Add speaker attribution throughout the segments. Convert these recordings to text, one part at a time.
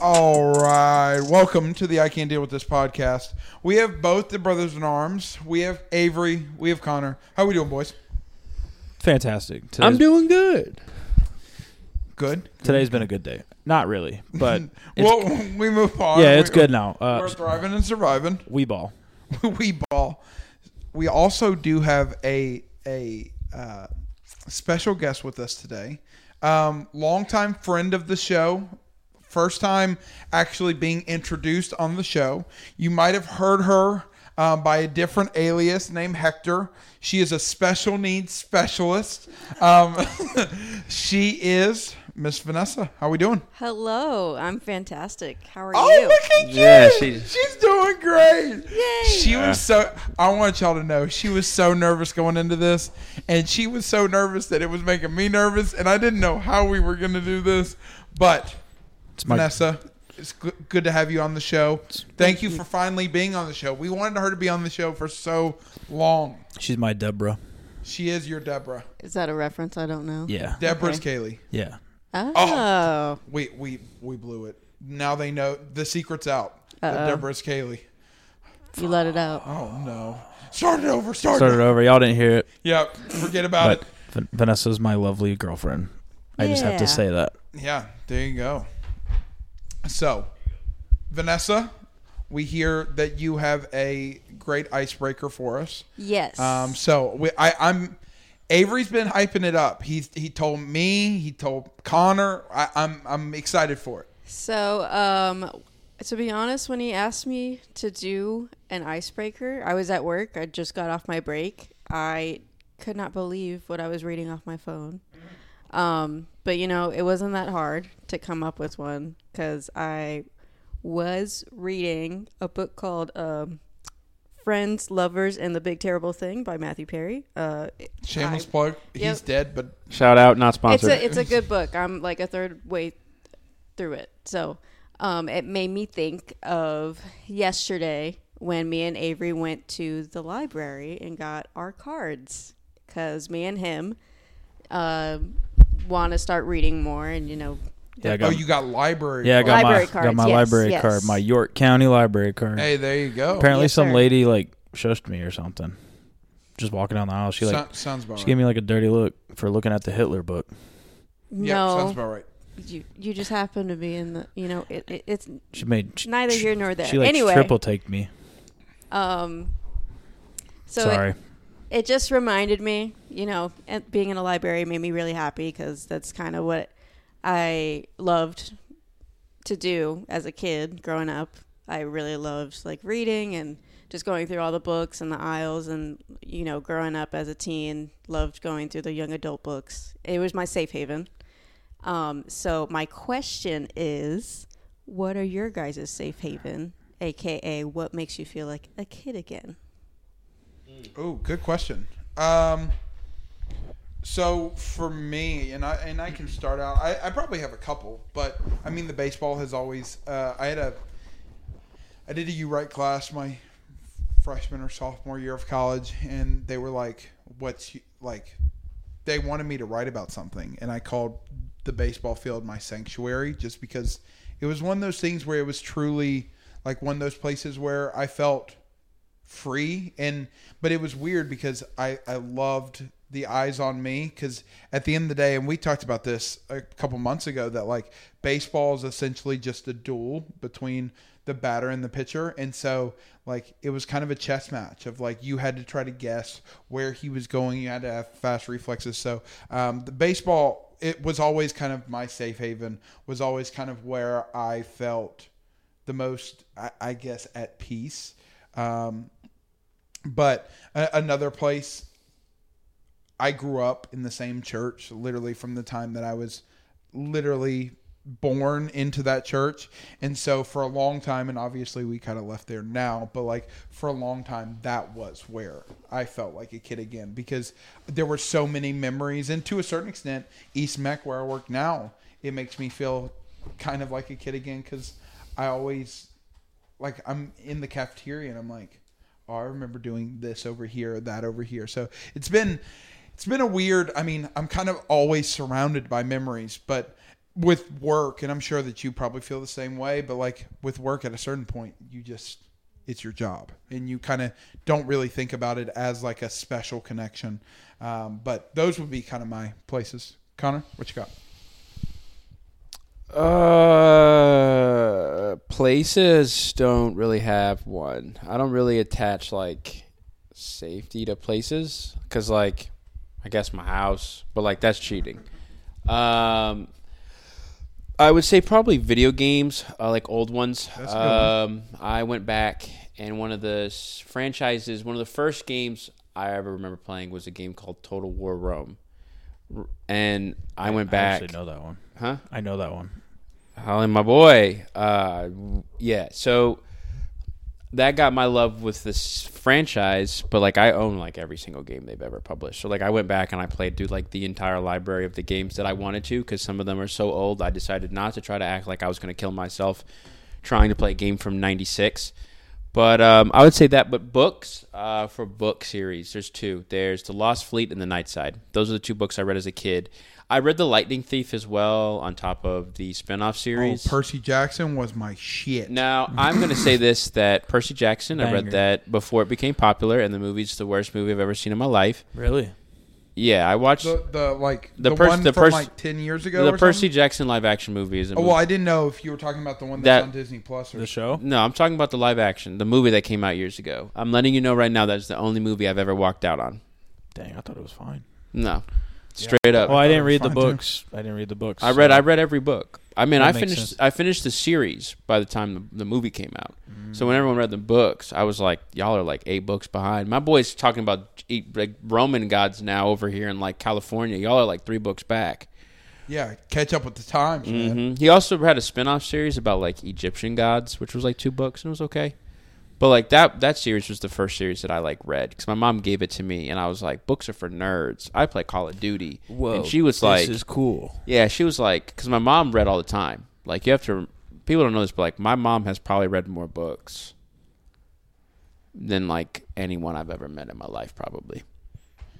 Speaker 1: All right. Welcome to the I Can't Deal with This podcast. We have both the brothers in arms. We have Avery. We have Connor. How we doing, boys?
Speaker 2: Fantastic. Today's,
Speaker 3: I'm doing good.
Speaker 1: Good.
Speaker 2: Today's been a good day. Not really, but it's,
Speaker 1: well, we move on.
Speaker 2: yeah, it's
Speaker 1: We-
Speaker 2: good now. Uh,
Speaker 1: We're thriving and surviving.
Speaker 2: we ball.
Speaker 1: we ball. We also do have a a uh, special guest with us today. Um, longtime friend of the show, first time actually being introduced on the show. You might have heard her um, by a different alias named Hector. She is a special needs specialist. Um, she is Miss Vanessa. How we doing?
Speaker 4: Hello, I'm fantastic. How are
Speaker 1: Oh,
Speaker 4: you?
Speaker 1: look at you!
Speaker 3: Yeah, she-
Speaker 1: she's doing great.
Speaker 4: Yay.
Speaker 1: She was so. I want y'all to know she was so nervous going into this, and she was so nervous that it was making me nervous, and I didn't know how we were gonna do this. But
Speaker 2: It's my-
Speaker 1: Vanessa, it's goo- good to have you on the show. Thank you for finally being on the show. We wanted her to be on the show for so long.
Speaker 2: She's my Deborah.
Speaker 1: She is your Deborah.
Speaker 4: Is that a reference? I don't know.
Speaker 2: Yeah.
Speaker 1: Deborah's
Speaker 4: Okay.
Speaker 1: Kaylee.
Speaker 2: yeah.
Speaker 4: Oh.
Speaker 1: We we we blew it. Now they know the secret's out. That
Speaker 4: Uh-oh.
Speaker 1: Deborah's Kaylee.
Speaker 4: You let it out.
Speaker 1: Oh no. Start it over. Start,
Speaker 2: Started
Speaker 1: it over.
Speaker 2: over. Y'all didn't hear it,
Speaker 1: Yep. Forget about
Speaker 2: but
Speaker 1: it.
Speaker 2: Van- Vanessa's my lovely girlfriend. I just have
Speaker 4: Yeah.
Speaker 2: to say that.
Speaker 1: Yeah. There you go. So, Vanessa, we hear that you have a great icebreaker for us.
Speaker 4: Yes.
Speaker 1: Um, so we, I, I'm Avery's been hyping it up. He's he told me. He told Connor. I, I'm I'm excited for it.
Speaker 4: so, um, to be honest, when he asked me to do an icebreaker, I was at work. I just got off my break. I could not believe what I was reading off my phone. Um, but you know, it wasn't that hard to come up with one because I was reading a book called um, "Friends, Lovers, and the Big Terrible Thing" by Matthew Perry. Uh,
Speaker 1: Shameless
Speaker 4: I-
Speaker 1: plug. He's
Speaker 4: Yep.
Speaker 1: dead, but
Speaker 3: Shout out, not
Speaker 4: it's
Speaker 3: sponsored.
Speaker 4: a it's a good book. I'm like a third way through it, so um, it made me think of yesterday when me and Avery went to the library and got our cards because me and him uh, want to start reading more, and you know,
Speaker 2: Yeah, I
Speaker 1: oh,
Speaker 2: got,
Speaker 1: you got library.
Speaker 2: yeah, I got my
Speaker 4: Library
Speaker 2: got
Speaker 4: cards,
Speaker 2: my
Speaker 4: yes,
Speaker 2: library
Speaker 4: yes.
Speaker 2: card, my York County library card.
Speaker 1: Hey, oh, there you go.
Speaker 2: Apparently,
Speaker 4: Yes,
Speaker 2: some
Speaker 4: sir.
Speaker 2: lady like shushed me or something. Just walking down the aisle, she like
Speaker 1: So- sounds about
Speaker 2: she
Speaker 1: right.
Speaker 2: gave me like a dirty look for looking at the Hitler book.
Speaker 1: yeah, sounds
Speaker 4: no,
Speaker 1: about right.
Speaker 4: you you just happen to be in the you know it, it, it's
Speaker 2: She made she,
Speaker 4: neither
Speaker 2: she-
Speaker 4: here nor there.
Speaker 2: She like
Speaker 4: anyway,
Speaker 2: triple taked me.
Speaker 4: um, so it-
Speaker 2: Sorry.
Speaker 4: it just reminded me, you know, and being in a library made me really happy because that's kind of what I loved to do as a kid growing up. I really loved like reading and just going through all the books and the aisles and you know growing up as a teen loved going through the young adult books it was my safe haven um, so my question is what are your guys' safe haven aka what makes you feel like a kid again
Speaker 1: Oh, good question. Um, so for me, and I and I can start out. I, I probably have a couple, but I mean the baseball has always. Uh, I had a. I did a U right class my freshman or sophomore year of college, and they were like, "What's you, like?" They wanted me to write about something, and I called the baseball field my sanctuary, just because it was one of those things where it was truly like one of those places where I felt free and but it was weird because i i loved the eyes on me because at the end of the day and we talked about this a couple months ago that like baseball is essentially just a duel between the batter and the pitcher and so like it was kind of a chess match of like you had to try to guess where he was going you had to have fast reflexes so um, the baseball it was always kind of my safe haven was always kind of where i felt the most, I, I guess, at peace. Um, but a, another place, I grew up in the same church, literally from the time that I was literally born into that church. And so for a long time, and obviously we kind of left there now, but like for a long time, that was where I felt like a kid again because there were so many memories. And to a certain extent, East Mech, where I work now, it makes me feel kind of like a kid again because I always like I'm in the cafeteria and I'm like, oh, I remember doing this over here, that over here. So it's been it's been a weird. I mean, I'm kind of always surrounded by memories, but with work, and I'm sure that you probably feel the same way, but like with work at a certain point, you just it's your job and you kind of don't really think about it as like a special connection. Um, but those would be kind of my places. Connor, what you got?
Speaker 3: Uh, places don't really have one. I don't really attach like safety to places because, like, I guess my house, but like that's cheating. Um, I would say probably video games, uh, like old ones.
Speaker 1: That's a good one.
Speaker 3: Um, I went back and one of the s- franchises, one of the first games I ever remember playing was a game called Total War Rome, R- and I went
Speaker 2: I
Speaker 3: back.
Speaker 2: actually know that one.
Speaker 3: Huh?
Speaker 2: I know that one.
Speaker 3: Holly, my boy. Uh, yeah. So that got my love with this franchise, but like I own like every single game they've ever published. So like I went back and I played through like the entire library of the games that I wanted to because some of them are so old. I decided not to try to act like I was going to kill myself trying to play a game from '96. But um, I would say that. But books uh, for book series, there's two. There's The Lost Fleet and The Night Side. Those are the two books I read as a kid. I read The Lightning Thief as well, on top of the spin-off
Speaker 1: Oh,
Speaker 3: series.
Speaker 1: Percy Jackson was my shit.
Speaker 3: now I'm going to say this: that Percy Jackson, I
Speaker 2: Banger.
Speaker 3: read that before it became popular, and the movie's the worst movie I've ever seen in my life.
Speaker 2: Really?
Speaker 3: Yeah, I watched the,
Speaker 1: The, the like the,
Speaker 3: The Percy-
Speaker 1: one
Speaker 3: the
Speaker 1: from
Speaker 3: Percy-
Speaker 1: like ten years ago. or
Speaker 3: Percy
Speaker 1: something?
Speaker 3: Jackson live-action movie is a
Speaker 1: Oh
Speaker 3: movie.
Speaker 1: well, I didn't know if you were talking about the one that's
Speaker 3: That-
Speaker 1: on Disney Plus or
Speaker 2: The show?
Speaker 3: No, I'm talking about the live action, the movie that came out years ago. I'm letting you know right now that's the only movie I've ever walked out on.
Speaker 2: Dang, I thought it was fine.
Speaker 3: No, straight up.
Speaker 2: Well, I didn't read the
Speaker 1: fine, too.
Speaker 2: books. I didn't read the books.
Speaker 3: I read
Speaker 2: so-
Speaker 3: I read every book. I mean,
Speaker 2: That
Speaker 3: I
Speaker 2: makes
Speaker 3: finished
Speaker 2: sense.
Speaker 3: I finished the series by the time the, the movie came out.
Speaker 2: Mm.
Speaker 3: So when everyone read the books, I was like, y'all are like eight books behind. My boy's talking about eight, like Roman gods now over here in like California. Y'all are like three books back.
Speaker 1: yeah, catch up with the times, man.
Speaker 3: hmm He also had a spin-off series about like Egyptian gods, which was like two books and it was okay. But like that that series was the first series that I like read because my mom gave it to me and I was like, books are for nerds. I play Call of Duty. and she was like,
Speaker 2: "This is cool."
Speaker 3: yeah, she was like, because my mom read all the time. Like you have to, people don't know this, but like my mom has probably read more books than like anyone I've ever met in my life, probably.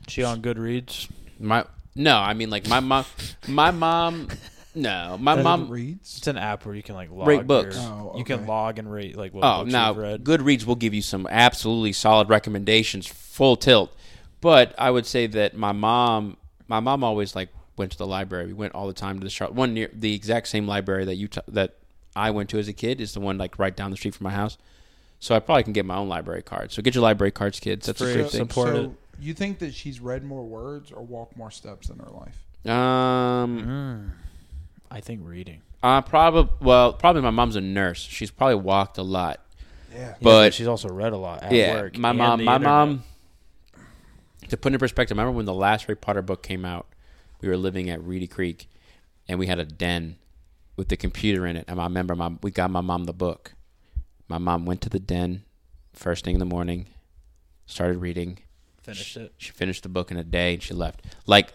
Speaker 2: She on Goodreads.
Speaker 3: My no, I mean like my mom, my mom, no, my mom.
Speaker 1: reads.
Speaker 2: It's an app where you can like log
Speaker 3: Rate books.
Speaker 2: your-
Speaker 1: Oh,
Speaker 2: You
Speaker 1: okay.
Speaker 2: can log and rate like what
Speaker 3: Oh,
Speaker 2: books
Speaker 3: now
Speaker 2: you've read.
Speaker 3: Goodreads will give you some absolutely solid recommendations, full tilt. But I would say that my mom, my mom always like went to the library. We went all the time to the shop. One near the exact same library that you t- that I went to as a kid is the one like right down the street from my house. So I probably can get my own library card. So get your library cards, kids. That's a
Speaker 2: Free.
Speaker 3: great thing.
Speaker 2: Support
Speaker 1: so
Speaker 2: it.
Speaker 1: you think that she's read more words or walked more steps in her life?
Speaker 3: Um,
Speaker 2: Mm-hmm. I think reading.
Speaker 3: I probably well, probably my mom's a nurse. She's probably walked a lot.
Speaker 1: Yeah.
Speaker 3: But-
Speaker 2: Yeah, she's also read a lot at
Speaker 3: yeah,
Speaker 2: work.
Speaker 3: My
Speaker 2: and
Speaker 3: mom,
Speaker 2: the
Speaker 3: my
Speaker 2: internet.
Speaker 3: mom. To put in perspective, I remember when the last Harry Potter book came out. We were living at Reedy Creek, and we had a den with the computer in it. And I remember my we got my mom the book. My mom went to the den first thing in the morning, started reading.
Speaker 2: finished it.
Speaker 3: She finished the book in a day, and she left. Like,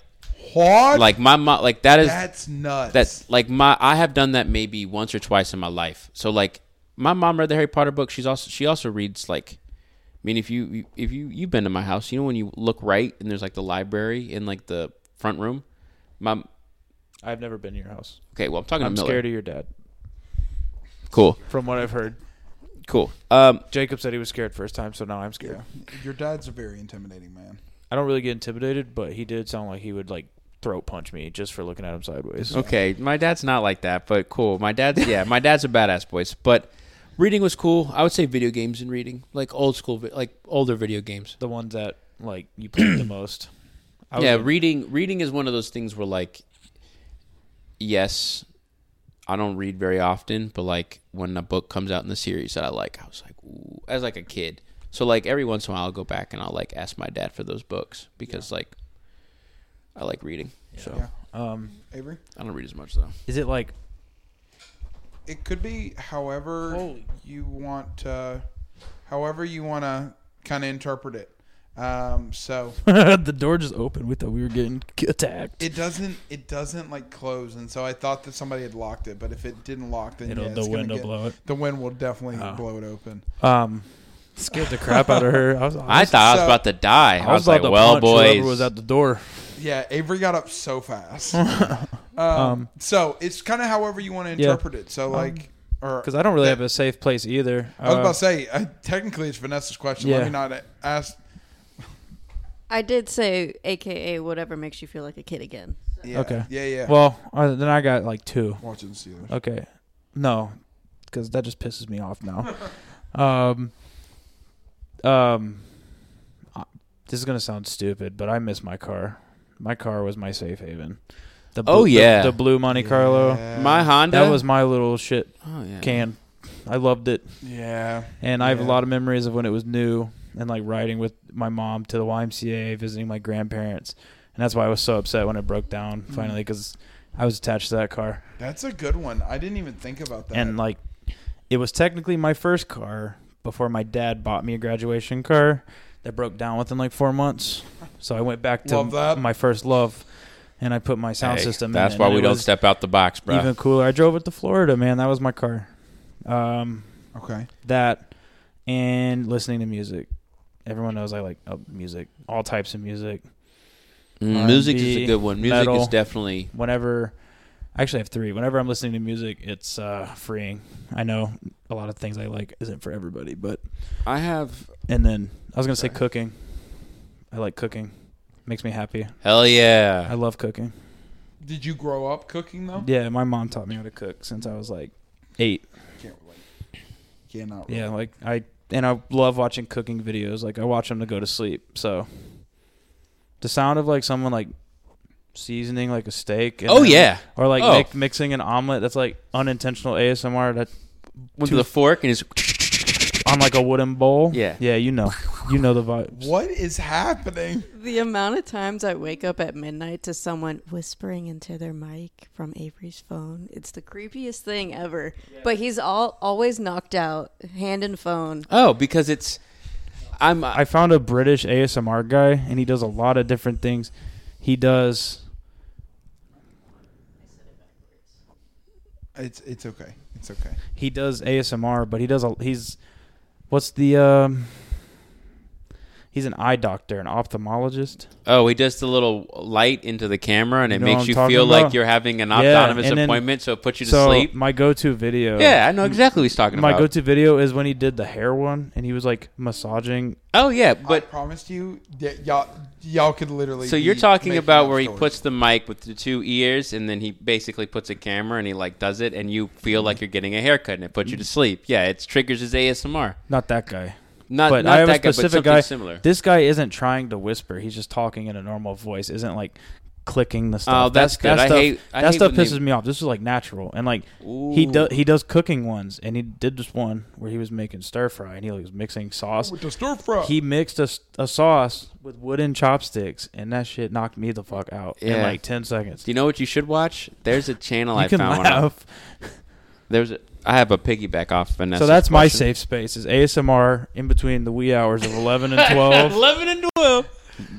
Speaker 1: What?
Speaker 3: like my mom, like that is
Speaker 1: that's nuts.
Speaker 3: that's like my I have done that maybe once or twice in my life. So like my mom read the Harry Potter book. She's also she also reads like I mean if you if you you've been to my house, you know when you look right and there's like the library in like the front room. My
Speaker 2: I've never been to your house.
Speaker 3: okay, well I'm talking
Speaker 2: I'm
Speaker 3: to Miller.
Speaker 2: scared of your dad.
Speaker 3: Cool,
Speaker 2: From what I've heard,
Speaker 3: cool. Um,
Speaker 2: Jacob said he was scared first time, so now I'm scared.
Speaker 1: yeah. Your dad's a very intimidating man.
Speaker 2: I don't really get intimidated, but he did sound like he would like throat punch me just for looking at him sideways.
Speaker 3: Okay, my dad's not like that, but cool. My dad's yeah, my dad's a badass voice, but reading was cool. I would say video games and reading, like old school, vi- like older video games.
Speaker 2: The ones that like you played the most. I was
Speaker 3: yeah,
Speaker 2: in-
Speaker 3: reading reading is one of those things where like yes, I don't read very often, but like when a book comes out in the series that I like, I was like ooh, as like a kid. So like every once in a while I'll go back and I'll like ask my dad for those books because like I like reading. So
Speaker 1: Yeah.
Speaker 2: um,
Speaker 1: Avery?
Speaker 3: I don't read as much though.
Speaker 2: is it like
Speaker 1: It could be however you want to, however you want to kind of interpret it. Um, so
Speaker 2: the door just opened? We thought we were getting attacked.
Speaker 1: it doesn't it doesn't like close, and so I thought that somebody had locked it, but if it didn't lock, then
Speaker 2: It'll
Speaker 1: yeah,
Speaker 2: the
Speaker 1: it's gonna
Speaker 2: wind will
Speaker 1: get-
Speaker 2: blow it.
Speaker 1: The wind will definitely
Speaker 2: Oh.
Speaker 1: blow it open.
Speaker 2: Um, scared the crap out of her. I was.
Speaker 3: I thought I was
Speaker 1: So-
Speaker 3: about to die. I was,
Speaker 2: about
Speaker 3: like,
Speaker 2: to
Speaker 3: well,
Speaker 2: punch whoever
Speaker 3: boys.
Speaker 2: was at the door.
Speaker 1: Yeah, Avery got up so fast. Um,
Speaker 2: Um,
Speaker 1: so it's kind of however you want to
Speaker 2: Yeah.
Speaker 1: interpret it. So like, or
Speaker 2: Because I don't really
Speaker 1: Yeah.
Speaker 2: have a safe place either.
Speaker 1: I was
Speaker 2: Uh,
Speaker 1: about to say, I, technically it's Vanessa's question. Let
Speaker 2: Yeah.
Speaker 1: me not ask.
Speaker 4: I did say, AKA, whatever makes you feel like a kid again.
Speaker 1: Yeah,
Speaker 2: Okay.
Speaker 1: Yeah, yeah.
Speaker 2: Well, uh, then I got like two.
Speaker 1: Watching the Steelers.
Speaker 2: Okay. No, because that just pisses me off now. um, um, uh, this is gonna sound stupid, but I miss my car. My car was my safe haven. The
Speaker 3: Oh,
Speaker 2: blue- the-
Speaker 3: yeah.
Speaker 2: the, blue Monte Carlo.
Speaker 1: Yeah.
Speaker 3: My Honda.
Speaker 2: That was my little shit
Speaker 3: oh, yeah.
Speaker 2: can. I loved it,
Speaker 1: Yeah.
Speaker 2: and I have a
Speaker 1: Yeah.
Speaker 2: lot of memories of when it was new and like riding with my mom to the YMCA, visiting my grandparents, and that's why I was so upset when it broke down
Speaker 3: Mm.
Speaker 2: finally because I was attached to that car.
Speaker 1: That's a good one. I didn't even think about that.
Speaker 2: and like it was technically my first car before my dad bought me a graduation car that broke down within like four months so i went back to
Speaker 1: Love that.
Speaker 2: my first love and i put my sound
Speaker 3: Hey,
Speaker 2: system in
Speaker 3: That's
Speaker 2: it,
Speaker 3: why
Speaker 2: and
Speaker 3: we
Speaker 2: it
Speaker 3: don't
Speaker 2: was
Speaker 3: step out the box, bro.
Speaker 2: even cooler i drove it to florida man that was my car um
Speaker 1: okay.
Speaker 2: that and listening to music everyone knows i like uh, music all types of music
Speaker 3: Mm, music is
Speaker 2: R&B,
Speaker 3: a good one. Music
Speaker 2: metal.
Speaker 3: is definitely
Speaker 2: whenever I actually have three. Whenever I'm listening to music, it's uh, freeing. I know a lot of things I like isn't for everybody, but
Speaker 3: I have
Speaker 2: And then I was gonna say
Speaker 1: Okay.
Speaker 2: cooking. I like cooking. Makes me happy.
Speaker 3: hell
Speaker 2: I
Speaker 3: yeah. Oh.
Speaker 2: love cooking.
Speaker 1: Did you grow up cooking though?
Speaker 2: Yeah, my mom taught me how to cook since I was like eight.
Speaker 1: Can't relate. Cannot. Relate.
Speaker 2: Yeah, like I and I love watching cooking videos. Like I watch them to go to sleep. So the sound of like someone like seasoning like a steak. and
Speaker 3: Oh
Speaker 2: then-
Speaker 3: yeah.
Speaker 2: Or like
Speaker 3: Oh.
Speaker 2: mi- mixing an omelet. That's like unintentional ASMR. That
Speaker 3: With
Speaker 2: Two-
Speaker 3: the fork and it's
Speaker 2: on like a wooden bowl.
Speaker 3: Yeah.
Speaker 2: Yeah, you know, you know the vibes.
Speaker 1: What is happening?
Speaker 4: The amount of times I wake up at midnight to someone whispering into their mic from Avery's phone, it's the creepiest thing ever. But he's all always knocked out, hand and phone.
Speaker 3: Oh, because it's I'm
Speaker 2: I found a British ASMR guy, and he does a lot of different things. He does.
Speaker 1: It's it's okay. It's okay.
Speaker 2: He does ASMR, but he does a he's what's the um he's an eye doctor, an ophthalmologist.
Speaker 3: Oh, he does the little light into the camera and
Speaker 2: You
Speaker 3: it
Speaker 2: know what
Speaker 3: makes
Speaker 2: I'm
Speaker 3: you
Speaker 2: talking
Speaker 3: feel like
Speaker 2: about?
Speaker 3: you're having an
Speaker 2: Yeah,
Speaker 3: autonomous
Speaker 2: and then-
Speaker 3: appointment, so it puts you to
Speaker 2: so
Speaker 3: sleep.
Speaker 2: my go-to video.
Speaker 3: Yeah, I know exactly what he's talking
Speaker 2: My
Speaker 3: about.
Speaker 2: go-to video is when he did the hair one, and he was like massaging.
Speaker 3: oh yeah,
Speaker 1: I
Speaker 3: but
Speaker 1: promised you that y'all y'all could literally.
Speaker 3: so you're
Speaker 1: be
Speaker 3: talking
Speaker 1: making
Speaker 3: about
Speaker 1: up
Speaker 3: where he
Speaker 1: stories.
Speaker 3: puts the mic with the two ears and then he basically puts a camera and he like does it and you feel like you're getting a haircut and it puts you to sleep. Yeah, it triggers his ASMR.
Speaker 2: Not that guy.
Speaker 3: Not
Speaker 2: but
Speaker 3: not
Speaker 2: I have
Speaker 3: that
Speaker 2: a specific
Speaker 3: guy,
Speaker 2: guy.
Speaker 3: but something similar.
Speaker 2: This guy isn't trying to whisper. He's just talking in a normal voice. Isn't like clicking the stuff.
Speaker 3: Oh, that's good.
Speaker 2: That
Speaker 3: I
Speaker 2: stuff,
Speaker 3: hate- I
Speaker 2: that
Speaker 3: hate
Speaker 2: stuff
Speaker 3: when they-
Speaker 2: pisses me off. This is like natural, and like he does he does cooking ones, and he did this one where he was making stir fry, and he was mixing sauce.
Speaker 1: with the stir fry.
Speaker 2: He mixed a, s- a sauce with wooden chopsticks, and that shit knocked me the fuck out in
Speaker 3: Yeah.
Speaker 2: like ten seconds.
Speaker 3: Do you know what you should watch? There's a channel I
Speaker 2: you can
Speaker 3: found. on-
Speaker 2: laugh.
Speaker 3: There's a, I have a piggyback off Vanessa.
Speaker 2: So that's my
Speaker 3: question.
Speaker 2: safe space is ASMR in between the wee hours of eleven and twelve.
Speaker 3: Eleven and twelve.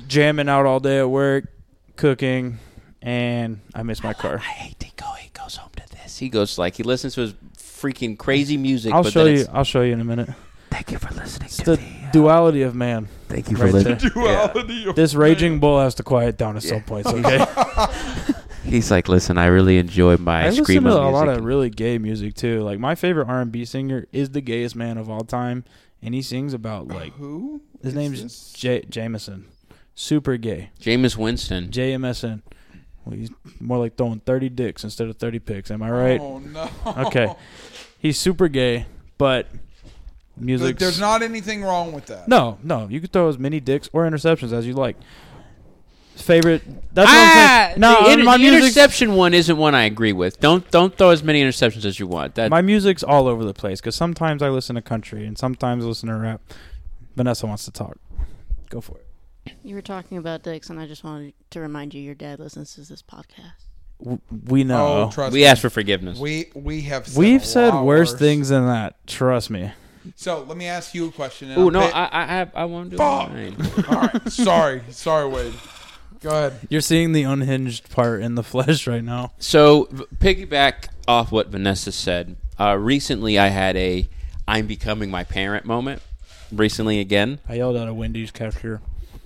Speaker 2: jamming out all day at work, cooking, and I miss my car.
Speaker 3: I hate Dinko. He goes home to this. He goes like he listens to his freaking crazy music.
Speaker 2: I'll
Speaker 3: but
Speaker 2: show
Speaker 3: then
Speaker 2: you.
Speaker 3: it's-
Speaker 2: I'll show you in a minute.
Speaker 3: Thank you for listening.
Speaker 2: It's the duality of man.
Speaker 3: Thank you
Speaker 2: Right there.
Speaker 1: Duality of
Speaker 2: This raging bull has to quiet down at some
Speaker 3: Yeah.
Speaker 2: points. Okay.
Speaker 3: He's like, listen, I really enjoy my
Speaker 2: I listen
Speaker 3: screamo
Speaker 2: to a lot
Speaker 3: music."
Speaker 2: of really gay music too. Like my favorite R and B singer is the gayest man of all time, and he sings about like
Speaker 1: Who?
Speaker 2: his
Speaker 1: is
Speaker 2: name's
Speaker 1: this?
Speaker 2: J- Jameson, super gay.
Speaker 3: Jameis Winston.
Speaker 2: JMSN. Well, he's more like throwing thirty dicks instead of thirty picks. Am I right?
Speaker 1: Oh no.
Speaker 2: Okay. He's super gay, but
Speaker 1: Like,
Speaker 2: music.
Speaker 1: there's not anything wrong with that.
Speaker 2: No, no. You can throw as many dicks or interceptions as you like. Favorite. That's what I'm
Speaker 3: ah,
Speaker 2: saying. No,
Speaker 3: the, inter-
Speaker 2: my
Speaker 3: the
Speaker 2: music's,
Speaker 3: interception one isn't one I agree with. Don't don't throw as many interceptions as you want. That
Speaker 2: my music's all over the place because sometimes I listen to country and sometimes I listen to rap. Vanessa wants to talk. Go for it.
Speaker 4: You were talking about dicks, and I just wanted to remind you your dad listens to this podcast.
Speaker 2: W- We
Speaker 1: Oh,
Speaker 2: know.
Speaker 1: trust
Speaker 3: we
Speaker 1: me.
Speaker 3: ask for forgiveness.
Speaker 1: We we have said
Speaker 2: We've
Speaker 1: a
Speaker 2: said
Speaker 1: lot
Speaker 2: worse things than that. Trust me.
Speaker 1: So let me ask you a question. and
Speaker 3: Oh
Speaker 1: I'll
Speaker 3: no,
Speaker 1: pay-
Speaker 3: I I I, I won't do
Speaker 1: Fuck.
Speaker 3: mine.
Speaker 1: All right. Sorry, sorry, Wade. Go ahead.
Speaker 2: You're seeing the unhinged part in the flesh right now.
Speaker 3: So v- piggyback off what Vanessa said. Uh, recently, I had a "I'm becoming my parent" moment. Recently, again,
Speaker 2: I yelled out of Wendy's cashier.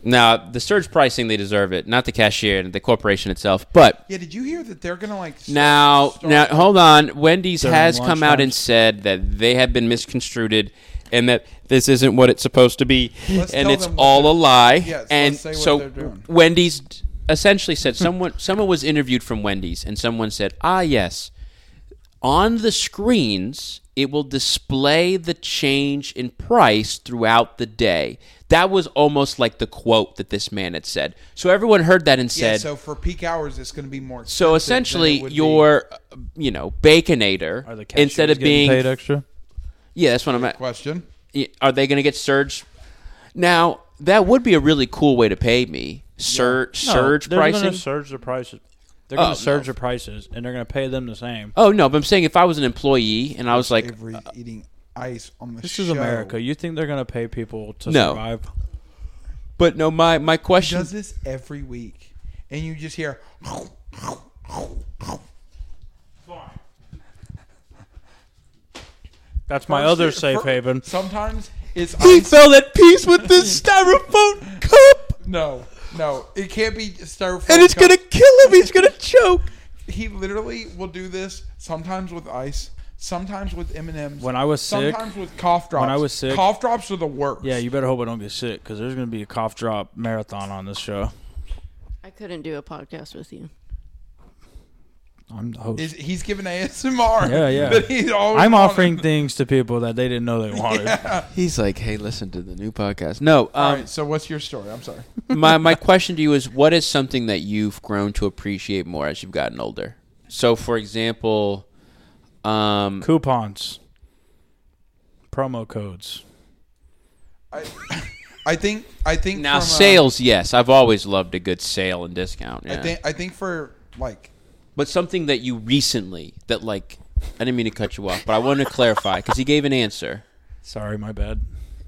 Speaker 3: Now, the surge pricing, they deserve it, not the cashier and the corporation itself. But
Speaker 1: Yeah, did you hear that they're gonna like start-
Speaker 3: now,
Speaker 1: start-
Speaker 3: now hold on. Wendy's
Speaker 2: During
Speaker 3: has
Speaker 2: lunch
Speaker 3: come out and
Speaker 2: times.
Speaker 3: said that they have been misconstrued and that this isn't what it's supposed to be
Speaker 1: Let's
Speaker 3: and
Speaker 1: tell
Speaker 3: it's
Speaker 1: them what
Speaker 3: all
Speaker 1: they're-
Speaker 3: a lie.
Speaker 1: Yes,
Speaker 3: and
Speaker 1: let's say what
Speaker 3: so
Speaker 1: they're doing.
Speaker 3: Wendy's essentially said someone someone was interviewed from Wendy's and someone said, "Ah, yes. On the screens, it will display the change in price throughout the day." That was almost like the quote that this man had said. So everyone heard that and
Speaker 1: Yeah,
Speaker 3: said,
Speaker 1: so for peak hours, it's gonna be more. expensive
Speaker 3: so
Speaker 1: than it
Speaker 3: essentially,
Speaker 1: would be.
Speaker 3: your uh, you know baconator
Speaker 2: Are the cashiers
Speaker 3: instead of
Speaker 2: getting
Speaker 3: being
Speaker 2: paid extra?
Speaker 3: yeah, that's what I'm at.
Speaker 1: question.
Speaker 3: Y- Are they going to get surge? Now that would be a really cool way to pay me Sur- surge
Speaker 2: they're
Speaker 3: pricing.
Speaker 2: Gonna surge the prices. They're
Speaker 3: Oh,
Speaker 2: going to surge
Speaker 3: no.
Speaker 2: the prices, and they're going to pay them the same.
Speaker 3: oh no, but I'm saying if I was an employee and I was like, uh,
Speaker 1: Avery eating ice on the
Speaker 2: This
Speaker 1: show.
Speaker 2: is America. You think they're going to pay people to
Speaker 3: No.
Speaker 2: survive?
Speaker 3: but no, my my
Speaker 1: He
Speaker 3: question.
Speaker 1: does this every week, and you just hear.
Speaker 2: That's my other safe
Speaker 1: For-
Speaker 2: haven.
Speaker 1: Sometimes it's
Speaker 3: He
Speaker 1: ice.
Speaker 3: felt at peace with this styrofoam cup,
Speaker 1: No, no, it can't be styrofoam.
Speaker 3: and it's
Speaker 1: cup.
Speaker 3: going to kill him. He's going to choke.
Speaker 1: He literally will do this sometimes with ice, sometimes with M and M's.
Speaker 2: When I was sick-
Speaker 1: sometimes with cough drops.
Speaker 2: when I was sick-
Speaker 1: cough drops are the worst.
Speaker 2: Yeah, you better hope I don't get sick because there's going to be a cough drop marathon on this show.
Speaker 4: I couldn't do a podcast with you.
Speaker 2: I'm the host.
Speaker 1: Is- he's giving ASMR.
Speaker 2: Yeah, yeah.
Speaker 1: But he's always
Speaker 2: I'm
Speaker 1: on-
Speaker 2: offering things to people that they didn't know they wanted.
Speaker 3: He's like, hey, listen to the new podcast. No,
Speaker 1: All
Speaker 3: um,
Speaker 1: right, so what's your story? I'm sorry.
Speaker 3: my my question to you is what is something that you've grown to appreciate more as you've gotten older? So for example, um
Speaker 2: Coupons, promo codes.
Speaker 1: I, I think I think
Speaker 3: now
Speaker 1: from a-
Speaker 3: sales, yes, I've always loved a good sale and discount.
Speaker 1: I
Speaker 3: yeah.
Speaker 1: think I think for like
Speaker 3: but something that you recently that like I didn't mean to cut you off, but I wanted to clarify because he gave an answer.
Speaker 2: Sorry, my bad.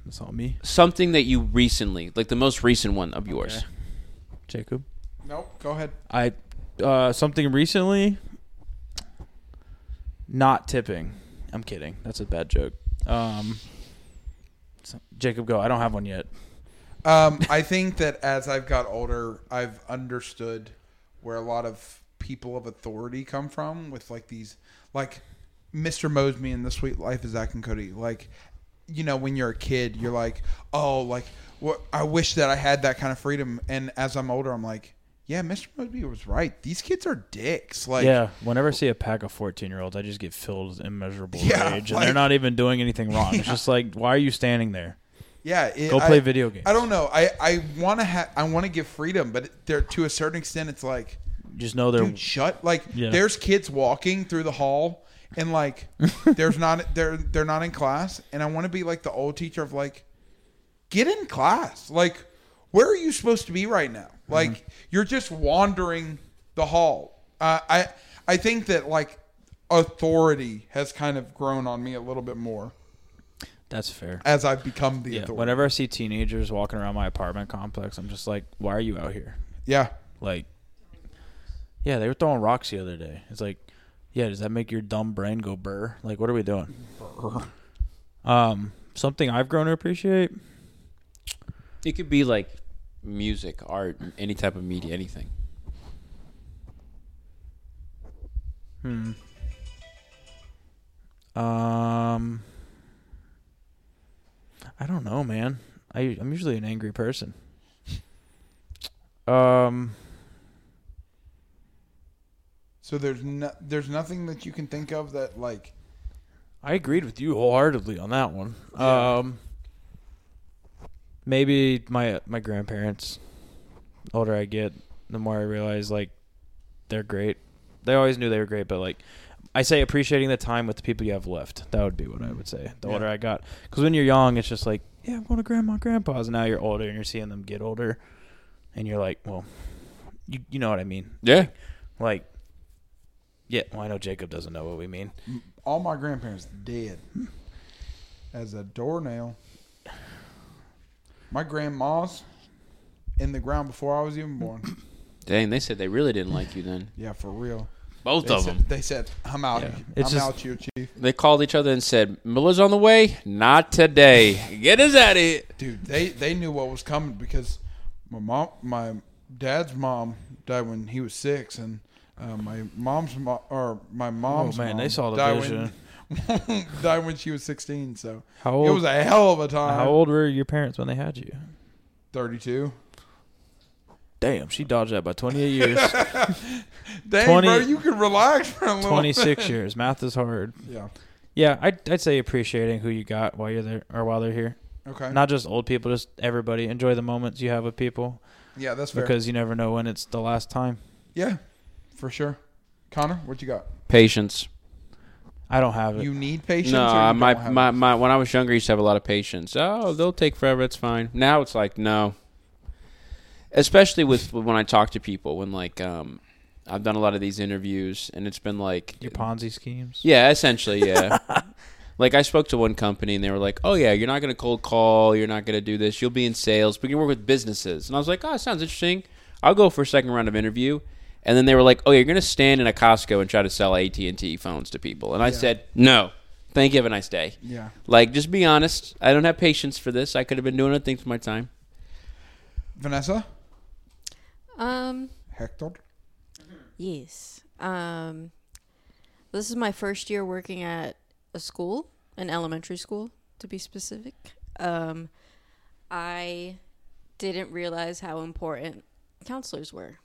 Speaker 2: It's all me,
Speaker 3: Something that you recently, like the most recent one of yours.
Speaker 2: Okay. Jacob.
Speaker 1: nope. Go ahead.
Speaker 2: I uh, something recently. Not tipping. I'm kidding. That's a bad joke. Um, so- Jacob, go. I don't have one yet.
Speaker 1: Um, I think that as I've got older, I've understood where a lot of people of authority come from with like these, like Mr. Mosby and The Sweet Life of Zach and Cody. Like, you know, when you're a kid, you're like, oh, like, what? I wish that I had that kind of freedom. And as I'm older, I'm like, yeah, Mr. Mosby was right. These kids are dicks. Like,
Speaker 2: yeah. Whenever I see a pack of 14 year olds, I just get filled with immeasurable
Speaker 1: Yeah,
Speaker 2: rage, and
Speaker 1: like-
Speaker 2: they're not even doing anything wrong. It's just like, why are you standing there?
Speaker 1: Yeah, it,
Speaker 2: Go
Speaker 1: I-
Speaker 2: play video games.
Speaker 1: I don't know. I I want to ha- I want to give freedom, but there to a certain extent, it's like.
Speaker 2: Just know they're
Speaker 1: dude, shut like
Speaker 2: Yeah.
Speaker 1: there's kids walking through the hall and like there's not they're they're not in class and I want to be like the old teacher of like get in class like where are you supposed to be right now
Speaker 2: Mm-hmm.
Speaker 1: like you're just wandering the hall uh, I I think that like authority has kind of grown on me a little bit more
Speaker 2: that's fair.
Speaker 1: as I've become the
Speaker 2: Yeah.
Speaker 1: authority
Speaker 2: Whenever I see teenagers walking around my apartment complex, I'm just like, why are you out here?
Speaker 1: yeah
Speaker 2: Like, yeah, they were throwing rocks the other day. It's like, yeah, does that make your dumb brain go burr? Like, what are we doing? Um, something I've grown to appreciate.
Speaker 3: It could be like music, art, any type of media, anything.
Speaker 2: Um, I don't know, man. I I'm usually an angry person. Um,
Speaker 1: so there's no, there's nothing that you can think of that like
Speaker 2: I agreed with you wholeheartedly on that one.
Speaker 1: Yeah.
Speaker 2: Um, maybe my my grandparents. The older I get, the more I realize like they're great. They always knew they were great, but like I say, appreciating the time with the people you have left. That would be what I would say. The
Speaker 1: Mm. Yeah.
Speaker 2: older I got, because when you're young, it's just like yeah, I'm going to grandma, grandpa's. And now you're older, and you're seeing them get older, and you're like, well, you you know what I mean?
Speaker 3: Yeah.
Speaker 2: Like, yeah. Well, I know Jacob doesn't know what we mean.
Speaker 1: all my grandparents dead as a doornail. My grandma's in the ground before I was even born.
Speaker 3: Dang, they said they really didn't like you then.
Speaker 1: Yeah, for real.
Speaker 3: Both
Speaker 1: They
Speaker 3: of
Speaker 1: said,
Speaker 3: them.
Speaker 1: they said, "I'm out.
Speaker 2: Yeah.
Speaker 1: I'm
Speaker 2: It's just-
Speaker 1: out, you chief."
Speaker 3: They called each other and said, "Miller's on the way. Not today. Get us out of here."
Speaker 1: Dude, they they knew what was coming because my mom, my dad's mom died when he was six, and uh, my mom's mom or my mom's
Speaker 2: Oh, man, they
Speaker 1: mom
Speaker 2: saw the
Speaker 1: died
Speaker 2: vision.
Speaker 1: When, died when she was sixteen. So
Speaker 2: How
Speaker 1: it was
Speaker 2: old?
Speaker 1: a hell of a time.
Speaker 2: How old were your parents when they had you?
Speaker 1: Thirty-two.
Speaker 2: Damn, she dodged that by 28 years,
Speaker 1: Dang,
Speaker 2: 20
Speaker 1: bro, you can relax for a little.
Speaker 2: 26 years. Math is hard.
Speaker 1: Yeah.
Speaker 2: Yeah, I'd, I'd say appreciating who you got while you're there or while they're here.
Speaker 1: Okay.
Speaker 2: Not just old people, just everybody. Enjoy the moments you have with people
Speaker 1: yeah, that's fair.
Speaker 2: because you never know when it's the last time.
Speaker 1: yeah, for sure. Connor, what you got?
Speaker 3: Patience.
Speaker 2: I don't have it.
Speaker 1: You need patience.
Speaker 3: No,
Speaker 1: or you
Speaker 3: uh,
Speaker 1: don't
Speaker 3: my,
Speaker 1: have
Speaker 3: my,
Speaker 1: it?
Speaker 3: my when I was younger, I used to have a lot of patience. Oh, they'll take forever. It's fine. Now it's like no. Especially with when I talk to people, when like um, I've done a lot of these interviews, and it's been like
Speaker 2: your Ponzi schemes.
Speaker 3: yeah, essentially, yeah. like I spoke to one company, and they were like, "Oh yeah, you're not going to cold call. You're not going to do this. You'll be in sales, but you can work with businesses." And I was like, "Oh, sounds interesting. I'll go for a second round of interview." And then they were like, "Oh, you're going to stand in a Costco and try to sell AT and T phones to people." And I said, "No, thank you. Have a nice day."
Speaker 1: Yeah.
Speaker 3: Like, just be honest. I don't have patience for this. I could have been doing other things with my time.
Speaker 1: Vanessa,
Speaker 4: Um,
Speaker 1: Hector.
Speaker 4: yes. Um, this is my first year working at a school, an elementary school to be specific. Um, I didn't realize how important counselors were.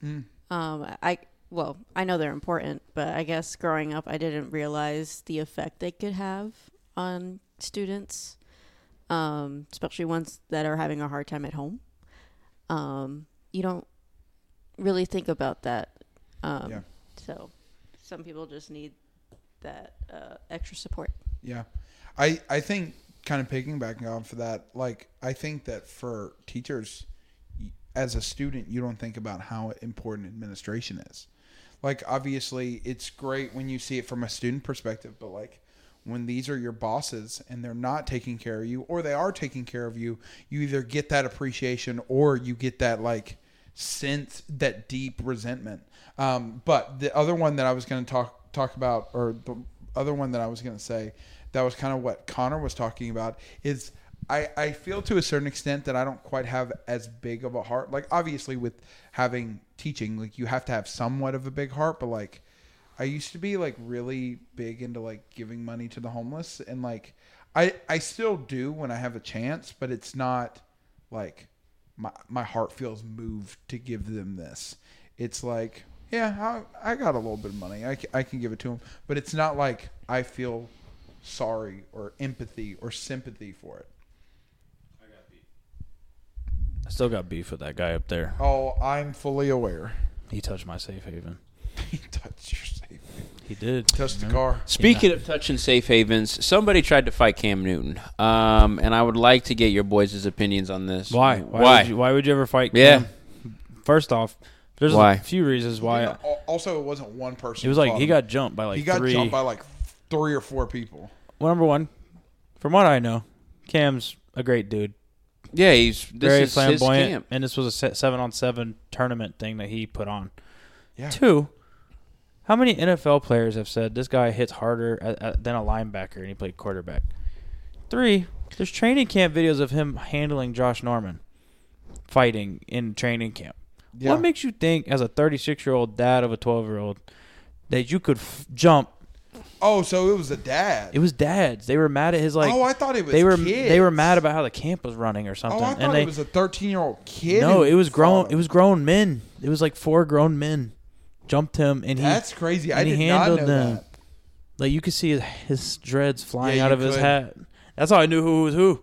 Speaker 4: Um, I well, I know they're important, but I guess growing up, I didn't realize the effect they could have on students, um, especially ones that are having a hard time at home. Um, you don't really think about that. Um,
Speaker 1: Yeah.
Speaker 4: So, some people just need that uh, extra support.
Speaker 1: Yeah. I I think kind of piggybacking off of that, like I think that for teachers y- as a student, you don't think about how important administration is. Like obviously it's great when you see it from a student perspective, but like when these are your bosses and they're not taking care of you or they are taking care of you, you either get that appreciation or you get that like sense that deep resentment. Um, but the other one that I was going to talk talk about, or the other one that I was going to say, that was kind of what Connor was talking about, is I I feel to a certain extent that I don't quite have as big of a heart. Like obviously with having teaching, like you have to have somewhat of a big heart, but like. I used to be like really big into like giving money to the homeless and like I I still do when I have a chance, but it's not like my my heart feels moved to give them this. It's like, yeah, I, I got a little bit of money. I, c- I can give it to them, but it's not like I feel sorry or empathy or sympathy for it.
Speaker 2: I still got beef with that guy up there.
Speaker 1: Oh, I'm fully aware.
Speaker 2: He touched my safe haven.
Speaker 1: he touched your safe.
Speaker 2: He did.
Speaker 1: Touched the car.
Speaker 3: Speaking of touching safe havens, somebody tried to fight Cam Newton, um, and I would like to get your boys' opinions on this.
Speaker 2: Why?
Speaker 3: Why?
Speaker 2: Why? Would you, why would you ever fight?
Speaker 3: Yeah.
Speaker 2: Cam? First off, there's
Speaker 3: Why?
Speaker 2: a few reasons why.
Speaker 1: Al- Also, it wasn't one person.
Speaker 2: It was
Speaker 1: who
Speaker 2: like
Speaker 1: fought
Speaker 2: he
Speaker 1: him.
Speaker 2: got jumped by like
Speaker 1: he got
Speaker 2: three.
Speaker 1: jumped by like three or four people.
Speaker 2: well, number one, from what I know, Cam's a great dude,
Speaker 3: Yeah, he's this
Speaker 2: very
Speaker 3: is His
Speaker 2: flamboyant,
Speaker 3: camp.
Speaker 2: and this was a se- seven on seven tournament thing that he put on.
Speaker 1: Yeah.
Speaker 2: Two, how many NFL players have said this guy hits harder at, at, than a linebacker and he played quarterback? Three, there's training camp videos of him handling Josh Norman fighting in training camp.
Speaker 1: Yeah.
Speaker 2: What makes you think, as a 36 year old dad of a 12 year old, that you could f- jump?
Speaker 1: Oh, so it was a dad.
Speaker 2: It was dads. They were mad at his like.
Speaker 1: oh, I thought it was.
Speaker 2: they were they were
Speaker 1: kids.
Speaker 2: mad about how the camp was running or something.
Speaker 1: Oh, I
Speaker 2: and
Speaker 1: thought
Speaker 2: they
Speaker 1: it was a 13 year old kid.
Speaker 2: no,
Speaker 1: who
Speaker 2: it was
Speaker 1: fought
Speaker 2: grown.
Speaker 1: him.
Speaker 2: It was grown men. It was like four grown men jumped him, and he
Speaker 1: That's crazy. I
Speaker 2: and he
Speaker 1: did not know
Speaker 2: handled them.
Speaker 1: that.
Speaker 2: like you could see his, his dreads flying
Speaker 1: Yeah,
Speaker 2: out
Speaker 1: you
Speaker 2: of his
Speaker 1: could.
Speaker 2: hat. That's how I knew who was who.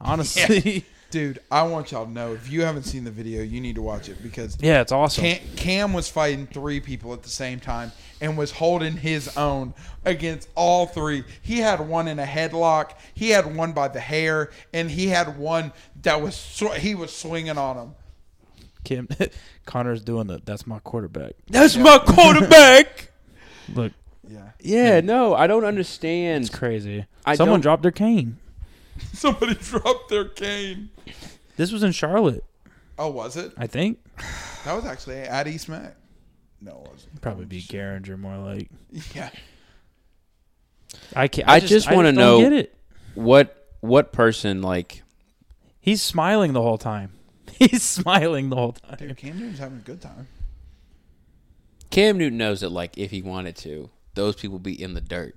Speaker 2: Honestly,
Speaker 1: Dude, I want y'all to know if you haven't seen the video, you need to watch it because
Speaker 2: yeah, it's awesome.
Speaker 1: Cam, Cam was fighting three people at the same time and was holding his own against all three. He had one in a headlock, he had one by the hair, and he had one that was sw- he was swinging on him.
Speaker 2: Kim Connor's doing the. That's my quarterback.
Speaker 3: That's my quarterback.
Speaker 2: Look,
Speaker 1: Yeah,
Speaker 3: yeah, no, I don't understand.
Speaker 2: it's crazy.
Speaker 3: I
Speaker 2: Someone
Speaker 3: don't-
Speaker 2: dropped their cane.
Speaker 1: somebody dropped their cane.
Speaker 2: This was in Charlotte,
Speaker 1: Oh, was it?
Speaker 2: I think.
Speaker 1: That was actually at East Mac. No, it wasn't.
Speaker 2: Probably be Garinger more like.
Speaker 1: Yeah.
Speaker 2: I can't.
Speaker 3: I just wanna
Speaker 2: don't
Speaker 3: know-
Speaker 2: Get it?
Speaker 3: What what person like
Speaker 2: He's smiling the whole time. He's smiling the whole time.
Speaker 1: Dude, Cam Newton's having a good time.
Speaker 3: Cam Newton knows that, like, if he wanted to, those people be in the dirt.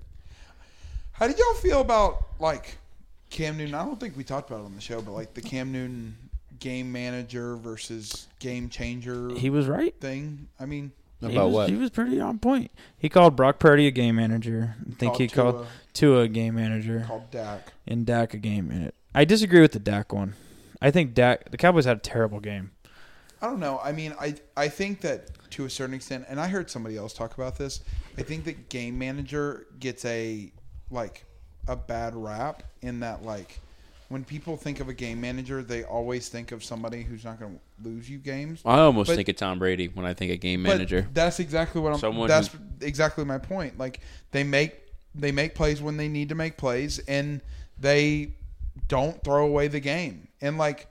Speaker 1: How did y'all feel about like Cam Newton? I don't think we talked about it on the show, but like the Cam Newton game manager versus game changer
Speaker 2: He was right.
Speaker 1: thing. I mean,
Speaker 3: About
Speaker 2: he was,
Speaker 3: what?
Speaker 2: He was pretty on point. He called Brock Purdy a game manager. I think he
Speaker 1: Tua,
Speaker 2: called Tua a game manager
Speaker 1: called Dak.
Speaker 2: and Dak a game manager. I disagree with the Dak one. I think Dak the Cowboys had a terrible game.
Speaker 1: I don't know. I mean, I I think that to a certain extent, and I heard somebody else talk about this. I think that game manager gets a like a bad rap in that like when people think of a game manager, they always think of somebody who's not going to lose you games.
Speaker 3: I almost
Speaker 1: But-
Speaker 3: think of Tom Brady when I think of game
Speaker 1: But
Speaker 3: manager.
Speaker 1: that's exactly what I'm.
Speaker 3: Someone
Speaker 1: that's exactly my point. Like they make they make plays when they need to make plays, and they don't throw away the game. And like,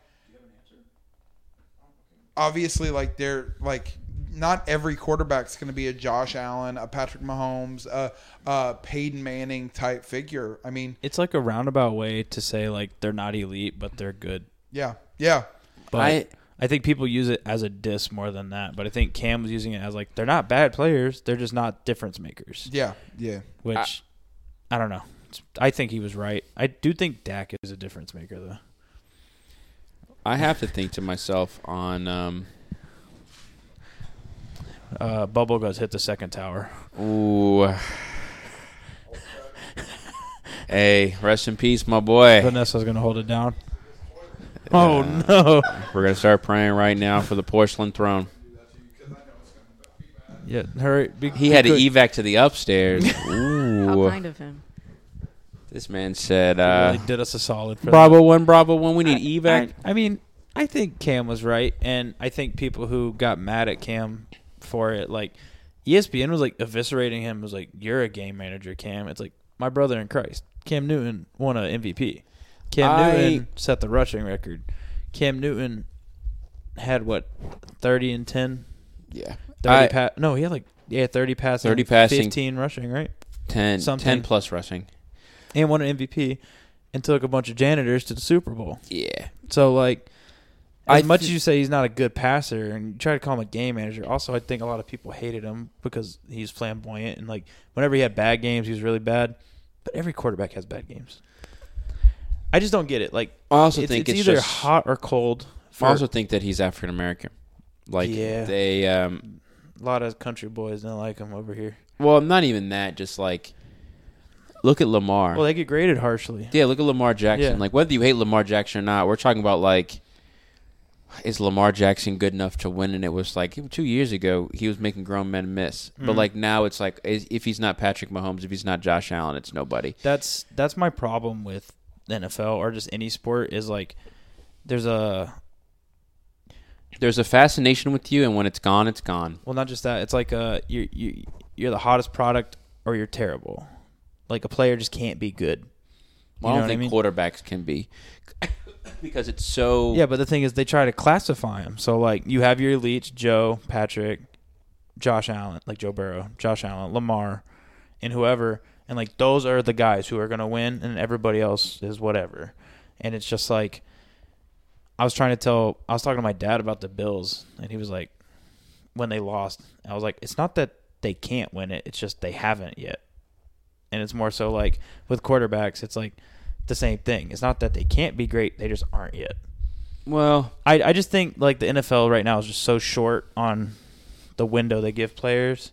Speaker 1: obviously, like they're like not every quarterback's going to be a Josh Allen, a Patrick Mahomes, a, a Peyton Manning type figure. I mean,
Speaker 2: It's like a roundabout way to say like they're not elite, but they're good.
Speaker 1: yeah, yeah.
Speaker 2: But
Speaker 3: I-
Speaker 2: I, think people use it as a diss more than that. But I think Cam was using it as like they're not bad players, they're just not difference makers.
Speaker 1: Yeah, yeah.
Speaker 2: Which I, don't know. It's- I think he was right. I do think Dak is a difference maker though.
Speaker 3: I have to think to myself on um,
Speaker 2: Uh, Bubble goes hit the second tower.
Speaker 3: Ooh. hey, rest in peace, my boy.
Speaker 2: Vanessa's gonna hold it down. Oh no!
Speaker 3: We're gonna start praying right now for the porcelain throne.
Speaker 2: Yeah, hurry. Be,
Speaker 3: He
Speaker 2: be
Speaker 3: had to
Speaker 2: quick.
Speaker 3: evac to the upstairs.
Speaker 4: How
Speaker 3: Ooh.
Speaker 4: kind of him.
Speaker 3: This man said,
Speaker 2: He
Speaker 3: uh,
Speaker 2: really did us a solid. For
Speaker 3: "Bravo one, Bravo one. We
Speaker 2: that.
Speaker 3: need
Speaker 2: I,
Speaker 3: evac."
Speaker 2: I mean, I think Cam was right, and I think people who got mad at Cam for it, like E ESPN, was like eviscerating him. Was like, "You're a game manager, Cam." It's like my brother in Christ, Cam Newton won a MVP. Cam
Speaker 3: I-
Speaker 2: Newton set the rushing record. Cam Newton had what thirty and ten.
Speaker 3: Yeah,
Speaker 2: 30
Speaker 3: I-
Speaker 2: pa- no, he had like yeah, 30 passing,
Speaker 3: 30 passing.
Speaker 2: 15 rushing, right?
Speaker 3: 10,
Speaker 2: something.
Speaker 3: 10 plus rushing.
Speaker 2: And won an MVP and took a bunch of janitors to the Super Bowl.
Speaker 3: Yeah,
Speaker 2: So like as
Speaker 3: I
Speaker 2: much
Speaker 3: thi-
Speaker 2: as you say he's not a good passer and you try to call him a game manager, also I think a lot of people hated him because he's flamboyant and like whenever he had bad games, he was really bad. But every quarterback has bad games. I just don't get it. Like
Speaker 3: I also
Speaker 2: it's,
Speaker 3: think
Speaker 2: it's,
Speaker 3: it's,
Speaker 2: either
Speaker 3: just,
Speaker 2: hot or cold.
Speaker 3: I
Speaker 2: For
Speaker 3: also think that he's African American. Like
Speaker 2: Yeah.
Speaker 3: they, um,
Speaker 2: a lot of country boys don't like him over here.
Speaker 3: well, not even that. Just like look at Lamar.
Speaker 2: Well, they get graded harshly.
Speaker 3: Yeah, look at Lamar Jackson.
Speaker 2: Yeah.
Speaker 3: Like whether you hate Lamar Jackson or not, we're talking about like is Lamar Jackson good enough to win? And it was like two years ago he was making grown men miss, but
Speaker 2: Mm.
Speaker 3: like now it's like is, if he's not Patrick Mahomes, if he's not Josh Allen, it's nobody.
Speaker 2: that's that's my problem with the NFL or just any sport is like there's a
Speaker 3: There's a fascination with you, and when it's gone, it's gone.
Speaker 2: well not just that it's like uh you you you're the hottest product or you're terrible like a player just can't be good
Speaker 3: Well,
Speaker 2: You
Speaker 3: I
Speaker 2: know
Speaker 3: don't think
Speaker 2: what
Speaker 3: quarterbacks can be because it's so.
Speaker 2: I mean? yeah but the thing is they try to classify them so like you have your elite Joe Patrick Josh Allen like Joe Burrow Josh Allen Lamar and whoever and like those are the guys who are going to win and everybody else is whatever and it's just like I was trying to tell I was talking to my dad about the Bills and he was like when they lost I was like it's not that they can't win it it's just they haven't yet and it's more so like with quarterbacks it's like the same thing it's not that they can't be great they just aren't yet
Speaker 3: Well,
Speaker 2: I I just think like the NFL right now is just so short on the window they give players,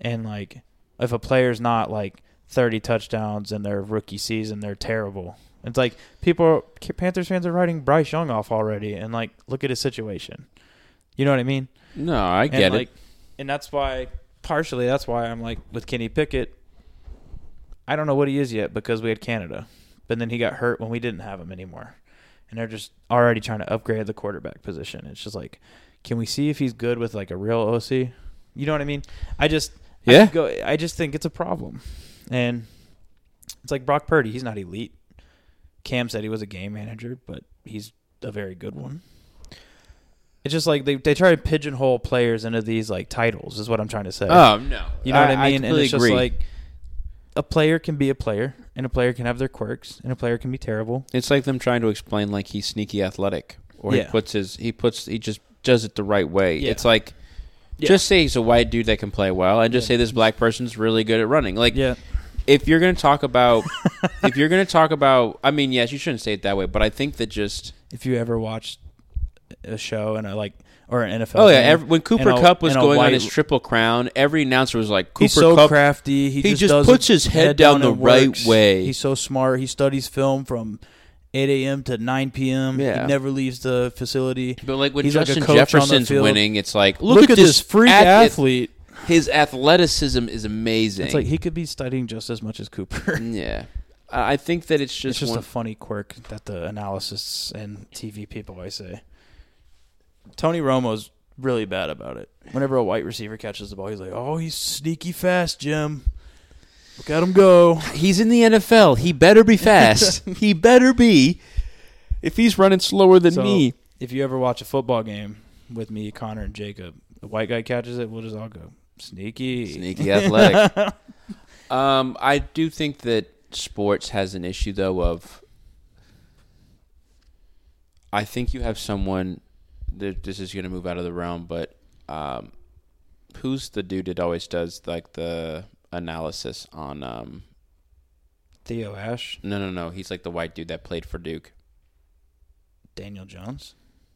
Speaker 2: and like if a player's not like thirty touchdowns in their rookie season, they're terrible. It's like people, Panthers fans are writing Bryce Young off already, and like look at his situation. You know what I mean?
Speaker 3: no, I
Speaker 2: and
Speaker 3: get
Speaker 2: like,
Speaker 3: it.
Speaker 2: and that's why partially that's why I'm like with Kenny Pickett. I don't know what he is yet because we had Canada, but then he got hurt when we didn't have him anymore, and they're just already trying to upgrade the quarterback position. It's just like, can we see if he's good with like a real OC? You know what I mean? I just I
Speaker 3: Yeah.
Speaker 2: could go, I just think it's a problem, and it's like Brock Purdy. He's not elite. Cam said he was a game manager, but he's a very good one.
Speaker 3: Mm-hmm.
Speaker 2: It's just like they, they try to pigeonhole players into these like titles is what I'm trying to say.
Speaker 3: Oh no,
Speaker 2: you know what I mean? and
Speaker 3: completely
Speaker 2: it's just like a player can be a player, and a player can have their quirks, and a player can be terrible.
Speaker 3: it's like them trying to explain like he's sneaky athletic. or
Speaker 2: Yeah.
Speaker 3: he puts his he puts he just does it the right way.
Speaker 2: Yeah.
Speaker 3: It's like
Speaker 2: Yeah.
Speaker 3: just say he's a white dude that can play well, and just
Speaker 2: Yeah.
Speaker 3: say this black person's really good at running. Like
Speaker 2: Yeah.
Speaker 3: if you're gonna talk about if you're gonna talk about, I mean, yes, you shouldn't say it that way, but I think that just
Speaker 2: If you ever watched a show and a like or an NFL.
Speaker 3: oh yeah,
Speaker 2: game,
Speaker 3: every, when Cooper
Speaker 2: and a-
Speaker 3: Cup was
Speaker 2: and a
Speaker 3: going
Speaker 2: white-
Speaker 3: on his triple crown, every announcer was like, Cooper
Speaker 2: He's so
Speaker 3: Cup
Speaker 2: crafty. He,
Speaker 3: he
Speaker 2: just,
Speaker 3: just
Speaker 2: does
Speaker 3: puts
Speaker 2: it
Speaker 3: his head down the
Speaker 2: and
Speaker 3: right
Speaker 2: works.
Speaker 3: way.
Speaker 2: He's so smart. He studies film from 8 a.m. to 9 p.m.
Speaker 3: Yeah.
Speaker 2: He never leaves the facility.
Speaker 3: But like when
Speaker 2: He's like a
Speaker 3: Justin
Speaker 2: coach on the
Speaker 3: Jefferson's
Speaker 2: field.
Speaker 3: winning, it's like look, at, this,
Speaker 2: freak
Speaker 3: athlete.
Speaker 2: athlete.
Speaker 3: His athleticism is amazing.
Speaker 2: It's like he could be studying just as much as Cooper.
Speaker 3: yeah, I I think that it's just,
Speaker 2: it's just
Speaker 3: one-
Speaker 2: a funny quirk that the analysis and TV people always say. Tony Romo's really bad about it. Whenever a white receiver catches the ball, he's like, "Oh, he's sneaky fast, Jim. Look at him go."
Speaker 3: he's in the NFL. He better be fast. he better be. If he's running slower than
Speaker 2: So,
Speaker 3: me,
Speaker 2: If you ever watch a football game with me, Connor, and Jacob, the white guy catches it, we'll just all go sneaky.
Speaker 3: sneaky athletic. um, I do think that sports has an issue though of. I think you have someone. th- This is going to move out of the realm, but um, who's the dude that always does like the analysis on? Um,
Speaker 2: Theo Ash,
Speaker 3: no, no, no. He's like the white dude that played for Duke.
Speaker 2: Daniel Jones,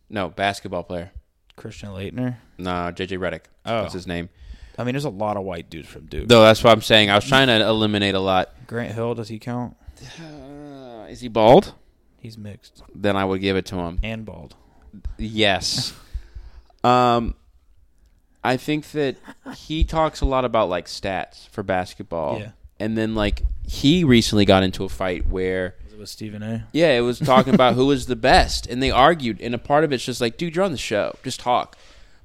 Speaker 3: No, basketball player.
Speaker 2: Christian Leitner.
Speaker 3: No, JJ Redick.
Speaker 2: Oh.
Speaker 3: That's his name.
Speaker 2: I mean, there's a lot of white dudes from Duke.
Speaker 3: No, that's what I'm saying. I was trying to eliminate a lot.
Speaker 2: Grant Hill, does he count?
Speaker 3: Uh, is he bald?
Speaker 2: He's mixed
Speaker 3: Then I would give it to him.
Speaker 2: and bald.
Speaker 3: Yes. um, I think that he talks a lot about like stats for basketball.
Speaker 2: Yeah.
Speaker 3: And then like he recently got into a fight where
Speaker 2: Was it with Stephen A?
Speaker 3: yeah, it was talking about who was the best and they argued and a part of it's just like dude, you're on the show. Just talk.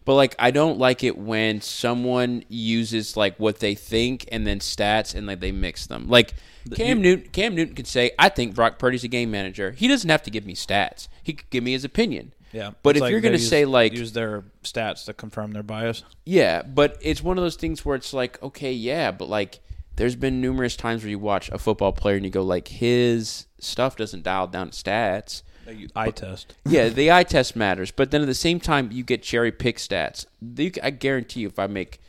Speaker 3: But like I don't like it when someone uses like what they think and then stats and like they mix them. Like Cam Newton Cam Newton could say, I think Brock Purdy's a game manager. He doesn't have to give me stats. He could give me his opinion.
Speaker 2: Yeah.
Speaker 3: But
Speaker 2: It's
Speaker 3: if
Speaker 2: like
Speaker 3: you're gonna
Speaker 2: they use-
Speaker 3: say like
Speaker 2: use their stats to confirm their bias.
Speaker 3: yeah, but it's one of those things where it's like, okay, yeah, but like there's been numerous times where you watch a football player and you go like his stuff doesn't dial down to stats.
Speaker 2: Eye test.
Speaker 3: yeah, the eye test matters, but then at the same time you get cherry pick stats. You, c- I guarantee you if I make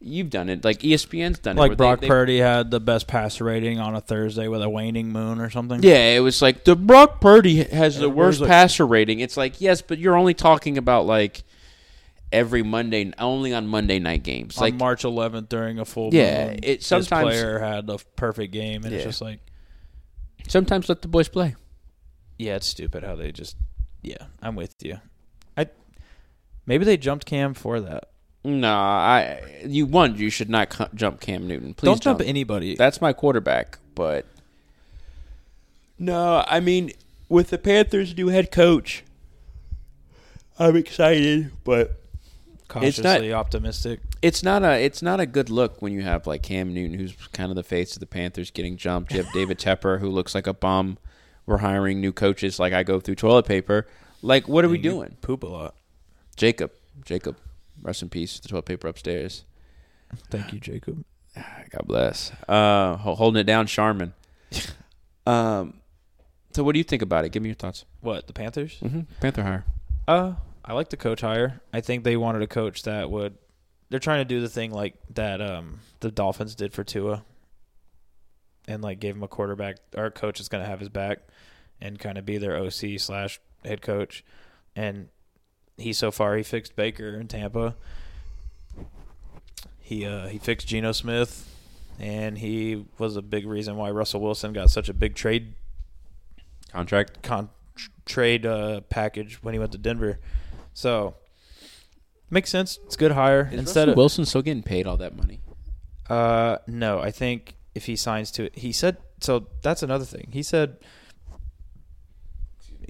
Speaker 3: you've done it, like E ESPN's done it.
Speaker 2: Like
Speaker 3: where
Speaker 2: Brock
Speaker 3: they, they-
Speaker 2: Purdy had the best passer rating on a Thursday with a waning moon or something.
Speaker 3: Yeah, it was like the Brock Purdy has the
Speaker 2: Everybody's
Speaker 3: worst
Speaker 2: like-
Speaker 3: passer rating. It's like, yes, but you're only talking about like every Monday only on Monday night games.
Speaker 2: on
Speaker 3: Like
Speaker 2: March 11th during a full
Speaker 3: Yeah,
Speaker 2: moon,
Speaker 3: it-
Speaker 2: this
Speaker 3: sometimes-
Speaker 2: player had a perfect game, and it's
Speaker 3: Yeah.
Speaker 2: just like,
Speaker 3: sometimes let the boys play.
Speaker 2: yeah, it's stupid how they just, yeah, I'm with you. I maybe they jumped Cam for that.
Speaker 3: No, I you won. You should not cu- jump Cam Newton. Please
Speaker 2: Don't jump anybody.
Speaker 3: That's my quarterback. But no, I mean with the Panthers' new head coach, I'm excited, but it's
Speaker 2: cautiously
Speaker 3: not-
Speaker 2: optimistic.
Speaker 3: it's not a it's not a good look when you have like Cam Newton, who's kind of the face of the Panthers, getting jumped. You have David Tepper, who looks like a bum. We're hiring new coaches. Like I go through toilet paper. Like what are we
Speaker 2: And you
Speaker 3: doing,
Speaker 2: Poop a lot.
Speaker 3: Jacob? Jacob, rest in peace. The toilet paper upstairs.
Speaker 2: Thank you, Jacob.
Speaker 3: God bless. Uh, ho- holding it down, Charmin. um, so what do you think about it? Give me your thoughts.
Speaker 2: What the Panthers?
Speaker 3: Mm-hmm. Panther hire.
Speaker 2: Uh, I like the coach hire. I think they wanted a coach that would. They're trying to do the thing like that um the Dolphins did for Tua, and like gave him a quarterback or a coach that's going to have his back, and kind of be their OC slash head coach, and he so far he fixed Baker in Tampa. He uh he fixed Geno Smith, and he was a big reason why Russell Wilson got such a big trade
Speaker 3: Contract.
Speaker 2: con- tr- trade uh, package when he went to Denver. So makes sense. It's a good hire. Instead of
Speaker 3: Wilson still getting paid all that money.
Speaker 2: uh, no, I think if he signs to it, he said. So that's another thing. He said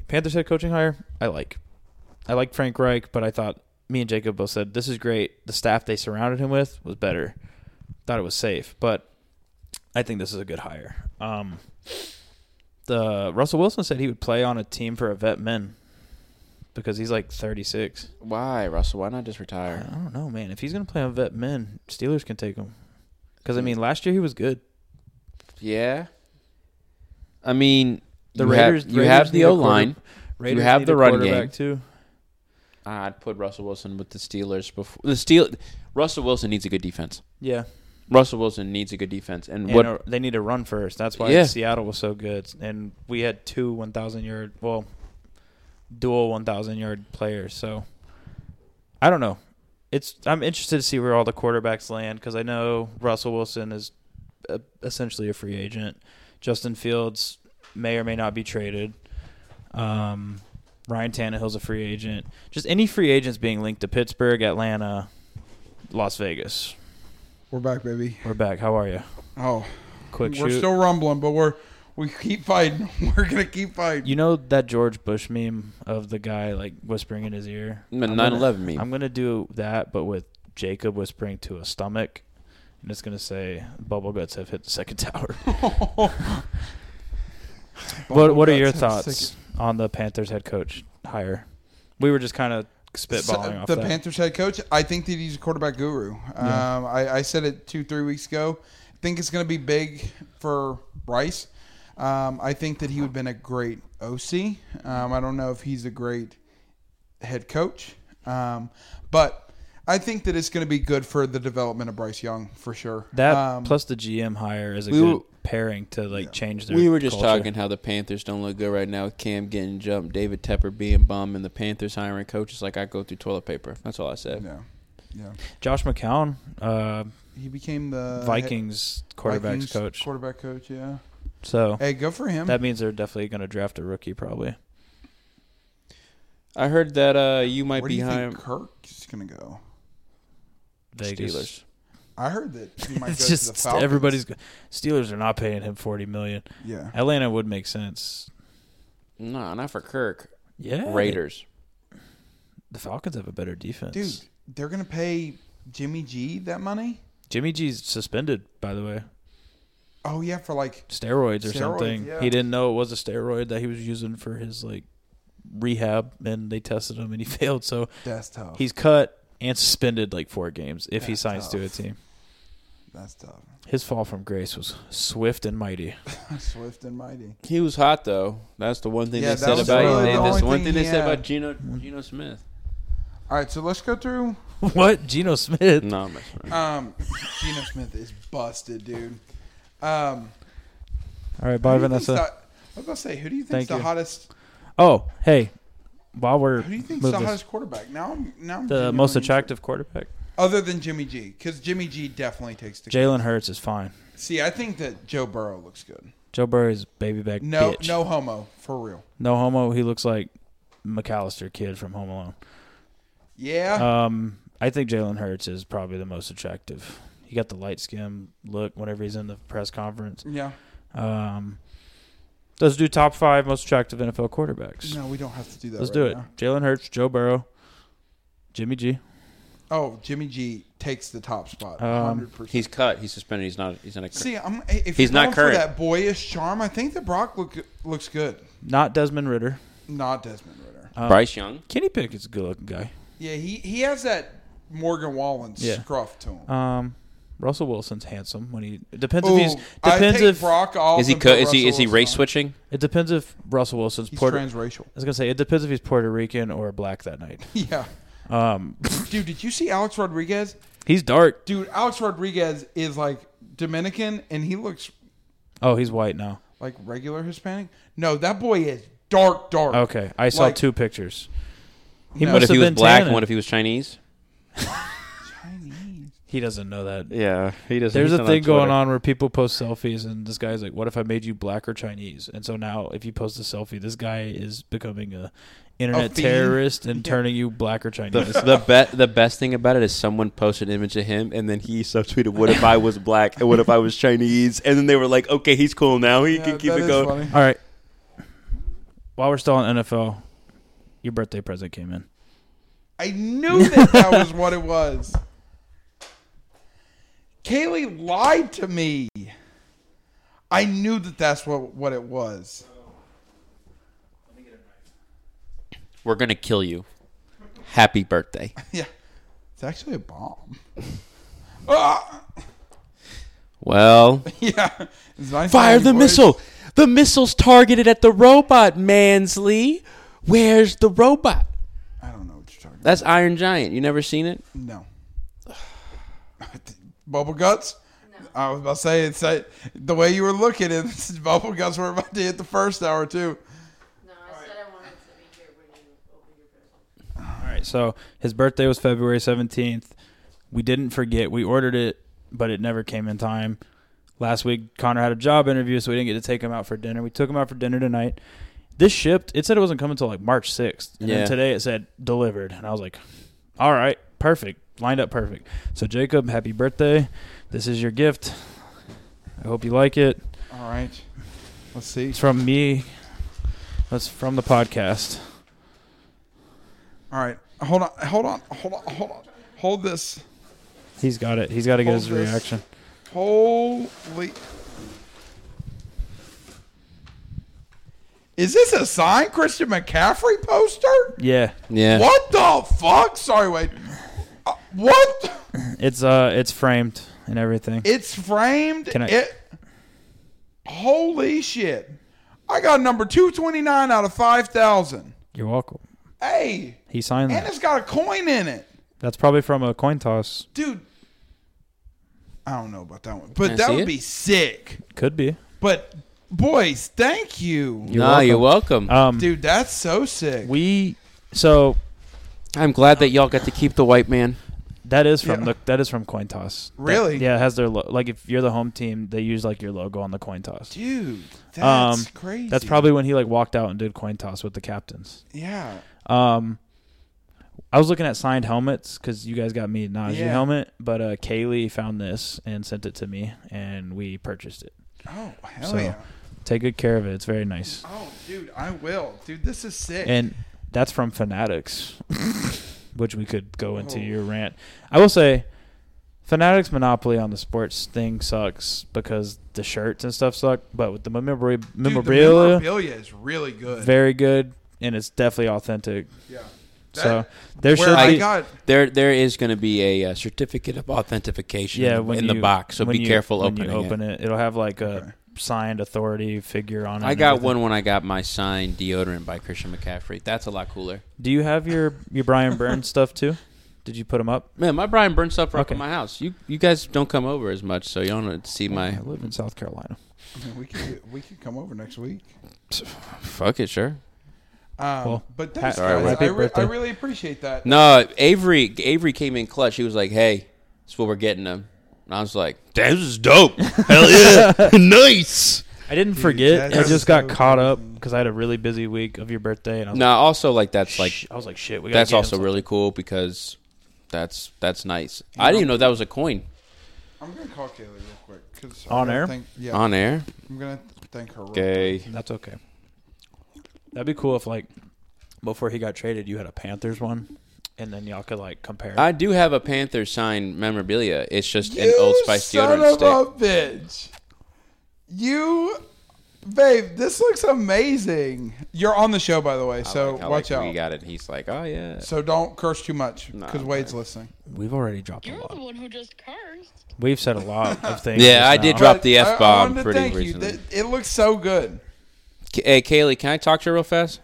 Speaker 2: Panthers head coaching hire. I like. I like Frank Reich, but I thought me and Jacob both said this is great. The staff they surrounded him with was better. Thought it was safe, but I think this is a good hire. Um, the Russell Wilson said he would play on a team for a vet men because he's like 36.
Speaker 3: Why, Russell? Why not just retire?
Speaker 2: I don't know, man. If he's gonna play on vet men, Steelers can take him. Because I mean, last year he was good.
Speaker 3: Yeah. I mean,
Speaker 2: The
Speaker 3: you
Speaker 2: Raiders-
Speaker 3: Have, you
Speaker 2: Raiders need
Speaker 3: have the
Speaker 2: a
Speaker 3: O line.
Speaker 2: Raiders
Speaker 3: have
Speaker 2: need
Speaker 3: the
Speaker 2: a
Speaker 3: run
Speaker 2: quarterback,
Speaker 3: game.
Speaker 2: too.
Speaker 3: I'd put Russell Wilson with the Steelers before the Steel. Russell Wilson needs a good defense.
Speaker 2: Yeah.
Speaker 3: Russell Wilson needs a good defense, and,
Speaker 2: And
Speaker 3: what
Speaker 2: a- they need to run first. That's why
Speaker 3: Yeah.
Speaker 2: Seattle was so good. And we had two 1,000 yard, well, dual 1,000 yard players. So I don't know. It's I'm interested to see where all the quarterbacks land because I know Russell Wilson is uh, essentially a free agent. Justin Fields may or may not be traded. Um, Ryan Tannehill's a free agent. Just any free agents being linked to Pittsburgh, Atlanta, Las Vegas.
Speaker 1: We're back, baby.
Speaker 2: We're back. How are you?
Speaker 1: Oh,
Speaker 2: Quick
Speaker 1: we're
Speaker 2: shoot.
Speaker 1: still rumbling, but we're we keep fighting. We're gonna keep fighting.
Speaker 2: You know that George Bush meme of the guy like whispering in his ear?
Speaker 3: Mm,
Speaker 2: I'm
Speaker 3: 9/11
Speaker 2: gonna-
Speaker 3: meme.
Speaker 2: I'm going to do that, but with Jacob whispering to a stomach. And it's going to say, Bubble Guts have hit the second tower. what what are your
Speaker 1: That's how
Speaker 2: thoughts
Speaker 1: sick
Speaker 2: on the Panthers head coach hire? We were just kind of
Speaker 1: it-
Speaker 2: spitballing
Speaker 1: So, uh,
Speaker 2: off
Speaker 1: the
Speaker 2: that.
Speaker 1: Panthers head coach. I think that he's a quarterback guru. Um, I, I said it two three weeks ago. I think it's going to be big for Bryce. Um, I think that he would have been a great OC. Um, I don't know if he's a great head coach, um, but I think that it's going to be good for the development of Bryce Young for sure.
Speaker 2: that
Speaker 1: Um,
Speaker 2: plus the GM hire is a
Speaker 3: we
Speaker 2: good
Speaker 3: were-
Speaker 2: pairing to like change their
Speaker 3: we were just
Speaker 2: culture.
Speaker 3: talking how the Panthers don't look good right now with Cam getting jumped, David Tepper being bum, and the Panthers hiring coaches like I go through toilet paper. That's all I said.
Speaker 1: yeah, yeah.
Speaker 2: Josh McCown, uh,
Speaker 1: He became the he-
Speaker 2: Vikings quarterbacks
Speaker 1: Vikings
Speaker 2: coach.
Speaker 1: Quarterback coach, yeah.
Speaker 2: so
Speaker 1: Hey, go for him.
Speaker 2: that means they're definitely going to draft a rookie probably.
Speaker 3: I heard that uh, you might
Speaker 1: Where do
Speaker 3: be
Speaker 1: you
Speaker 3: hiring
Speaker 1: think Kirk's gonna go?
Speaker 2: Vegas.
Speaker 3: Steelers.
Speaker 1: I heard that he might go
Speaker 2: It's
Speaker 1: to the
Speaker 2: just
Speaker 1: Falcons.
Speaker 2: everybody's go- Steelers are not paying him 40 million.
Speaker 1: yeah.
Speaker 2: Atlanta would make sense.
Speaker 3: No, not for Kirk.
Speaker 2: Yeah.
Speaker 3: Raiders.
Speaker 2: The Falcons have a better defense.
Speaker 1: Dude, they're gonna pay Jimmy G that money?
Speaker 2: Jimmy G's suspended by the way.
Speaker 1: Oh yeah, for like
Speaker 2: Steroids or
Speaker 1: Steroids,
Speaker 2: something.
Speaker 1: yeah.
Speaker 2: He didn't know it was a steroid that he was using for his like rehab and they tested him and he failed so
Speaker 1: that's tough.
Speaker 2: he's cut and suspended like four games if he
Speaker 1: That's
Speaker 2: signs to a
Speaker 1: tough.
Speaker 2: team.
Speaker 1: that's tough.
Speaker 2: His fall from grace was swift and mighty.
Speaker 1: Swift and mighty.
Speaker 3: He was hot though. That's the one thing
Speaker 1: Yeah,
Speaker 3: they
Speaker 1: that
Speaker 3: said
Speaker 1: was
Speaker 3: about
Speaker 2: really
Speaker 3: they-
Speaker 2: the
Speaker 3: that's
Speaker 1: only
Speaker 3: one
Speaker 1: thing
Speaker 3: thing they
Speaker 1: he
Speaker 3: said
Speaker 1: had.
Speaker 3: about Geno Geno Smith.
Speaker 1: All right, so let's go through.
Speaker 2: what? Geno Smith.
Speaker 3: No, I'm messing around.
Speaker 1: Um, Geno Smith is busted, dude. Um,
Speaker 2: All right,
Speaker 1: who
Speaker 2: bye
Speaker 1: do you think's
Speaker 2: Vanessa.
Speaker 1: the- I was gonna say, who do you think's
Speaker 2: Thank
Speaker 1: the
Speaker 2: you.
Speaker 1: hottest?
Speaker 2: Oh, hey. While we're
Speaker 1: Who do you think's
Speaker 2: moving
Speaker 1: the
Speaker 2: this-
Speaker 1: hottest quarterback? Now, I'm, now I'm
Speaker 2: the most
Speaker 1: genuinely-
Speaker 2: attractive quarterback,
Speaker 1: other than Jimmy G, because Jimmy G definitely takes the.
Speaker 2: Jalen Hurts is fine.
Speaker 1: See, I think that Joe Burrow looks good.
Speaker 2: Joe Burrow is baby back.
Speaker 1: No,
Speaker 2: bitch.
Speaker 1: no homo for real.
Speaker 2: no homo. He looks like McAllister kid from Home Alone.
Speaker 1: Yeah,
Speaker 2: Um, I think Jalen Hurts is probably the most attractive. He got the light skin look whenever he's in the press conference.
Speaker 1: yeah.
Speaker 2: Um, let's do top five most attractive NFL quarterbacks.
Speaker 1: No, we don't have to do that.
Speaker 2: let's
Speaker 1: right
Speaker 2: do it.
Speaker 1: now.
Speaker 2: Jalen Hurts, Joe Burrow, Jimmy G.
Speaker 1: Oh, Jimmy G takes the top spot.
Speaker 2: Um,
Speaker 1: Hundred percent.
Speaker 3: He's cut. He's suspended. He's not. He's not a. Kirk.
Speaker 1: See, I'm, if
Speaker 3: He's
Speaker 1: you're
Speaker 3: not
Speaker 1: going for
Speaker 3: current.
Speaker 1: that boyish charm, I think that Brock look, looks good.
Speaker 2: Not Desmond Ritter.
Speaker 1: Not Desmond Ritter.
Speaker 2: Um,
Speaker 3: Bryce Young.
Speaker 2: Kenny Pickett's a good looking guy.
Speaker 1: Yeah, he he has that Morgan Wallen
Speaker 2: Yeah.
Speaker 1: scruff to him.
Speaker 2: Um, Russell Wilson's handsome when he it depends
Speaker 1: Ooh,
Speaker 2: if he's
Speaker 1: I
Speaker 2: depends
Speaker 1: take
Speaker 2: if
Speaker 1: Brock off.
Speaker 3: Is he
Speaker 1: and
Speaker 3: cut?
Speaker 1: put
Speaker 3: Is he
Speaker 1: Russell
Speaker 3: is he
Speaker 1: Wilson
Speaker 3: race
Speaker 1: on.
Speaker 3: switching?
Speaker 2: it depends if Russell Wilson's
Speaker 1: He's
Speaker 2: Puerto.
Speaker 1: transracial.
Speaker 2: I was gonna say it depends if he's Puerto Rican or black that night.
Speaker 1: Yeah,
Speaker 2: Um,
Speaker 1: dude, did you see Alex Rodriguez?
Speaker 2: he's dark.
Speaker 1: Dude, Alex Rodriguez is like Dominican, and he looks
Speaker 2: Oh, he's white now.
Speaker 1: like regular Hispanic. No, that boy is dark, dark.
Speaker 2: Okay, I saw
Speaker 1: Like-
Speaker 2: two pictures. He
Speaker 1: No.
Speaker 3: What
Speaker 2: must
Speaker 3: if he
Speaker 2: have
Speaker 3: was
Speaker 2: been
Speaker 3: black?
Speaker 2: tanning.
Speaker 3: What if he was Chinese?
Speaker 1: Chinese.
Speaker 2: he doesn't know that.
Speaker 3: Yeah, he doesn't.
Speaker 2: There's a thing going on where people post selfies, and this guy's like, "What if I made you black or Chinese?" And so now, if you post a selfie, this guy is becoming a internet
Speaker 1: fiend.
Speaker 2: terrorist and turning you black or Chinese.
Speaker 3: The, the bet the best thing about it is someone posted an image of him and then he subtweeted what if I was black and what if I was Chinese and then they were like okay he's cool now he
Speaker 1: Yeah,
Speaker 3: can keep
Speaker 1: that
Speaker 3: it
Speaker 1: is
Speaker 3: going
Speaker 1: funny.
Speaker 2: All right. While we're still on NFL, your birthday present came in.
Speaker 1: I knew that that was what it was. Kaylee lied to me. I knew that that's what, what it was.
Speaker 3: we're gonna kill you happy birthday
Speaker 1: Yeah. It's actually a bomb. Ah!
Speaker 3: well
Speaker 1: Yeah. It's nice
Speaker 3: Fire
Speaker 1: having
Speaker 3: the
Speaker 1: boys.
Speaker 3: missile. The missile's targeted at the robot, Mansley. Where's the robot?
Speaker 1: I don't know what you're talking
Speaker 3: That's Iron Giant. You never seen it?
Speaker 1: No. bubble guts. I was about to say it's like, the way you were looking at it, bubble guts were about to hit the first hour too.
Speaker 4: No, I said I wanted to be here when you opened your present.
Speaker 2: All right. So his birthday was February 17th. We didn't forget. We ordered it, but it never came in time. Last week, Connor had a job interview, so we didn't get to take him out for dinner. We took him out for dinner tonight. This shipped. It said it wasn't coming until like March 6th. And
Speaker 3: Yeah.
Speaker 2: then today it said delivered. And I was like, all right, perfect. Lined up perfect. So, Jacob, happy birthday. This is your gift. I hope you like it.
Speaker 1: All right. Let's see.
Speaker 2: It's from me. That's from the podcast.
Speaker 1: All right. Hold on. Hold on. Hold on. Hold on. Hold this.
Speaker 2: He's got it. He's got to get his
Speaker 1: Hold this.
Speaker 2: reaction.
Speaker 1: Holy. Is this a signed Christian McCaffrey poster?
Speaker 2: Yeah.
Speaker 3: Yeah.
Speaker 1: What the fuck? Sorry, wait. Uh, what?
Speaker 2: It's uh it's framed and everything.
Speaker 1: It's framed.
Speaker 2: Can I-
Speaker 1: It. Holy shit! I got number two twenty nine out of five thousand.
Speaker 2: You're welcome.
Speaker 1: Hey,
Speaker 2: He signed
Speaker 1: and
Speaker 2: that.
Speaker 1: it's got a coin in it,
Speaker 2: That's probably from a coin toss.
Speaker 1: dude. I don't know about that one, but
Speaker 3: I
Speaker 1: that
Speaker 3: see
Speaker 1: would
Speaker 3: it?
Speaker 1: be sick.
Speaker 2: Could be.
Speaker 1: But boys, thank you.
Speaker 3: no, you're welcome. Uh,
Speaker 2: Um
Speaker 1: Dude, that's so sick.
Speaker 2: we so
Speaker 3: I'm glad that y'all got to keep the white man.
Speaker 2: that is from
Speaker 1: Yeah.
Speaker 2: the that is from coin toss. That-
Speaker 1: Really?
Speaker 2: yeah, it has their lo- like if you're the home team, they use like your logo on the coin toss.
Speaker 1: Dude, that's
Speaker 2: Um,
Speaker 1: crazy.
Speaker 2: That's probably when he like walked out and did coin toss with the captains.
Speaker 1: yeah.
Speaker 2: Um I was looking at signed helmets because you guys got me a Najee
Speaker 1: Yeah.
Speaker 2: helmet, but uh, Kaylee found this and sent it to me, and we purchased it.
Speaker 1: Oh hell
Speaker 2: So-
Speaker 1: yeah.
Speaker 2: Take good care of it; it's very nice.
Speaker 1: Oh dude, I will. Dude, this is sick.
Speaker 2: and that's from Fanatics, which we could go into
Speaker 1: Oh.
Speaker 2: your rant. I will say, Fanatics' monopoly on the sports thing sucks because the shirts and stuff suck. But with the memorabilia,
Speaker 1: Dude, the
Speaker 2: memorabilia,
Speaker 1: memorabilia is really good.
Speaker 2: very good, and it's definitely authentic.
Speaker 1: yeah.
Speaker 2: so
Speaker 1: That-
Speaker 2: there
Speaker 1: where
Speaker 2: should
Speaker 1: I
Speaker 2: be.
Speaker 1: got
Speaker 3: There, there is going to be a, uh certificate of authentication.
Speaker 2: yeah,
Speaker 3: in the-
Speaker 2: when
Speaker 3: in the
Speaker 2: you-
Speaker 3: box, so
Speaker 2: when
Speaker 3: be
Speaker 2: you-
Speaker 3: careful
Speaker 2: when you
Speaker 3: opening
Speaker 2: open
Speaker 3: it.
Speaker 2: it. It'll have like a
Speaker 1: Okay.
Speaker 2: signed authority figure on it.
Speaker 3: I
Speaker 2: and
Speaker 3: got
Speaker 2: everything.
Speaker 3: one when I got my signed deodorant by Christian McCaffrey. That's a lot cooler.
Speaker 2: Do you have your your Brian Burns stuff too? Did you put them up?
Speaker 3: Man, my Brian Burns stuff are up
Speaker 2: Okay.
Speaker 3: in my house. You, you guys don't come over as much, so you don't see my.
Speaker 2: I live in South Carolina.
Speaker 1: I mean, we could we could come over next week.
Speaker 3: Fuck it, sure.
Speaker 1: Um,
Speaker 2: Well,
Speaker 1: but thanks,
Speaker 3: Sorry,
Speaker 1: guys.
Speaker 2: happy
Speaker 1: I, re- I
Speaker 2: birthday.
Speaker 1: really appreciate that.
Speaker 3: No, Avery Avery came in clutch. He was like, "Hey, that's what we're getting them." And I was like, "Damn, this is dope. Hell yeah, nice."
Speaker 2: I didn't forget.
Speaker 1: that's
Speaker 2: I just
Speaker 1: so
Speaker 2: got caught up
Speaker 1: crazy.
Speaker 2: because I had a really busy week of your birthday, and I was
Speaker 3: No, also like that's like
Speaker 2: Sh- I was like, shit. We gotta
Speaker 3: that's
Speaker 2: get him
Speaker 3: also
Speaker 2: something.
Speaker 3: really cool because that's that's nice. I didn't even know that was a coin
Speaker 1: I'm gonna call Kaylee real quick. 'cause
Speaker 2: On
Speaker 1: I
Speaker 2: air?
Speaker 1: Thank, yeah,
Speaker 3: on air.
Speaker 1: I'm gonna th- thank her. real
Speaker 3: Okay,
Speaker 2: That's okay. That'd be cool if like before he got traded, you had a Panthers one, and then y'all could like compare.
Speaker 3: I do have a Panther signed memorabilia. It's just
Speaker 1: quick.
Speaker 3: an
Speaker 1: You
Speaker 3: Old Spice
Speaker 1: son
Speaker 3: deodorant
Speaker 1: of
Speaker 3: stick.
Speaker 1: a bitch. You, babe, this looks amazing. You're on the show, by the way,
Speaker 3: I
Speaker 1: so
Speaker 3: like how,
Speaker 1: watch
Speaker 3: like,
Speaker 1: out.
Speaker 3: We got it. He's like, "Oh yeah."
Speaker 1: so don't curse too much because
Speaker 3: Nah,
Speaker 1: Wade's listening.
Speaker 2: We've already dropped a
Speaker 5: You're the
Speaker 2: lot.
Speaker 5: one who just cursed.
Speaker 2: We've said a lot of things.
Speaker 3: Yeah,
Speaker 2: just
Speaker 3: I
Speaker 2: now.
Speaker 3: did drop- Dropped the
Speaker 1: I- I
Speaker 3: F-bomb
Speaker 1: wanted to
Speaker 3: pretty
Speaker 1: thank you.
Speaker 3: recently.
Speaker 1: Th- It looks so good.
Speaker 3: K- hey, Kaylee, can I talk to you real fast?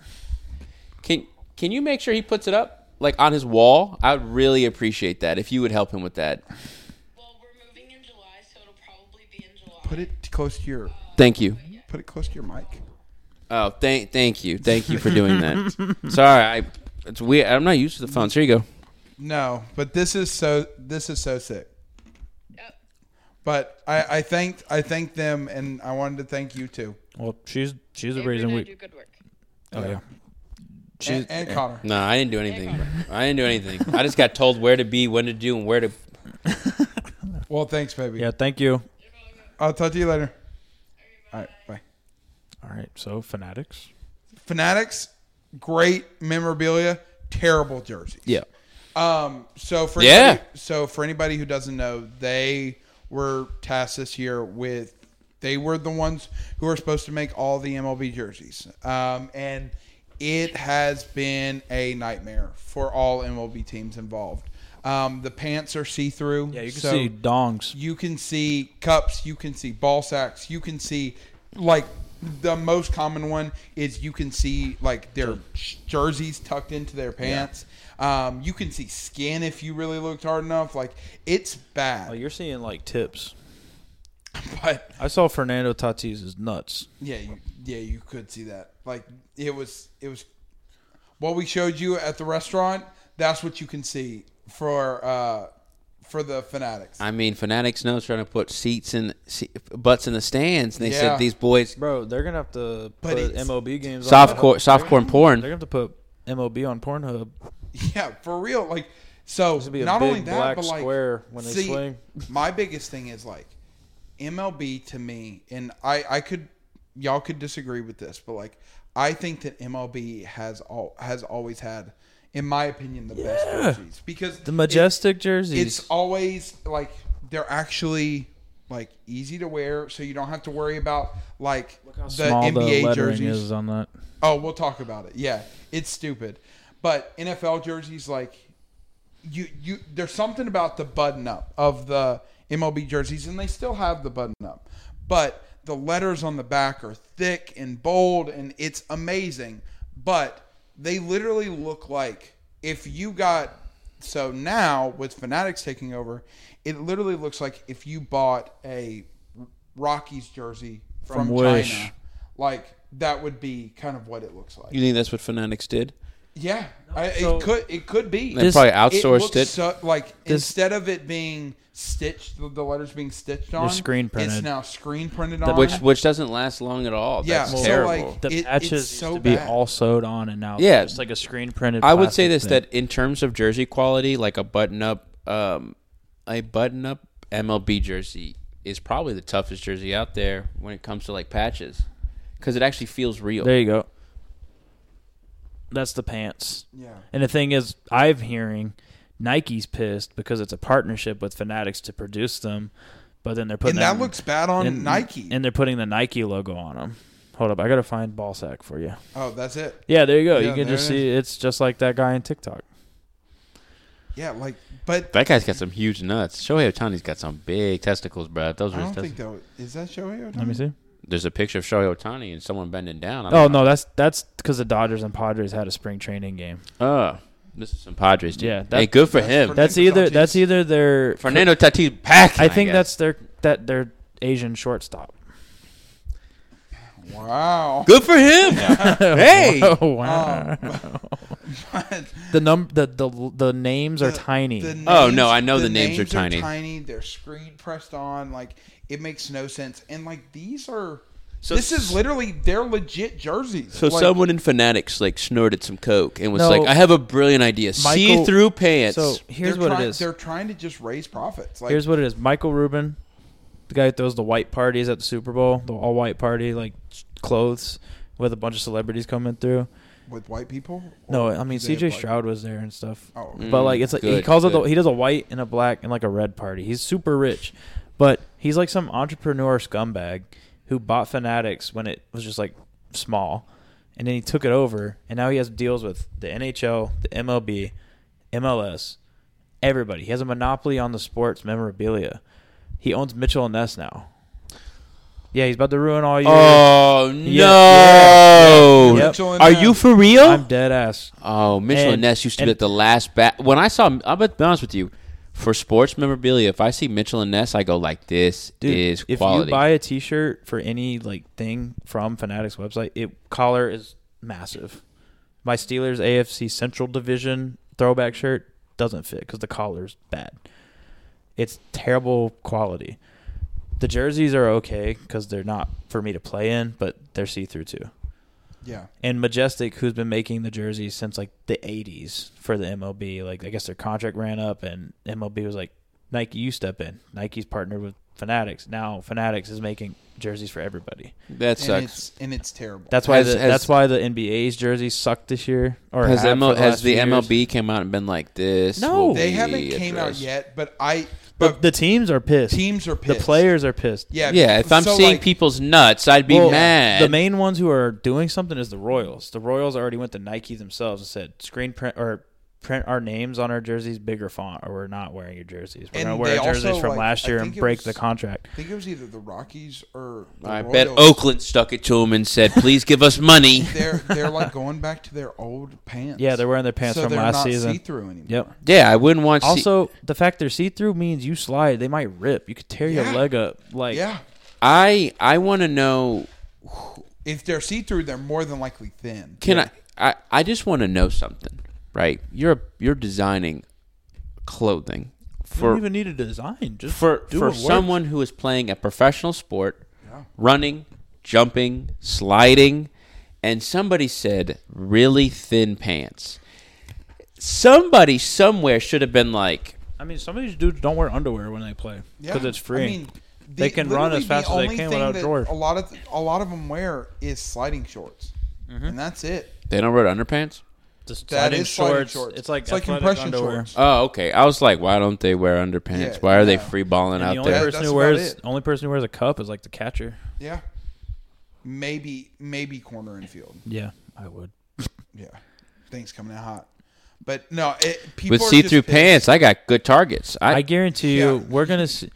Speaker 3: Can Can you make sure he puts it up like on his wall? I would really appreciate that if you would help him with that.
Speaker 5: Well, we're moving in July, so it'll probably be in July.
Speaker 1: Put it close to your.
Speaker 3: Thank you.
Speaker 1: Put it close to your mic.
Speaker 3: Oh, thank thank you, thank you for doing that. Sorry, I it's weird. I'm not used to the phones. Here you go.
Speaker 1: No, but this is so. This is so sick.
Speaker 5: Yep.
Speaker 1: But I, I thanked I thanked them and I wanted to thank you too.
Speaker 2: Well, she's she's the
Speaker 5: Avery
Speaker 2: reason
Speaker 5: and I
Speaker 2: we.
Speaker 5: do good work.
Speaker 2: Oh yeah.
Speaker 1: And, and Connor.
Speaker 3: No, I didn't do anything. I didn't do anything. I just got told where to be, when to do, and where to.
Speaker 1: Well, thanks, baby.
Speaker 2: Yeah. Thank you.
Speaker 1: I'll talk to you later. All right, bye.
Speaker 2: All right. So fanatics.
Speaker 1: Fanatics, great memorabilia, terrible jerseys.
Speaker 3: Yeah.
Speaker 1: Um. So for
Speaker 3: Yeah.
Speaker 1: anybody- so for anybody who doesn't know, they were tasked this year with they were the ones who were supposed to make all the MLB jerseys. Um. And it has been a nightmare for all MLB teams involved. Um. The pants are see through.
Speaker 2: Yeah, you can see dongs.
Speaker 1: You can see cups. You can see ball sacks. You can see like the most common one is you can see like their sh- jerseys tucked into their pants. Um, you can see skin if you really looked hard enough. Like it's
Speaker 2: Oh,
Speaker 1: bad,
Speaker 2: you're seeing like tips.
Speaker 1: but
Speaker 2: I saw Fernando Tatis' nuts.
Speaker 1: yeah, you, yeah, you could see that. Like it was, it was what we showed you at the restaurant. That's what you can see for uh, for the fanatics.
Speaker 3: I mean, Fanatics knows trying to put seats in se- butts in the stands, and they
Speaker 1: Yeah.
Speaker 3: said these boys
Speaker 2: Bro, they're gonna have to
Speaker 1: But
Speaker 2: put
Speaker 1: it's-
Speaker 2: MLB games on
Speaker 3: softcore, softcore and
Speaker 2: They're
Speaker 3: porn.
Speaker 2: gonna have to put MOB on Pornhub.
Speaker 1: Yeah, for real. Like so,
Speaker 2: This would be a
Speaker 1: not
Speaker 2: big
Speaker 1: only that,
Speaker 2: black
Speaker 1: but like
Speaker 2: square when they
Speaker 1: see,
Speaker 2: swing.
Speaker 1: My biggest thing is like MLB to me, and I I could y'all could disagree with this, but like I think that MLB has all has always had, in my opinion, the best jerseys because
Speaker 2: The majestic jerseys.
Speaker 1: it's always like they're actually like easy to wear, so you don't have to worry about like the
Speaker 2: Small
Speaker 1: NBA
Speaker 2: the lettering
Speaker 1: jerseys.
Speaker 2: is on that.
Speaker 1: Oh, we'll talk about it. Yeah, it's stupid, but NFL jerseys like you you there's something about the button up of the MLB jerseys, and they still have the button up, but the letters on the back are thick and bold, and it's amazing. But they literally look like if you got so now with Fanatics taking over, it literally looks like if you bought a Rockies jersey from,
Speaker 2: From Wish.
Speaker 1: China, like that would be kind of what it looks like.
Speaker 3: You think that's what Fanatics did?
Speaker 1: Yeah, I,
Speaker 2: so-
Speaker 1: it could it could be.
Speaker 3: They
Speaker 2: This-
Speaker 3: probably
Speaker 1: It
Speaker 3: outsourced
Speaker 1: looks
Speaker 3: it.
Speaker 1: so- like
Speaker 2: This-
Speaker 1: instead of it being stitched, the- the letters being stitched on,
Speaker 2: screen
Speaker 1: It's
Speaker 2: printed.
Speaker 1: now screen printed
Speaker 3: Th-
Speaker 1: on.
Speaker 3: which which doesn't last long at all.
Speaker 1: Yeah,
Speaker 3: That's
Speaker 1: well, so,
Speaker 3: terrible.
Speaker 1: like,
Speaker 2: The
Speaker 1: It- it's
Speaker 2: patches used
Speaker 1: so
Speaker 2: to be
Speaker 1: bad.
Speaker 2: all sewed on, and now
Speaker 3: Yeah.
Speaker 2: yeah, it's like a screen printed.
Speaker 3: I would say
Speaker 2: plastic
Speaker 3: this
Speaker 2: thing.
Speaker 3: that in terms of jersey quality, like a button up, um, a button up MLB jersey is probably the toughest jersey out there when it comes to like patches, because it actually feels real.
Speaker 2: There you go. That's the pants.
Speaker 1: yeah,
Speaker 2: And the thing is, I'm hearing Nike's pissed because it's a partnership with Fanatics to produce them, but then they're putting
Speaker 1: and that
Speaker 2: them-
Speaker 1: looks bad on
Speaker 2: and-
Speaker 1: Nike.
Speaker 2: and they're putting the Nike logo on them. Hold up, I gotta find ball sack for you.
Speaker 1: oh, that's it.
Speaker 2: Yeah, there you go.
Speaker 1: Yeah,
Speaker 2: you can
Speaker 1: there
Speaker 2: just
Speaker 1: it
Speaker 2: see it's just like that guy in TikTok.
Speaker 1: Yeah, like, but
Speaker 3: That guy's got some huge nuts. Shohei Otani's got some big testicles, bro. Those
Speaker 1: I
Speaker 3: are his
Speaker 1: don't
Speaker 3: testicles.
Speaker 1: think that was- is that Shohei. Ohtani?
Speaker 2: Let me see.
Speaker 3: There's a picture of Shohei Otani and someone bending down. I'm
Speaker 2: Oh
Speaker 3: like,
Speaker 2: no, that's that's because the Dodgers and Padres had a spring training game.
Speaker 3: Oh, this is some Padres. Dude.
Speaker 2: Yeah,
Speaker 3: Yeah,
Speaker 2: that-
Speaker 3: hey, good for
Speaker 1: That's
Speaker 3: him.
Speaker 1: for-
Speaker 2: That's either that's
Speaker 1: Tatis.
Speaker 2: either their
Speaker 3: Fernando Tatis back.
Speaker 2: I think
Speaker 3: guess.
Speaker 2: that's their that their Asian shortstop.
Speaker 1: Wow.
Speaker 3: good for him. hey,
Speaker 2: Oh wow. the num the, the the names are tiny.
Speaker 1: The
Speaker 3: Oh, no, I know the names are tiny.
Speaker 1: tiny. They're screen pressed on. Like it makes no sense. And like these are.
Speaker 3: So-
Speaker 1: this is literally their legit jerseys.
Speaker 3: So
Speaker 1: Like,
Speaker 3: someone in Fanatics like snorted some coke and was
Speaker 2: No.
Speaker 3: like, "I have a brilliant idea.
Speaker 2: Michael-
Speaker 3: See-through pants."
Speaker 2: so here's
Speaker 1: they're
Speaker 2: what
Speaker 1: try-
Speaker 2: it is.
Speaker 1: They're trying to just raise profits. Like
Speaker 2: Here's what it is. Michael Rubin, the guy who throws the white parties at the Super Bowl, the all white party like clothes with a bunch of celebrities coming through.
Speaker 1: with white people.
Speaker 2: No,
Speaker 1: Or
Speaker 2: I mean
Speaker 1: do they have
Speaker 2: CJ
Speaker 1: white-
Speaker 2: Stroud was there and stuff.
Speaker 1: Oh,
Speaker 2: But like it's like he
Speaker 3: good,
Speaker 2: calls it the,
Speaker 3: good.
Speaker 2: he does a white and a black and like a red party. He's super rich, but he's like some entrepreneur scumbag who bought Fanatics when it was just like small, and then he took it over, and now he has deals with the NHL, the MLB, MLS, everybody. He has a monopoly on the sports memorabilia. He owns Mitchell and Ness now. Yeah, he's about to ruin all your.
Speaker 3: oh
Speaker 2: Yeah,
Speaker 3: no!
Speaker 2: yeah, yeah. Yep.
Speaker 1: Mitchell and
Speaker 3: Are
Speaker 1: Ness.
Speaker 3: you for real?
Speaker 2: I'm dead ass.
Speaker 3: oh, Mitchell and,
Speaker 2: And-
Speaker 3: Ness used to
Speaker 2: and-
Speaker 3: be at the last bat. When I saw, I'm gonna be honest with you. For sports memorabilia, if I see Mitchell and Ness, I go like, "This
Speaker 2: Dude,
Speaker 3: is
Speaker 2: if
Speaker 3: quality."
Speaker 2: you buy a T-shirt for any like thing from Fanatics website, it collar is massive. My Steelers AFC Central Division throwback shirt doesn't fit because the collar's bad. It's terrible quality. The jerseys are okay because they're not for me to play in, but they're see-through too.
Speaker 1: Yeah.
Speaker 2: And Majestic, who's been making the jerseys since like the '80s for the MLB, like I guess their contract ran up, and MLB was like, "Nike, you step in." Nike's partnered with Fanatics. Now Fanatics is making jerseys for everybody.
Speaker 1: And
Speaker 3: that sucks.
Speaker 1: it's, and it's terrible.
Speaker 2: That's why
Speaker 3: Has-
Speaker 2: the,
Speaker 3: has-
Speaker 2: that's why the NBA's jerseys sucked this year. Or
Speaker 3: Has,
Speaker 2: have for
Speaker 3: ML,
Speaker 2: the
Speaker 3: has
Speaker 2: last
Speaker 3: the
Speaker 2: few years.
Speaker 3: MLB came out and been like this?
Speaker 2: No.
Speaker 3: will
Speaker 1: they
Speaker 3: be
Speaker 1: haven't came out
Speaker 3: addressed."
Speaker 1: yet, but I
Speaker 2: The,
Speaker 1: but
Speaker 2: the teams are pissed.
Speaker 1: teams are
Speaker 2: The
Speaker 1: pissed.
Speaker 2: players are pissed.
Speaker 1: Yeah,
Speaker 3: Yeah, if I'm
Speaker 1: so,
Speaker 3: seeing
Speaker 1: like,
Speaker 3: people's nuts, I'd be
Speaker 2: Well,
Speaker 3: mad.
Speaker 2: The main ones who are doing something is the Royals. The Royals already went to Nike themselves and said screen print or print our names on our jerseys bigger font, or we're not wearing your jerseys. We're
Speaker 1: And
Speaker 2: gonna
Speaker 1: they
Speaker 2: wear our jerseys
Speaker 1: also,
Speaker 2: from
Speaker 1: like,
Speaker 2: last
Speaker 1: I
Speaker 2: year
Speaker 1: think
Speaker 2: and
Speaker 1: it
Speaker 2: break
Speaker 1: was-
Speaker 2: the contract.
Speaker 1: I think it was either the Rockies or the
Speaker 3: I
Speaker 1: Royals.
Speaker 3: bet Oakland stuck it to him and said, "Please give us money."
Speaker 1: They're they're like going back to their old pants.
Speaker 2: Yeah, they're wearing their pants
Speaker 1: so
Speaker 2: from
Speaker 1: they're
Speaker 2: last
Speaker 1: not
Speaker 2: season.
Speaker 1: See through anymore.
Speaker 2: Yep.
Speaker 3: yeah, I wouldn't want. Also,
Speaker 2: Also, the fact they're see through means you slide, they might rip. You could tear
Speaker 1: Yeah.
Speaker 2: your leg up. Like,
Speaker 1: Yeah.
Speaker 3: I I want to know.
Speaker 1: If they're see through, they're more than likely thin.
Speaker 3: Can I, I? I just want to know something, right? You're you're designing clothing
Speaker 2: you don't
Speaker 3: for
Speaker 2: even need a design. Just
Speaker 3: for
Speaker 2: do
Speaker 3: for
Speaker 2: what works.
Speaker 3: someone who is playing a professional sport, running, jumping, sliding, and somebody said really thin pants. Somebody somewhere should have been like,
Speaker 2: I mean, some of these dudes don't wear underwear when they play
Speaker 1: Yeah.
Speaker 2: because it's free.
Speaker 1: I mean,
Speaker 2: They can run
Speaker 1: literally
Speaker 2: as fast
Speaker 1: the
Speaker 2: as they
Speaker 1: only
Speaker 2: can
Speaker 1: thing
Speaker 2: without
Speaker 1: that
Speaker 2: drawers.
Speaker 1: A lot of a lot of them wear is sliding shorts, and that's it.
Speaker 3: they don't wear underpants.
Speaker 2: the
Speaker 1: That
Speaker 2: sliding
Speaker 1: is sliding
Speaker 2: shorts.
Speaker 1: shorts.
Speaker 2: It's like
Speaker 1: It's like
Speaker 2: athletic
Speaker 1: compression
Speaker 2: underwear.
Speaker 1: shorts.
Speaker 3: Oh, okay. I was like, why don't they wear underpants?
Speaker 1: Yeah,
Speaker 3: why are they
Speaker 1: no.
Speaker 3: free balling
Speaker 2: And the
Speaker 3: out
Speaker 2: only
Speaker 3: there?
Speaker 2: person
Speaker 1: that's
Speaker 2: who
Speaker 1: about
Speaker 2: wears
Speaker 1: it.
Speaker 2: only person who wears a cup is like the catcher.
Speaker 1: Yeah, maybe maybe corner and field.
Speaker 2: Yeah, I would.
Speaker 1: Yeah, things coming out hot. But no, it, people
Speaker 3: With
Speaker 1: are just
Speaker 3: see-through
Speaker 1: pissed.
Speaker 3: pants, I got good targets. I,
Speaker 2: I guarantee you,
Speaker 1: Yeah.
Speaker 2: we're gonna see,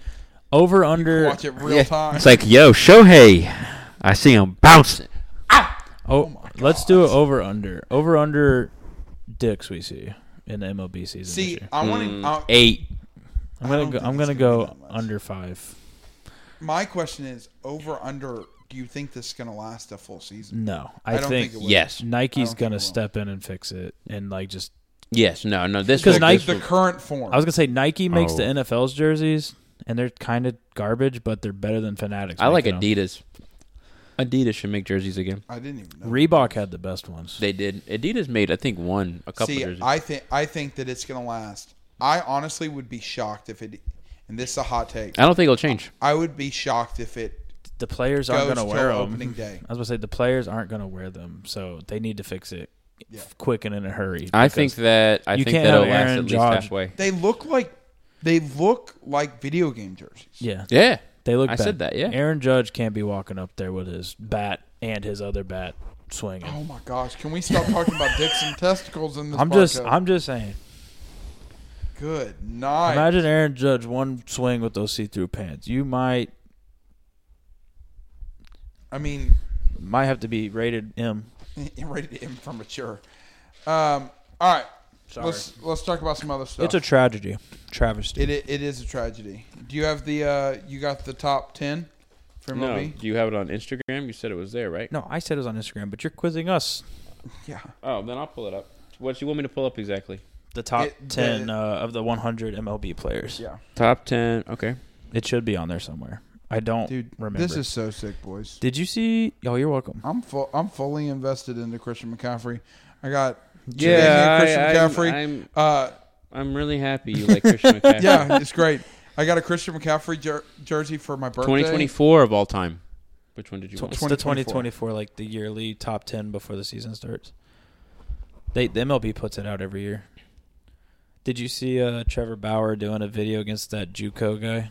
Speaker 2: over under
Speaker 1: Watch it real
Speaker 3: yeah.
Speaker 1: time.
Speaker 3: It's like, yo, Shohei, I see him bouncing.
Speaker 2: Oh, let's do it over under. Over under dicks we see in the MLB season. this
Speaker 1: see,
Speaker 2: year.
Speaker 1: I want to.
Speaker 3: Mm, Eight.
Speaker 2: I'm
Speaker 1: I
Speaker 2: gonna
Speaker 1: don't
Speaker 2: go,
Speaker 1: think it's
Speaker 2: I'm
Speaker 1: gonna
Speaker 2: gonna
Speaker 1: be
Speaker 2: go
Speaker 1: that much.
Speaker 2: under five.
Speaker 1: My question is over under. Do you think this is going to last a full season?
Speaker 2: No, I,
Speaker 1: I don't
Speaker 2: think,
Speaker 1: think it will.
Speaker 3: Yes.
Speaker 2: Nike's
Speaker 1: think it will.
Speaker 2: gonna step in and fix it and like just.
Speaker 3: Yes. No. No. This
Speaker 2: Because
Speaker 3: will-
Speaker 2: Nike-
Speaker 3: this
Speaker 1: the
Speaker 3: will-
Speaker 1: current form.
Speaker 2: I was gonna say Nike makes the
Speaker 3: Oh.
Speaker 2: NFL's jerseys and they're kind of garbage, but they're better than Fanatics.
Speaker 3: I like
Speaker 2: making them.
Speaker 3: Adidas. Adidas should make jerseys again.
Speaker 1: I didn't even know.
Speaker 2: Reebok had the best ones.
Speaker 3: They did. Adidas made, I think, one a couple
Speaker 1: See,
Speaker 3: jerseys.
Speaker 1: I think I think that it's going to last. I honestly would be shocked if it. And this is a hot take.
Speaker 3: I don't think it'll change.
Speaker 1: I would be shocked if it.
Speaker 2: the players aren't
Speaker 1: Goes
Speaker 2: going to
Speaker 1: till
Speaker 2: wear them.
Speaker 1: opening day.
Speaker 2: I was going to say the players aren't going to wear them, so they need to fix it
Speaker 1: Yeah.
Speaker 2: quick and in a hurry.
Speaker 3: I
Speaker 2: because
Speaker 3: think that I
Speaker 2: you
Speaker 3: think
Speaker 2: can't
Speaker 3: that'll
Speaker 2: have
Speaker 3: last
Speaker 2: Aaron
Speaker 3: at least
Speaker 2: Judge.
Speaker 3: halfway.
Speaker 1: They look like they look like video game jerseys.
Speaker 2: yeah,
Speaker 3: Yeah.
Speaker 2: they look.
Speaker 3: I
Speaker 2: bad.
Speaker 3: said that, yeah.
Speaker 2: Aaron Judge can't be walking up there with his bat and his other bat swinging.
Speaker 1: Oh my gosh! Can we stop talking about dicks and testicles in this?
Speaker 2: I'm just,
Speaker 1: podcast?
Speaker 2: I'm just saying.
Speaker 1: good night.
Speaker 2: Imagine Aaron Judge one swing with those see-through pants. You might,
Speaker 1: I mean,
Speaker 2: might have to be rated M.
Speaker 1: rated M for mature. Um, all right,
Speaker 2: Sorry.
Speaker 1: let's let's talk about some other stuff.
Speaker 2: It's a tragedy, travesty.
Speaker 1: it, i- it is a tragedy. Do you have the uh, you got the top ten for MLB?
Speaker 3: you have it on Instagram? You said it was there, right?
Speaker 2: no, I said it was on Instagram, but you're quizzing us.
Speaker 1: Yeah,
Speaker 3: Oh, then I'll pull it up. What do you want me to pull up exactly?
Speaker 2: The top
Speaker 1: It- the-
Speaker 2: ten uh, of the 100 MLB players.
Speaker 1: yeah,
Speaker 3: Top ten. Okay.
Speaker 2: It should be on there somewhere. I don't
Speaker 1: dude.
Speaker 2: remember.
Speaker 1: This is so sick, boys.
Speaker 2: Did you see? Oh, you're welcome.
Speaker 1: I'm full. I'm fully invested into Christian McCaffrey. I got
Speaker 3: Yeah,
Speaker 1: Christian
Speaker 3: I,
Speaker 1: McCaffrey.
Speaker 3: I'm,
Speaker 1: uh,
Speaker 3: I'm I'm really happy you like Christian McCaffrey.
Speaker 1: yeah, it's great. I got a Christian McCaffrey jer- jersey for my birthday.
Speaker 3: 2024 of all time. Which one did you
Speaker 2: Tw-
Speaker 3: want?
Speaker 2: It's the
Speaker 1: 2024.
Speaker 2: 2024, like the yearly top 10 before the season starts. They the MLB puts it out every year. Did you see uh, Trevor Bauer doing a video against that JUCO guy?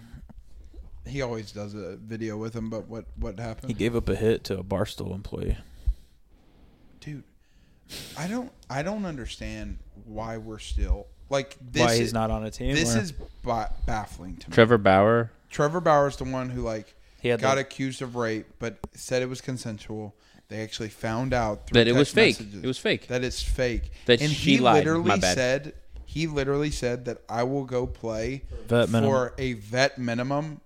Speaker 1: He always does a video with him, but what what happened?
Speaker 2: He gave up a hit to a Barstool employee.
Speaker 1: dude i don't i don't understand why we're still like this
Speaker 2: Why he's
Speaker 1: is,
Speaker 2: not on a team?
Speaker 1: this
Speaker 2: or-
Speaker 1: is ba- baffling to me
Speaker 3: Trevor Bauer.
Speaker 1: trevor bauer's the one who like
Speaker 2: He had
Speaker 1: got
Speaker 2: the-
Speaker 1: accused of rape but said it was consensual they actually found out through
Speaker 3: That it was
Speaker 1: text
Speaker 3: fake.
Speaker 1: messages
Speaker 3: It was fake.
Speaker 1: that it's fake
Speaker 3: That
Speaker 1: and
Speaker 3: she
Speaker 1: he
Speaker 3: lied.
Speaker 1: literally
Speaker 3: My bad.
Speaker 1: said he literally said that i will go play
Speaker 2: Vet minimum.
Speaker 1: for a vet minimum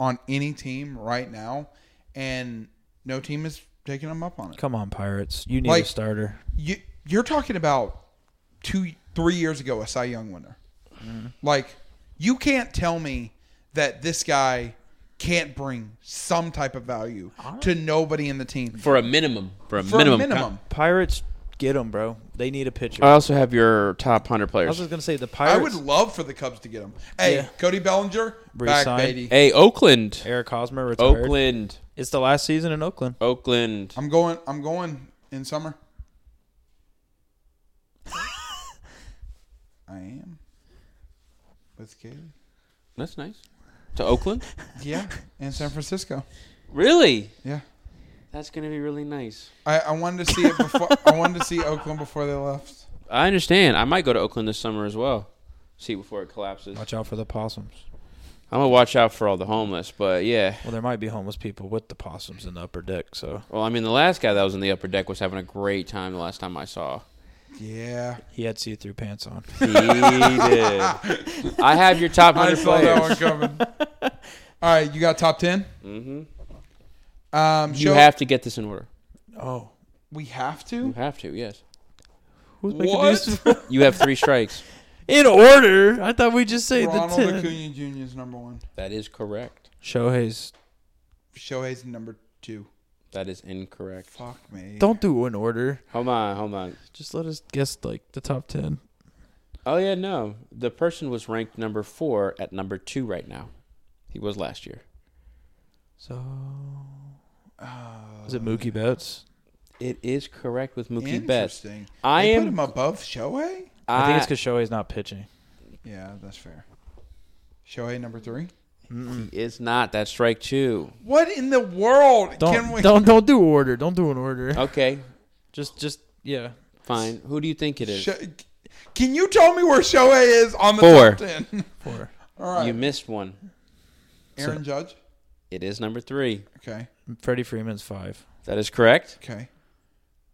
Speaker 1: on any team right now and no team is taking him up on it
Speaker 2: Come on, Pirates. You need
Speaker 1: Like-
Speaker 2: a starter.
Speaker 1: you you're talking about two three years ago a Cy Young winner. Like you can't tell me that this guy can't bring some type of value to nobody in the team
Speaker 3: For a minimum. For a
Speaker 1: for
Speaker 3: minimum.
Speaker 1: a minimum.
Speaker 2: Pirates, get him, bro. They need a pitcher.
Speaker 3: I also have your top
Speaker 2: I
Speaker 3: 100
Speaker 2: was
Speaker 3: players.
Speaker 2: just going to say the
Speaker 1: Uh, I
Speaker 2: Pirates.
Speaker 1: would love for the Cubs to get him. Hey,
Speaker 2: Yeah.
Speaker 1: Cody Bellinger, back
Speaker 2: Resign.
Speaker 1: baby.
Speaker 3: Hey, Oakland.
Speaker 2: Eric Hosmer retired.
Speaker 3: Oakland.
Speaker 2: It's the last season in Oakland.
Speaker 3: Oakland.
Speaker 1: I'm going. I'm going in summer. I am with Katie.
Speaker 3: That's nice. To Oakland?
Speaker 1: Yeah, in San Francisco.
Speaker 3: really?
Speaker 1: Yeah.
Speaker 3: That's going to be really nice.
Speaker 1: I, I wanted to see it before. I wanted to see Oakland before they left.
Speaker 3: I understand. I might go to Oakland this summer as well. See before it collapses.
Speaker 2: Watch out for the possums.
Speaker 3: I'm gonna watch out for all the homeless, but yeah.
Speaker 2: Well, there might be homeless people with the possums in the upper deck, so
Speaker 3: Well, I mean, the last guy that was in the upper deck was having a great time the last time I saw.
Speaker 1: Yeah.
Speaker 2: he had see-through pants on.
Speaker 3: He did. I have your top
Speaker 1: I
Speaker 3: hundred
Speaker 1: saw that
Speaker 3: players.
Speaker 1: one coming. All right, you got top 10?
Speaker 3: hmm
Speaker 1: Um,
Speaker 3: Mm-hmm. You
Speaker 1: show-
Speaker 3: have to get this in order.
Speaker 2: Oh,
Speaker 1: We have
Speaker 3: You
Speaker 1: to?
Speaker 3: have to. Yes.
Speaker 2: who's making these?
Speaker 1: What?
Speaker 3: You have three strikes.
Speaker 2: In order, I thought we just say the
Speaker 1: Ronald
Speaker 2: ten.
Speaker 1: Acuna Jr. is number one.
Speaker 3: That is correct.
Speaker 2: Shohei's.
Speaker 1: Shohei's number two.
Speaker 3: That is incorrect.
Speaker 1: Fuck me.
Speaker 2: Don't do in order.
Speaker 3: Hold on. Hold on.
Speaker 2: Just let us guess like the top ten.
Speaker 3: Oh yeah, no. The person was ranked number four at number two right now. He was last year.
Speaker 2: So is it Mookie Betts?
Speaker 3: It is correct with Mookie Betts.
Speaker 1: Interesting.
Speaker 3: I
Speaker 1: They
Speaker 3: am.
Speaker 1: put him above Shohei.
Speaker 2: I, think it's
Speaker 3: I-
Speaker 2: because Shohei's not pitching.
Speaker 1: Yeah, that's fair. Shohei number three.
Speaker 3: he is not. That's strike two.
Speaker 1: What in the world? Can
Speaker 2: Don't
Speaker 1: we?
Speaker 2: don't don't do order. Don't do an order.
Speaker 3: Okay,
Speaker 2: Just just yeah.
Speaker 3: fine. Who do you think it is?
Speaker 1: Sho- can you tell me where Shohei is on the
Speaker 3: Four.
Speaker 1: top ten?
Speaker 2: Four.
Speaker 1: All right,
Speaker 3: You missed one.
Speaker 1: Aaron Judge.
Speaker 3: It is number three.
Speaker 1: Okay,
Speaker 2: Freddie Freeman's five.
Speaker 3: That is correct.
Speaker 1: okay.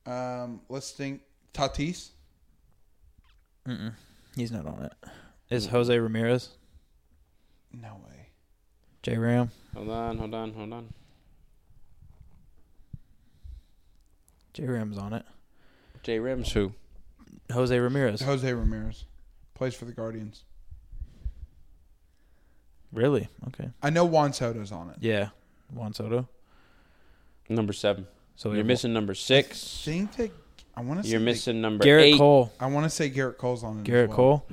Speaker 1: Um, let's think. Tatis.
Speaker 2: He's not on it. Is Jose Ramirez?
Speaker 1: No way.
Speaker 2: J Ram?
Speaker 3: Hold on, hold on, hold on.
Speaker 2: J Ram's on it.
Speaker 3: J. Rims, who?
Speaker 2: Jose Ramirez.
Speaker 1: Jose Ramirez plays for the Guardians.
Speaker 2: Really? Okay.
Speaker 1: I know Juan Soto's on it.
Speaker 2: Yeah. Juan Soto.
Speaker 3: Number seven.
Speaker 2: So we
Speaker 3: You're
Speaker 2: have
Speaker 3: missing number six.
Speaker 1: Think that I want to.
Speaker 3: You're missing number
Speaker 2: Garrett
Speaker 3: eight.
Speaker 2: Cole.
Speaker 1: I want to say Garrett Cole's on it. as
Speaker 2: Garrett
Speaker 1: well.
Speaker 2: Cole.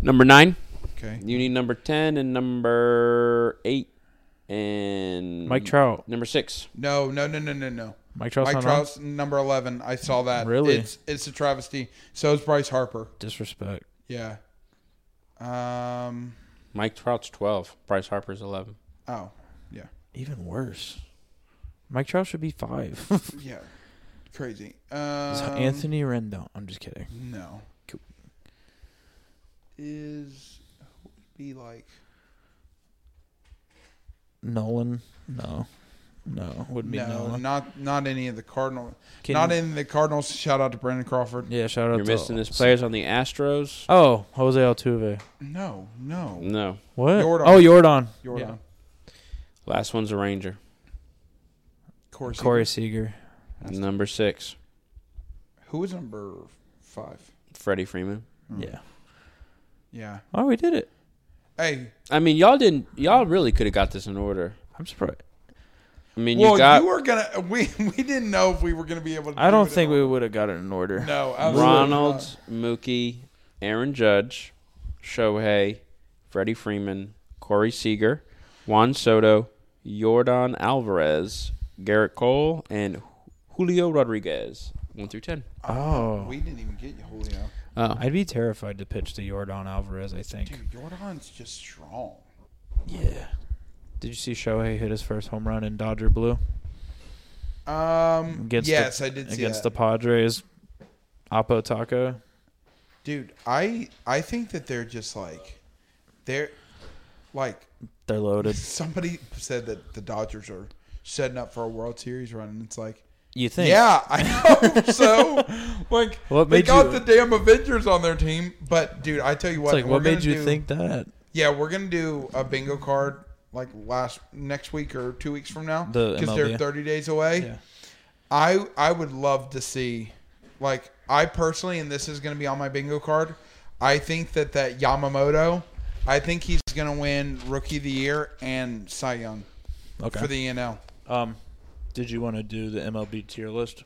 Speaker 3: Number nine.
Speaker 1: Okay.
Speaker 3: You need number ten and number eight and
Speaker 2: Mike Trout.
Speaker 3: Number six.
Speaker 1: No, no, no, no, no, no.
Speaker 2: Mike Trout's
Speaker 1: Mm. Mike
Speaker 2: not on?
Speaker 1: Trout's number eleven. I saw that.
Speaker 2: Really?
Speaker 1: It's it's a travesty. So is Bryce Harper.
Speaker 2: Disrespect.
Speaker 1: Yeah. Um.
Speaker 3: Mike Trout's twelve. Bryce Harper's eleven.
Speaker 1: Oh. Yeah.
Speaker 2: Even worse. Mike Trout should be five.
Speaker 1: Yeah. Crazy.
Speaker 2: Is
Speaker 1: Um,
Speaker 2: Anthony Rendon. I'm just kidding.
Speaker 1: No.
Speaker 2: Cool.
Speaker 1: Is who would be like
Speaker 2: Nolan. No. No. Wouldn't be
Speaker 1: no,
Speaker 2: Nolan.
Speaker 1: not not any of the Cardinal,
Speaker 2: Can-
Speaker 1: not in the Cardinals. Shout out to Brandon Crawford.
Speaker 2: Yeah, shout out
Speaker 3: You're
Speaker 2: to
Speaker 3: missing his players on the Astros.
Speaker 2: Oh, Jose Altuve.
Speaker 1: No, no,
Speaker 3: No.
Speaker 2: What?
Speaker 1: Yordan.
Speaker 2: Oh, Jordan.
Speaker 1: Jordan,
Speaker 2: Yeah.
Speaker 3: Last one's a Ranger.
Speaker 1: Corey, Seager.
Speaker 2: Corey Seager.
Speaker 3: Number six.
Speaker 1: Who was number five?
Speaker 3: Freddie Freeman.
Speaker 1: Hmm.
Speaker 2: Yeah.
Speaker 1: Yeah.
Speaker 2: Oh, we did it.
Speaker 1: Hey,
Speaker 3: I mean, y'all didn't. Y'all really could have got this in order.
Speaker 2: I'm surprised.
Speaker 3: I mean,
Speaker 1: well,
Speaker 3: you got
Speaker 1: you were gonna. We we didn't know if we were gonna be able. to
Speaker 2: I
Speaker 1: do
Speaker 2: don't
Speaker 1: it at
Speaker 2: think
Speaker 1: all.
Speaker 2: we would have got it in order.
Speaker 1: No, absolutely
Speaker 3: Ronald,
Speaker 1: not.
Speaker 3: Mookie, Aaron Judge, Shohei, Freddie Freeman, Corey Seager, Juan Soto, Jordan Alvarez, Garrett Cole, and Julio Rodriguez. One through ten.
Speaker 2: Oh.
Speaker 1: We didn't even get Julio.
Speaker 3: Oh,
Speaker 2: I'd be terrified to pitch to Jordan Alvarez, I think.
Speaker 1: Dude, Jordan's just strong.
Speaker 2: Yeah. Did you see Shohei hit his first home run in Dodger Blue?
Speaker 1: Um.
Speaker 2: Against
Speaker 1: yes,
Speaker 2: the,
Speaker 1: I did see
Speaker 2: Against
Speaker 1: that.
Speaker 2: the Padres. Apo Taco.
Speaker 1: Dude, I I think that they're just like, they're, like
Speaker 2: They're loaded.
Speaker 1: somebody said that the Dodgers are setting up for a World Series run, and it's like.
Speaker 2: You think?
Speaker 1: Yeah, I hope so. Like
Speaker 2: What
Speaker 1: they
Speaker 2: made
Speaker 1: got the
Speaker 2: you-
Speaker 1: damn Avengers on their team, but dude, I tell you
Speaker 2: It's
Speaker 1: what,
Speaker 2: like,
Speaker 1: we're
Speaker 2: what made
Speaker 1: gonna
Speaker 2: you
Speaker 1: do-
Speaker 2: think that?
Speaker 1: Yeah, we're gonna do a bingo card like last next week or two weeks from now
Speaker 2: The
Speaker 1: they're
Speaker 2: MLB.
Speaker 1: 30 days away.
Speaker 2: Yeah.
Speaker 1: I I would love to see, like I personally, and this is gonna be on my bingo card. I think that that Yamamoto, I think he's gonna win Rookie of the Year and Cy Young
Speaker 2: Okay.
Speaker 1: for the NL.
Speaker 2: um, did you want to do the MLB tier list?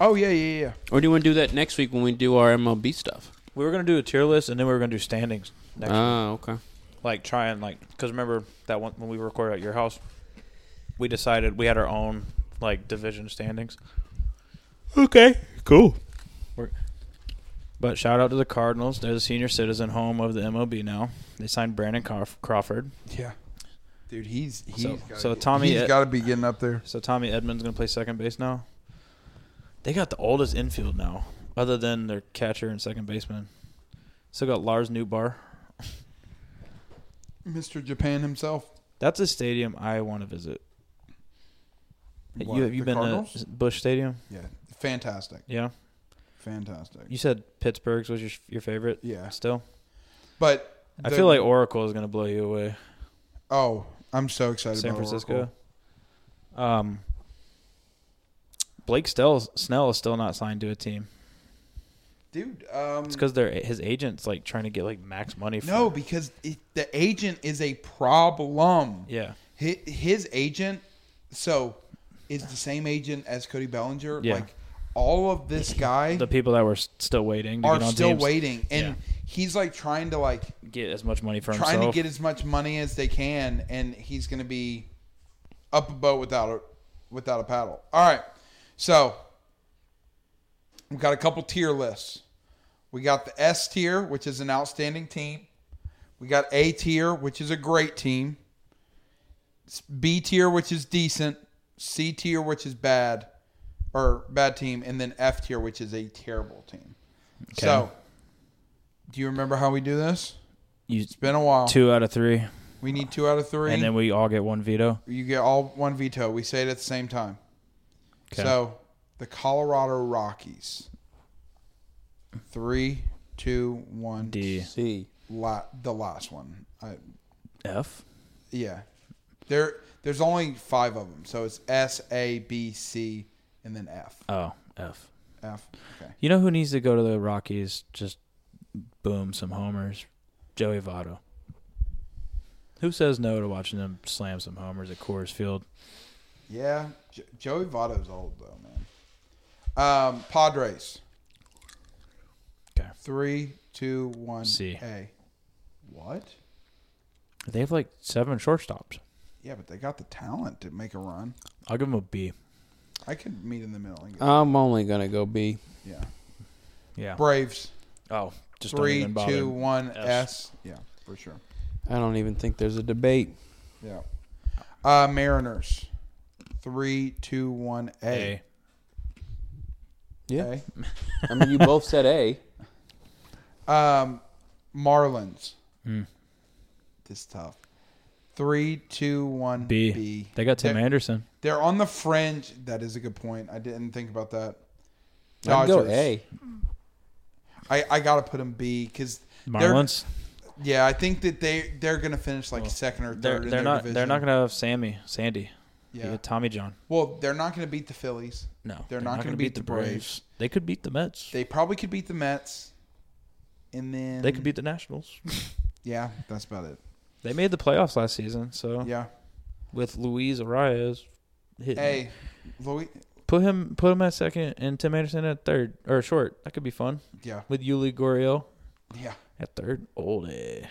Speaker 1: Oh yeah, yeah, yeah.
Speaker 3: or do you want to do that next week when we do our MLB stuff?
Speaker 2: We were going to do a tier list and then we were going to do standings next
Speaker 3: Ah, okay.
Speaker 2: like try and like because remember that one when we recorded at your house we decided we had our own like division standings okay cool We're, but shout out to the cardinals they're the senior citizen home of the mlb now they signed brandon Crawf- crawford
Speaker 1: Yeah. Dude, he's he's
Speaker 2: So-
Speaker 1: gotta
Speaker 2: so
Speaker 1: get-
Speaker 2: Tommy- uh,
Speaker 1: he's got to be getting up there.
Speaker 2: so tommy edmonds going to play second base now They got the oldest infield now, other than their catcher and second baseman. Still got Lars Newbar.
Speaker 1: Mr. Japan himself.
Speaker 2: That's a stadium I want to visit.
Speaker 1: What,
Speaker 2: you have you
Speaker 1: the
Speaker 2: been uh,
Speaker 1: Cardinals?
Speaker 2: to Bush Stadium?
Speaker 1: Yeah, fantastic,
Speaker 2: Yeah.
Speaker 1: fantastic.
Speaker 2: You said Pittsburgh's was your your favorite.
Speaker 1: Yeah.
Speaker 2: Still,
Speaker 1: But
Speaker 2: I
Speaker 1: the-
Speaker 2: feel like Oracle is going to blow you away.
Speaker 1: oh, I'm so excited.
Speaker 2: San
Speaker 1: about
Speaker 2: Francisco.
Speaker 1: Oracle.
Speaker 2: Um, Blake Snell, Snell is still not signed to a team.
Speaker 1: dude. Um,
Speaker 2: It's because they're his agent's like trying to get like max money. For,
Speaker 1: no, because it, the agent is a problem.
Speaker 2: Yeah.
Speaker 1: Hi- his agent so is the same agent as Cody Bellinger.
Speaker 2: Yeah.
Speaker 1: Like all of this guy
Speaker 2: The people that were s- still waiting to
Speaker 1: are
Speaker 2: get on
Speaker 1: still
Speaker 2: teams
Speaker 1: waiting, and
Speaker 2: Yeah.
Speaker 1: he's like trying to like
Speaker 2: get as much money for
Speaker 1: trying
Speaker 2: himself.
Speaker 1: to get as much money as they can, and he's going to be up a boat without a without a paddle. All right, so we've got a couple tier lists. We got the S tier, which is an outstanding team. We got A tier, which is a great team. S- B tier, which is decent. C tier, which is bad, or bad team, and then F tier, which is a terrible team. So, do you remember how we do this?
Speaker 2: you
Speaker 1: It's been a while.
Speaker 2: two out of three,
Speaker 1: We need two out of three.
Speaker 2: and then we all get one veto.
Speaker 1: you get all one veto. We say it at the same time.
Speaker 2: 'Kay.
Speaker 1: So the Colorado Rockies. Three, two, one.
Speaker 2: D
Speaker 3: See,
Speaker 1: La- the last one. I,
Speaker 2: F.
Speaker 1: yeah. There, there's only five of them. So it's S, A, B, C, and then F.
Speaker 2: Oh F.
Speaker 1: F. Okay.
Speaker 2: You know who needs to go to the Rockies? Just boom some homers. Joey Votto. Who says no to watching them slam some homers at Coors Field?
Speaker 1: Yeah. Jo- Joey Votto's old, though, man. Um, Padres.
Speaker 2: Okay.
Speaker 1: Three, two, one.
Speaker 2: C.
Speaker 1: A. What?
Speaker 2: They have like seven shortstops.
Speaker 1: Yeah, but they got the talent to make a run.
Speaker 2: I'll give them a B.
Speaker 1: I could meet in the middle.
Speaker 2: Uh,
Speaker 1: And get,
Speaker 3: I'm only gonna go B.
Speaker 1: yeah.
Speaker 2: Yeah.
Speaker 1: Braves.
Speaker 2: Oh, just don't
Speaker 1: Three,
Speaker 2: even bother.
Speaker 1: two, one. S.
Speaker 2: S.
Speaker 1: Yeah, for sure.
Speaker 3: I don't even think there's a debate.
Speaker 1: Yeah. Uh, Mariners. Three, two, one.
Speaker 2: A.
Speaker 1: A.
Speaker 3: Yeah.
Speaker 1: A.
Speaker 3: I mean, you both said A.
Speaker 1: Um, Marlins.
Speaker 2: Mm.
Speaker 1: This is tough. Three, two, one.
Speaker 2: B.
Speaker 1: B.
Speaker 2: They got Tim
Speaker 1: They're-
Speaker 2: Anderson.
Speaker 1: They're on the fringe. That is a good point. I didn't think about that.
Speaker 3: I'd go
Speaker 1: Dodgers.
Speaker 3: A.
Speaker 1: I, I gotta put them B because
Speaker 2: Marlins.
Speaker 1: Yeah, I think that they they're gonna finish like second or 3rd
Speaker 2: They're
Speaker 1: in
Speaker 2: they're,
Speaker 1: their
Speaker 2: not
Speaker 1: division.
Speaker 2: they're not gonna have Sammy Sandy.
Speaker 1: Yeah.
Speaker 2: They got Tommy John.
Speaker 1: Well, they're not gonna beat the Phillies.
Speaker 2: No,
Speaker 1: They're not gonna beat the Braves.
Speaker 2: They could beat the Mets. They,
Speaker 1: They probably could beat the Mets, and then
Speaker 2: could beat the Nationals.
Speaker 1: Yeah, that's about it.
Speaker 2: they made the playoffs last season, so
Speaker 1: Yeah.
Speaker 2: with Luis Arias, hitting.
Speaker 1: Hey, Louis.
Speaker 2: put him put him at second and Tim Anderson at third or short. That could be fun
Speaker 1: Yeah,
Speaker 2: with Yuli Gurriel
Speaker 1: yeah.
Speaker 2: at third. Ole.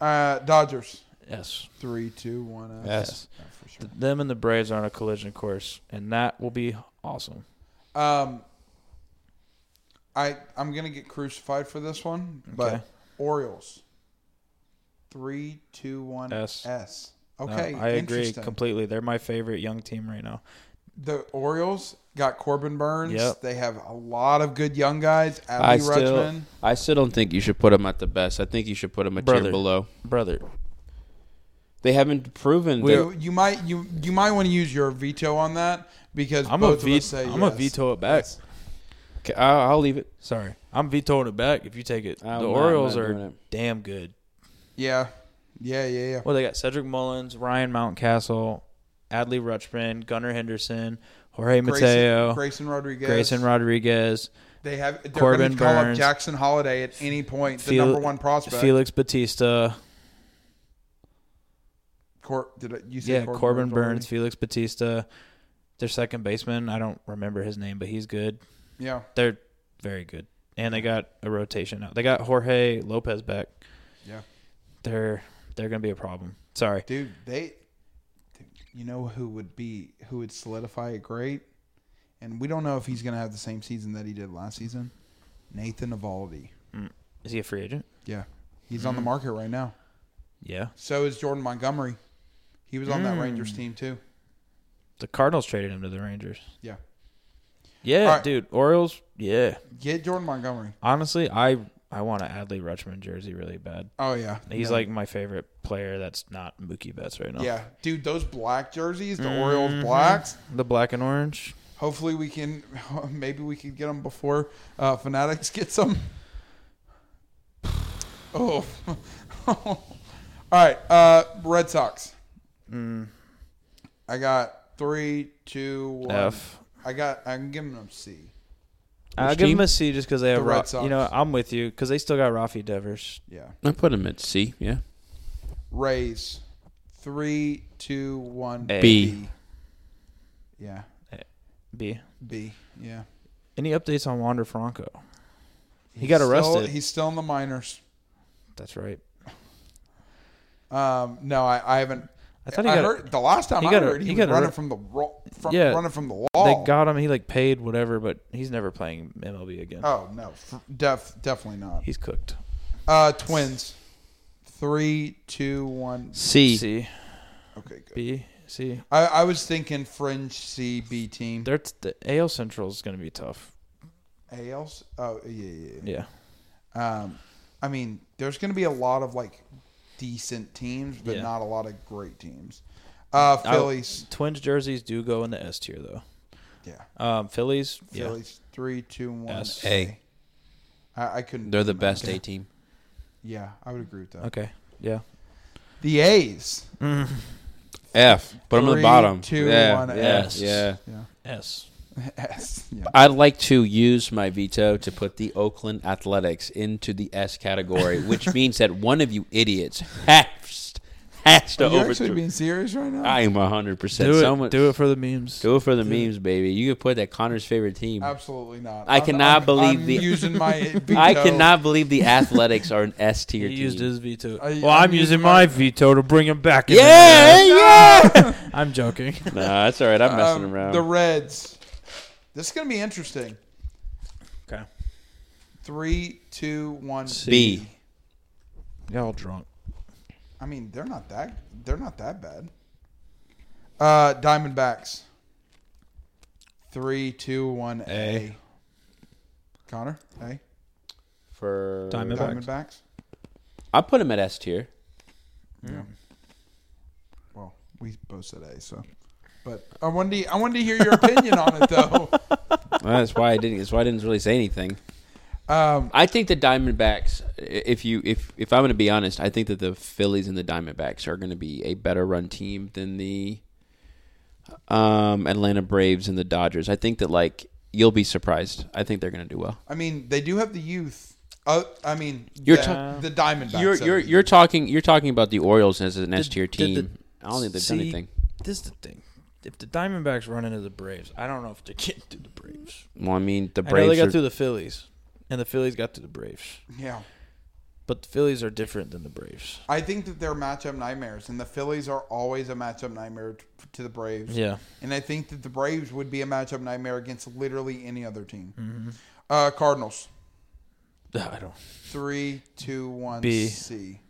Speaker 1: Uh, Dodgers.
Speaker 2: Yes.
Speaker 1: Three, two, one. Uh,
Speaker 3: Yes.
Speaker 1: yeah, for sure.
Speaker 2: Th- Them and the Braves are on a collision course, and that will be awesome.
Speaker 1: Um, I I'm gonna get crucified for this one, but
Speaker 2: Okay.
Speaker 1: Orioles. Three, two, one.
Speaker 2: S.
Speaker 1: S.
Speaker 2: No,
Speaker 1: Okay,
Speaker 2: I agree
Speaker 1: interesting.
Speaker 2: completely. They're my favorite young team right now.
Speaker 1: the Orioles got Corbin Burns.
Speaker 2: Yep.
Speaker 1: They have a lot of good young guys.
Speaker 3: I
Speaker 1: Adley
Speaker 3: still,
Speaker 1: Rutschman.
Speaker 3: I still don't think you should put them at the best. I think you should put them a
Speaker 2: Brother.
Speaker 3: tier below.
Speaker 2: Brother,
Speaker 3: They haven't proven.
Speaker 1: You,
Speaker 3: that
Speaker 1: you might you you might want to use your veto on that because
Speaker 2: I'm a
Speaker 1: both of
Speaker 2: ve-
Speaker 1: us say
Speaker 2: I'm
Speaker 1: yes.
Speaker 2: a veto it back.
Speaker 3: Okay, I'll, I'll leave it.
Speaker 2: Sorry, I'm vetoing it back if you take it.
Speaker 3: I'm
Speaker 2: the
Speaker 3: not-
Speaker 2: Orioles
Speaker 3: I'm not doing
Speaker 2: are
Speaker 3: it.
Speaker 2: damn good.
Speaker 1: Yeah, yeah, yeah, yeah.
Speaker 2: Well, they got Cedric Mullins, Ryan Mountcastle, Adley Rutschman, Gunnar Henderson, Jorge
Speaker 1: Grayson,
Speaker 2: Mateo,
Speaker 1: Grayson Rodriguez.
Speaker 2: Grayson Rodriguez,
Speaker 1: They have. They're going
Speaker 2: Corbin
Speaker 1: to call
Speaker 2: Burns.
Speaker 1: up Jackson Holiday at any point. The
Speaker 2: Fel-
Speaker 1: number one prospect.
Speaker 2: Felix Batista.
Speaker 1: Cor- did I, you say
Speaker 2: Yeah,
Speaker 1: Corbin,
Speaker 2: Corbin Burns,
Speaker 1: already?
Speaker 2: Felix Batista, their second baseman. I don't remember his name, but he's good.
Speaker 1: Yeah,
Speaker 2: They're very good, and they got a rotation now. They got Jorge Lopez back.
Speaker 1: Yeah.
Speaker 2: they're they're gonna be a problem. Sorry,
Speaker 1: dude. They. You know who would be who would solidify it great, and we don't know if he's going to have the same season that he did last season. Nathan Evaldi.
Speaker 2: is he a free agent?
Speaker 1: Yeah, he's on the market right now.
Speaker 2: Yeah,
Speaker 1: So is Jordan Montgomery. Mm. He was on that Rangers team too.
Speaker 2: the Cardinals traded him to the Rangers.
Speaker 1: Yeah.
Speaker 2: Yeah,
Speaker 1: All right.
Speaker 2: dude. Orioles. Yeah.
Speaker 1: Get Jordan Montgomery.
Speaker 2: Honestly, I I want an Adley Rutschman jersey really bad.
Speaker 1: Oh yeah,
Speaker 2: He's
Speaker 1: No.
Speaker 2: like my favorite player that's not Mookie Betts right now.
Speaker 1: yeah, dude. Those black jerseys, the Orioles blacks.
Speaker 2: The black and orange.
Speaker 1: Hopefully we can, maybe we could get them before uh, Fanatics gets them. Oh, all right. Uh, Red Sox.
Speaker 2: Mm.
Speaker 1: I got three, two, one.
Speaker 2: F.
Speaker 1: I got. I'm giving them C.
Speaker 2: I'll
Speaker 3: Which
Speaker 2: give
Speaker 3: team?
Speaker 2: him a C just because they have
Speaker 1: The Red
Speaker 2: Ra-
Speaker 1: Sox.
Speaker 2: You know, I'm with you because they still got Rafi Devers.
Speaker 1: Yeah.
Speaker 3: I put him at C. Yeah.
Speaker 1: Rays. Three, two, one.
Speaker 2: A.
Speaker 3: B.
Speaker 1: Yeah.
Speaker 2: B.
Speaker 1: B. Yeah.
Speaker 2: Any updates on Wander Franco? He got arrested.
Speaker 1: Still, he's still in the minors.
Speaker 2: that's right.
Speaker 1: Um, no, I, I haven't.
Speaker 2: I thought he got-
Speaker 1: heard the last time
Speaker 2: he
Speaker 1: I
Speaker 2: got a-
Speaker 1: heard he,
Speaker 2: he
Speaker 1: was
Speaker 2: got a
Speaker 1: running
Speaker 2: re-
Speaker 1: from the ro- from,
Speaker 2: Yeah.
Speaker 1: running from the law.
Speaker 2: They got him. He like paid whatever, but he's never playing MLB again.
Speaker 1: oh no, f- def, definitely not.
Speaker 2: He's cooked.
Speaker 1: Uh, twins. Three, two, one.
Speaker 3: C.
Speaker 2: C.
Speaker 1: Okay, good.
Speaker 2: B. C.
Speaker 1: I, I was thinking fringe C B team.
Speaker 2: They're t- the AL Central is going to be tough.
Speaker 1: ALs. Oh yeah, yeah. yeah.
Speaker 2: Yeah.
Speaker 1: Um, I mean, there's going to be a lot of like decent teams, but
Speaker 2: Yeah.
Speaker 1: not a lot of great teams. Uh,
Speaker 2: I-
Speaker 1: Phillies.
Speaker 2: Twins jerseys do go in the S tier though.
Speaker 1: yeah.
Speaker 2: Um, Phillies. Yeah.
Speaker 1: Phillies. Three, two, one.
Speaker 2: S.
Speaker 3: A.
Speaker 1: I, I couldn't.
Speaker 3: They're the
Speaker 1: do math.
Speaker 3: best A team.
Speaker 1: Yeah, I would agree with that.
Speaker 2: Okay. Yeah.
Speaker 1: The A's.
Speaker 3: F. Put him at
Speaker 1: Three,
Speaker 3: the bottom.
Speaker 1: two,
Speaker 3: yeah,
Speaker 1: one,
Speaker 3: yeah,
Speaker 1: S.
Speaker 3: Yeah.
Speaker 1: Yeah.
Speaker 2: S.
Speaker 1: S. Yeah.
Speaker 3: I'd like to use my veto to put the Oakland Athletics into the S category, which means that one of you idiots has, has to
Speaker 1: Are you actually
Speaker 3: overthrow.
Speaker 1: being serious right now?
Speaker 3: I am 100%.
Speaker 2: Do it.
Speaker 3: Someone-
Speaker 2: do it for the memes.
Speaker 3: do it for the memes, baby. You could put that Connor's favorite team.
Speaker 1: Absolutely not.
Speaker 3: I cannot believe
Speaker 1: I'm
Speaker 3: the-
Speaker 1: using my. veto.
Speaker 3: I cannot believe the Athletics are an S tier
Speaker 2: He
Speaker 3: team.
Speaker 2: used his veto.
Speaker 1: I-
Speaker 2: well,
Speaker 1: I'm
Speaker 2: I'm,
Speaker 1: using
Speaker 2: using
Speaker 1: my-
Speaker 2: my veto to bring him back. in
Speaker 3: yeah,
Speaker 2: the-
Speaker 3: yeah.
Speaker 2: I'm joking.
Speaker 3: nah, that's all right. I'm messing
Speaker 1: Um,
Speaker 3: around.
Speaker 1: The Reds. This is gonna be interesting.
Speaker 2: okay.
Speaker 1: Three, two, one.
Speaker 2: C.
Speaker 3: B.
Speaker 2: Y'all drunk.
Speaker 1: I mean, they're not that. They're not that bad. Uh, Diamondbacks. Three, two, one. A. Connor. A.
Speaker 3: For
Speaker 2: Diamond- Diamondbacks.
Speaker 1: Diamondbacks.
Speaker 3: I put him at S tier.
Speaker 1: Well, we both said A, so. But I wanted to, I wanted to hear your opinion on it though.
Speaker 3: that's why I didn't. That's why I didn't really say anything.
Speaker 1: Um,
Speaker 3: I think the Diamondbacks. i- If you if if I'm going to be honest, I think that the Phillies and the Diamondbacks are going to be a better run team than the um, Atlanta Braves and the Dodgers. I think that like you'll be surprised. I think they're going to do well.
Speaker 1: I mean, they do have the youth. Uh, I mean,
Speaker 3: You're
Speaker 1: the,
Speaker 3: ta-
Speaker 1: the Diamondbacks.
Speaker 3: You're
Speaker 1: have the
Speaker 3: you're
Speaker 1: youth.
Speaker 3: you're talking you're talking about the Orioles as an S tier
Speaker 2: did the-
Speaker 3: team. I don't think they've
Speaker 2: See,
Speaker 3: done anything.
Speaker 2: This is the thing. If the Diamondbacks run into the Braves, I don't know if they can do the Braves.
Speaker 3: Well, I mean the
Speaker 2: I know they
Speaker 3: Braves.
Speaker 2: got
Speaker 3: Are,
Speaker 2: through the Phillies, and the Phillies got to the Braves.
Speaker 1: yeah.
Speaker 2: But the Phillies are different than the Braves.
Speaker 1: I think that they're matchup nightmares, and the Phillies are always a matchup nightmare t- to the Braves.
Speaker 2: Yeah.
Speaker 1: And I think that the Braves would be a matchup nightmare against literally any other team.
Speaker 2: Mm-hmm.
Speaker 1: Uh, Cardinals.
Speaker 2: I don't.
Speaker 1: Three, two, one,
Speaker 2: B.
Speaker 1: C.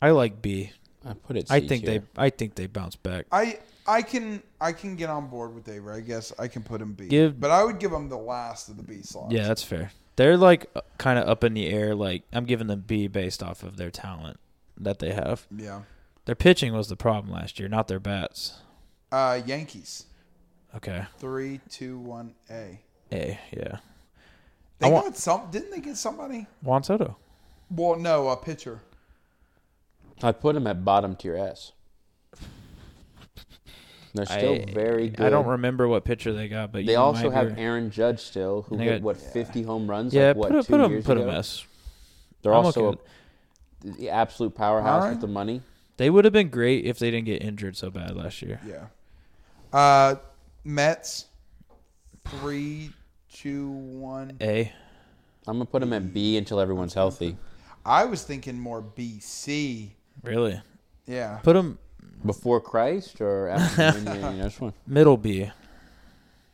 Speaker 2: I like B.
Speaker 3: I put it.
Speaker 2: I
Speaker 3: C
Speaker 2: think
Speaker 3: tier.
Speaker 2: they. I think they bounce back.
Speaker 1: I I can I can get on board with Avery. I guess I can put him B.
Speaker 2: Give-
Speaker 1: but I would give him the last of the B slots.
Speaker 2: Yeah, that's fair. They're like kind of up in the air. Like I'm giving them B based off of their talent that they have.
Speaker 1: Yeah.
Speaker 2: Their pitching was the problem last year, not their bats.
Speaker 1: Uh, Yankees.
Speaker 2: Okay,
Speaker 1: Three, two, one, A.
Speaker 2: A. Yeah,
Speaker 1: They
Speaker 2: I want-
Speaker 1: got some. Didn't they get somebody?
Speaker 2: Juan Soto.
Speaker 1: Well, no, a pitcher.
Speaker 3: I put him at bottom tier S. They're still
Speaker 2: I-
Speaker 3: very good.
Speaker 2: I don't remember what pitcher they got, but
Speaker 3: They
Speaker 2: you
Speaker 3: also
Speaker 2: might
Speaker 3: have
Speaker 2: be-
Speaker 3: Aaron Judge still, who
Speaker 2: They
Speaker 3: hit
Speaker 2: got-
Speaker 3: what fifty home runs?
Speaker 2: yeah,
Speaker 3: like, what,
Speaker 2: put a,
Speaker 3: two
Speaker 2: put a
Speaker 3: years
Speaker 2: put a
Speaker 3: ago?
Speaker 2: mess.
Speaker 3: They're
Speaker 2: I'm
Speaker 3: also
Speaker 2: okay
Speaker 3: the absolute powerhouse
Speaker 1: All right.
Speaker 3: with the money.
Speaker 2: They would have been great if they didn't get injured so bad last year.
Speaker 1: Yeah. Uh, Mets. Three, two, one.
Speaker 2: A.
Speaker 3: I'm gonna put him at B until everyone's healthy.
Speaker 1: I was thinking more BC.
Speaker 2: Really?
Speaker 1: Yeah.
Speaker 2: Put them
Speaker 3: Before Christ or after the next one?
Speaker 2: middle B.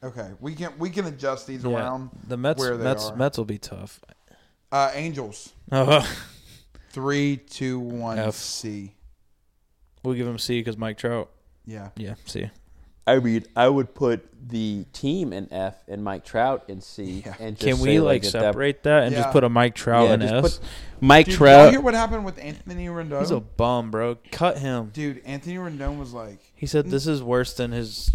Speaker 1: Okay. We can we can adjust these
Speaker 2: Yeah.
Speaker 1: around.
Speaker 2: The Mets.
Speaker 1: where they
Speaker 2: Mets.
Speaker 1: are.
Speaker 2: Mets will be tough.
Speaker 1: Uh, Angels. Three, two, one.
Speaker 2: F.
Speaker 1: C.
Speaker 2: we'll give him C because Mike Trout.
Speaker 1: Yeah.
Speaker 2: Yeah, C.
Speaker 3: I mean, I would put the team in F and Mike Trout in C.
Speaker 1: Yeah.
Speaker 3: And just
Speaker 2: Can
Speaker 3: say,
Speaker 2: we like
Speaker 3: at
Speaker 2: separate that and just
Speaker 1: Yeah.
Speaker 2: put a Mike
Speaker 3: That,
Speaker 2: Trout
Speaker 3: yeah,
Speaker 2: in
Speaker 3: just
Speaker 2: S?
Speaker 3: put Mike
Speaker 1: Dude, did you
Speaker 3: Trout.
Speaker 1: hear what happened with Anthony Rendon?
Speaker 2: He's a bum, bro. Cut him.
Speaker 1: Dude, Anthony Rendon was like,
Speaker 2: He said this is worse than his.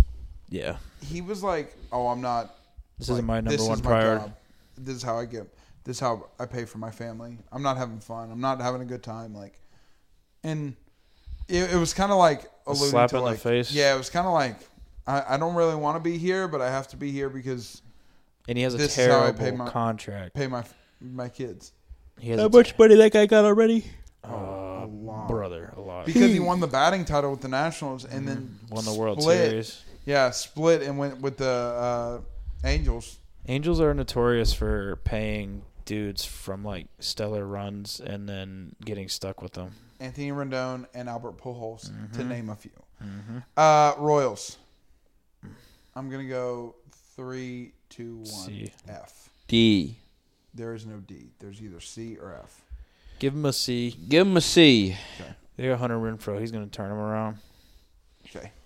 Speaker 2: Yeah,
Speaker 1: he was like, oh, I'm not.
Speaker 2: this
Speaker 1: like,
Speaker 2: isn't my number
Speaker 1: this
Speaker 2: one
Speaker 1: is my
Speaker 2: priority.
Speaker 1: job. This is how I get. This is how I pay for my family. I'm not having fun. I'm not having a good time. Like, and it, it was kind of like alluding
Speaker 2: slap
Speaker 1: to
Speaker 2: in the
Speaker 1: like,
Speaker 2: face.
Speaker 1: yeah, it was kind of like, I, I don't really want to be here, but I have to be here because
Speaker 2: And he has a
Speaker 1: This is how I
Speaker 2: terrible
Speaker 1: pay my-
Speaker 2: contract.
Speaker 1: pay my my kids.
Speaker 2: He has a Oh,
Speaker 3: money that guy got already?
Speaker 1: a lot.
Speaker 2: brother a lot.
Speaker 1: because he won the batting title with the Nationals and then
Speaker 2: Mm-hmm. Won the World
Speaker 1: split-
Speaker 2: Series.
Speaker 1: Yeah, split and went with the uh, Angels.
Speaker 2: Angels are notorious for paying dudes from like stellar runs and then getting stuck with them.
Speaker 1: Anthony Rendon and Albert Pujols,
Speaker 3: Mm-hmm.
Speaker 1: to name a few. Uh, Royals. I'm gonna go three, two, one.
Speaker 2: C.
Speaker 1: F.
Speaker 3: D.
Speaker 1: There is no D. There's either C or F.
Speaker 2: Give him a C.
Speaker 3: Give him a C.
Speaker 2: They got Hunter Renfro. He's going to turn him around.
Speaker 1: Okay.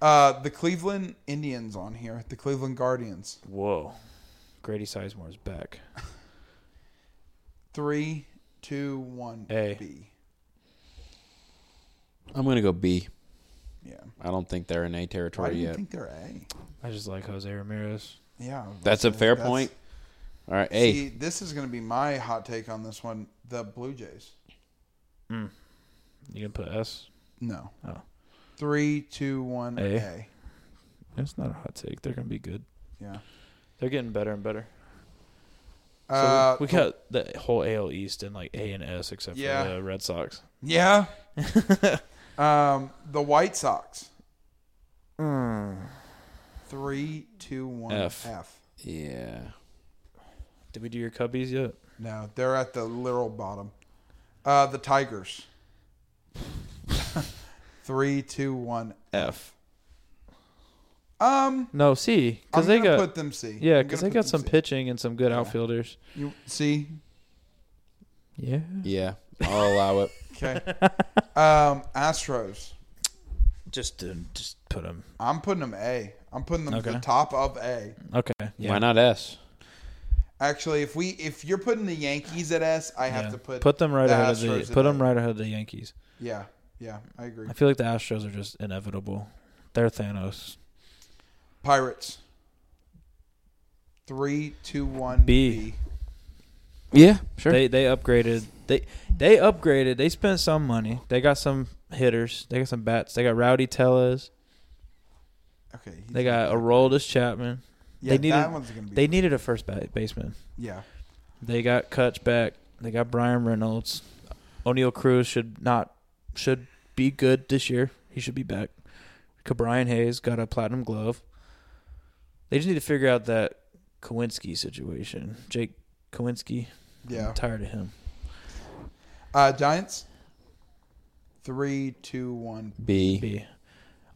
Speaker 1: Uh, the Cleveland Indians on here. The Cleveland Guardians.
Speaker 2: Whoa. Grady Sizemore's back.
Speaker 1: Three, two, one.
Speaker 2: A.
Speaker 1: B.
Speaker 3: I'm gonna go B.
Speaker 1: Yeah.
Speaker 3: I don't think they're in A
Speaker 1: Why do
Speaker 3: territory
Speaker 1: you
Speaker 3: yet.
Speaker 1: think they're A?
Speaker 2: I just like Jose Ramirez.
Speaker 1: Yeah.
Speaker 3: That's a fair
Speaker 1: That's-
Speaker 3: point. All right, A.
Speaker 1: See, this is going to be my hot take on this one. The Blue Jays.
Speaker 2: You going to put S?
Speaker 1: No.
Speaker 2: Oh.
Speaker 1: Three, two, one.
Speaker 2: A.
Speaker 1: A.
Speaker 2: That's not a hot take. They're going to be good.
Speaker 1: Yeah.
Speaker 2: They're getting better and better. So
Speaker 1: Uh,
Speaker 2: we got the whole AL East and like A and S except
Speaker 1: Yeah.
Speaker 2: for the Red Sox.
Speaker 1: yeah. um, the White Sox. Hmm. Three, two, one.
Speaker 3: F.
Speaker 1: F.
Speaker 3: Yeah.
Speaker 2: Did we do your Cubbies yet?
Speaker 1: No, they're at the literal bottom. Uh, the Tigers. Three, two, one.
Speaker 3: F.
Speaker 1: Um,
Speaker 2: No, C.
Speaker 1: I'm
Speaker 2: Because they
Speaker 1: gonna
Speaker 2: got.
Speaker 1: put them C.
Speaker 2: yeah,
Speaker 1: I'm
Speaker 2: because they
Speaker 1: gonna
Speaker 2: got
Speaker 1: put
Speaker 2: some
Speaker 1: them C.
Speaker 2: pitching and some good outfielders.
Speaker 1: You see?
Speaker 2: Yeah.
Speaker 3: Yeah. I'll allow it.
Speaker 1: Okay. um, Astros.
Speaker 2: Just to, just put them.
Speaker 1: I'm putting them A. I'm putting them at
Speaker 2: Okay.
Speaker 1: the top of A.
Speaker 2: Okay. Yeah.
Speaker 3: Why not S?
Speaker 1: Actually, if we if you're putting the Yankees at S, I have
Speaker 2: Yeah.
Speaker 1: to put
Speaker 2: put them right
Speaker 1: the
Speaker 2: ahead of the
Speaker 1: Astros
Speaker 2: put
Speaker 1: at
Speaker 2: them
Speaker 1: A.
Speaker 2: right ahead of the Yankees.
Speaker 1: Yeah, yeah, I agree.
Speaker 2: I feel like the Astros are just inevitable. They're Thanos.
Speaker 1: Pirates. Three, two, one.
Speaker 2: B.
Speaker 3: Yeah, sure.
Speaker 2: They they upgraded. They they upgraded. They spent some money. They got some hitters. They got some bats. They got Rowdy Tellez.
Speaker 1: Okay. he's-
Speaker 2: They got Aroldis Chapman.
Speaker 1: Yeah,
Speaker 2: they needed-
Speaker 1: that one's gonna be.
Speaker 2: They needed a first ba- baseman.
Speaker 1: yeah.
Speaker 2: They got Kutch back. They got Brian Reynolds. O'Neill Cruz should not should be good this year. He should be back. Cabrian Hayes got a platinum glove. They just need to figure out that Kowinski situation. Jake Kowinski.
Speaker 1: Yeah.
Speaker 2: I'm tired of him.
Speaker 1: Uh, Giants. Three, two, one.
Speaker 3: B.
Speaker 2: B.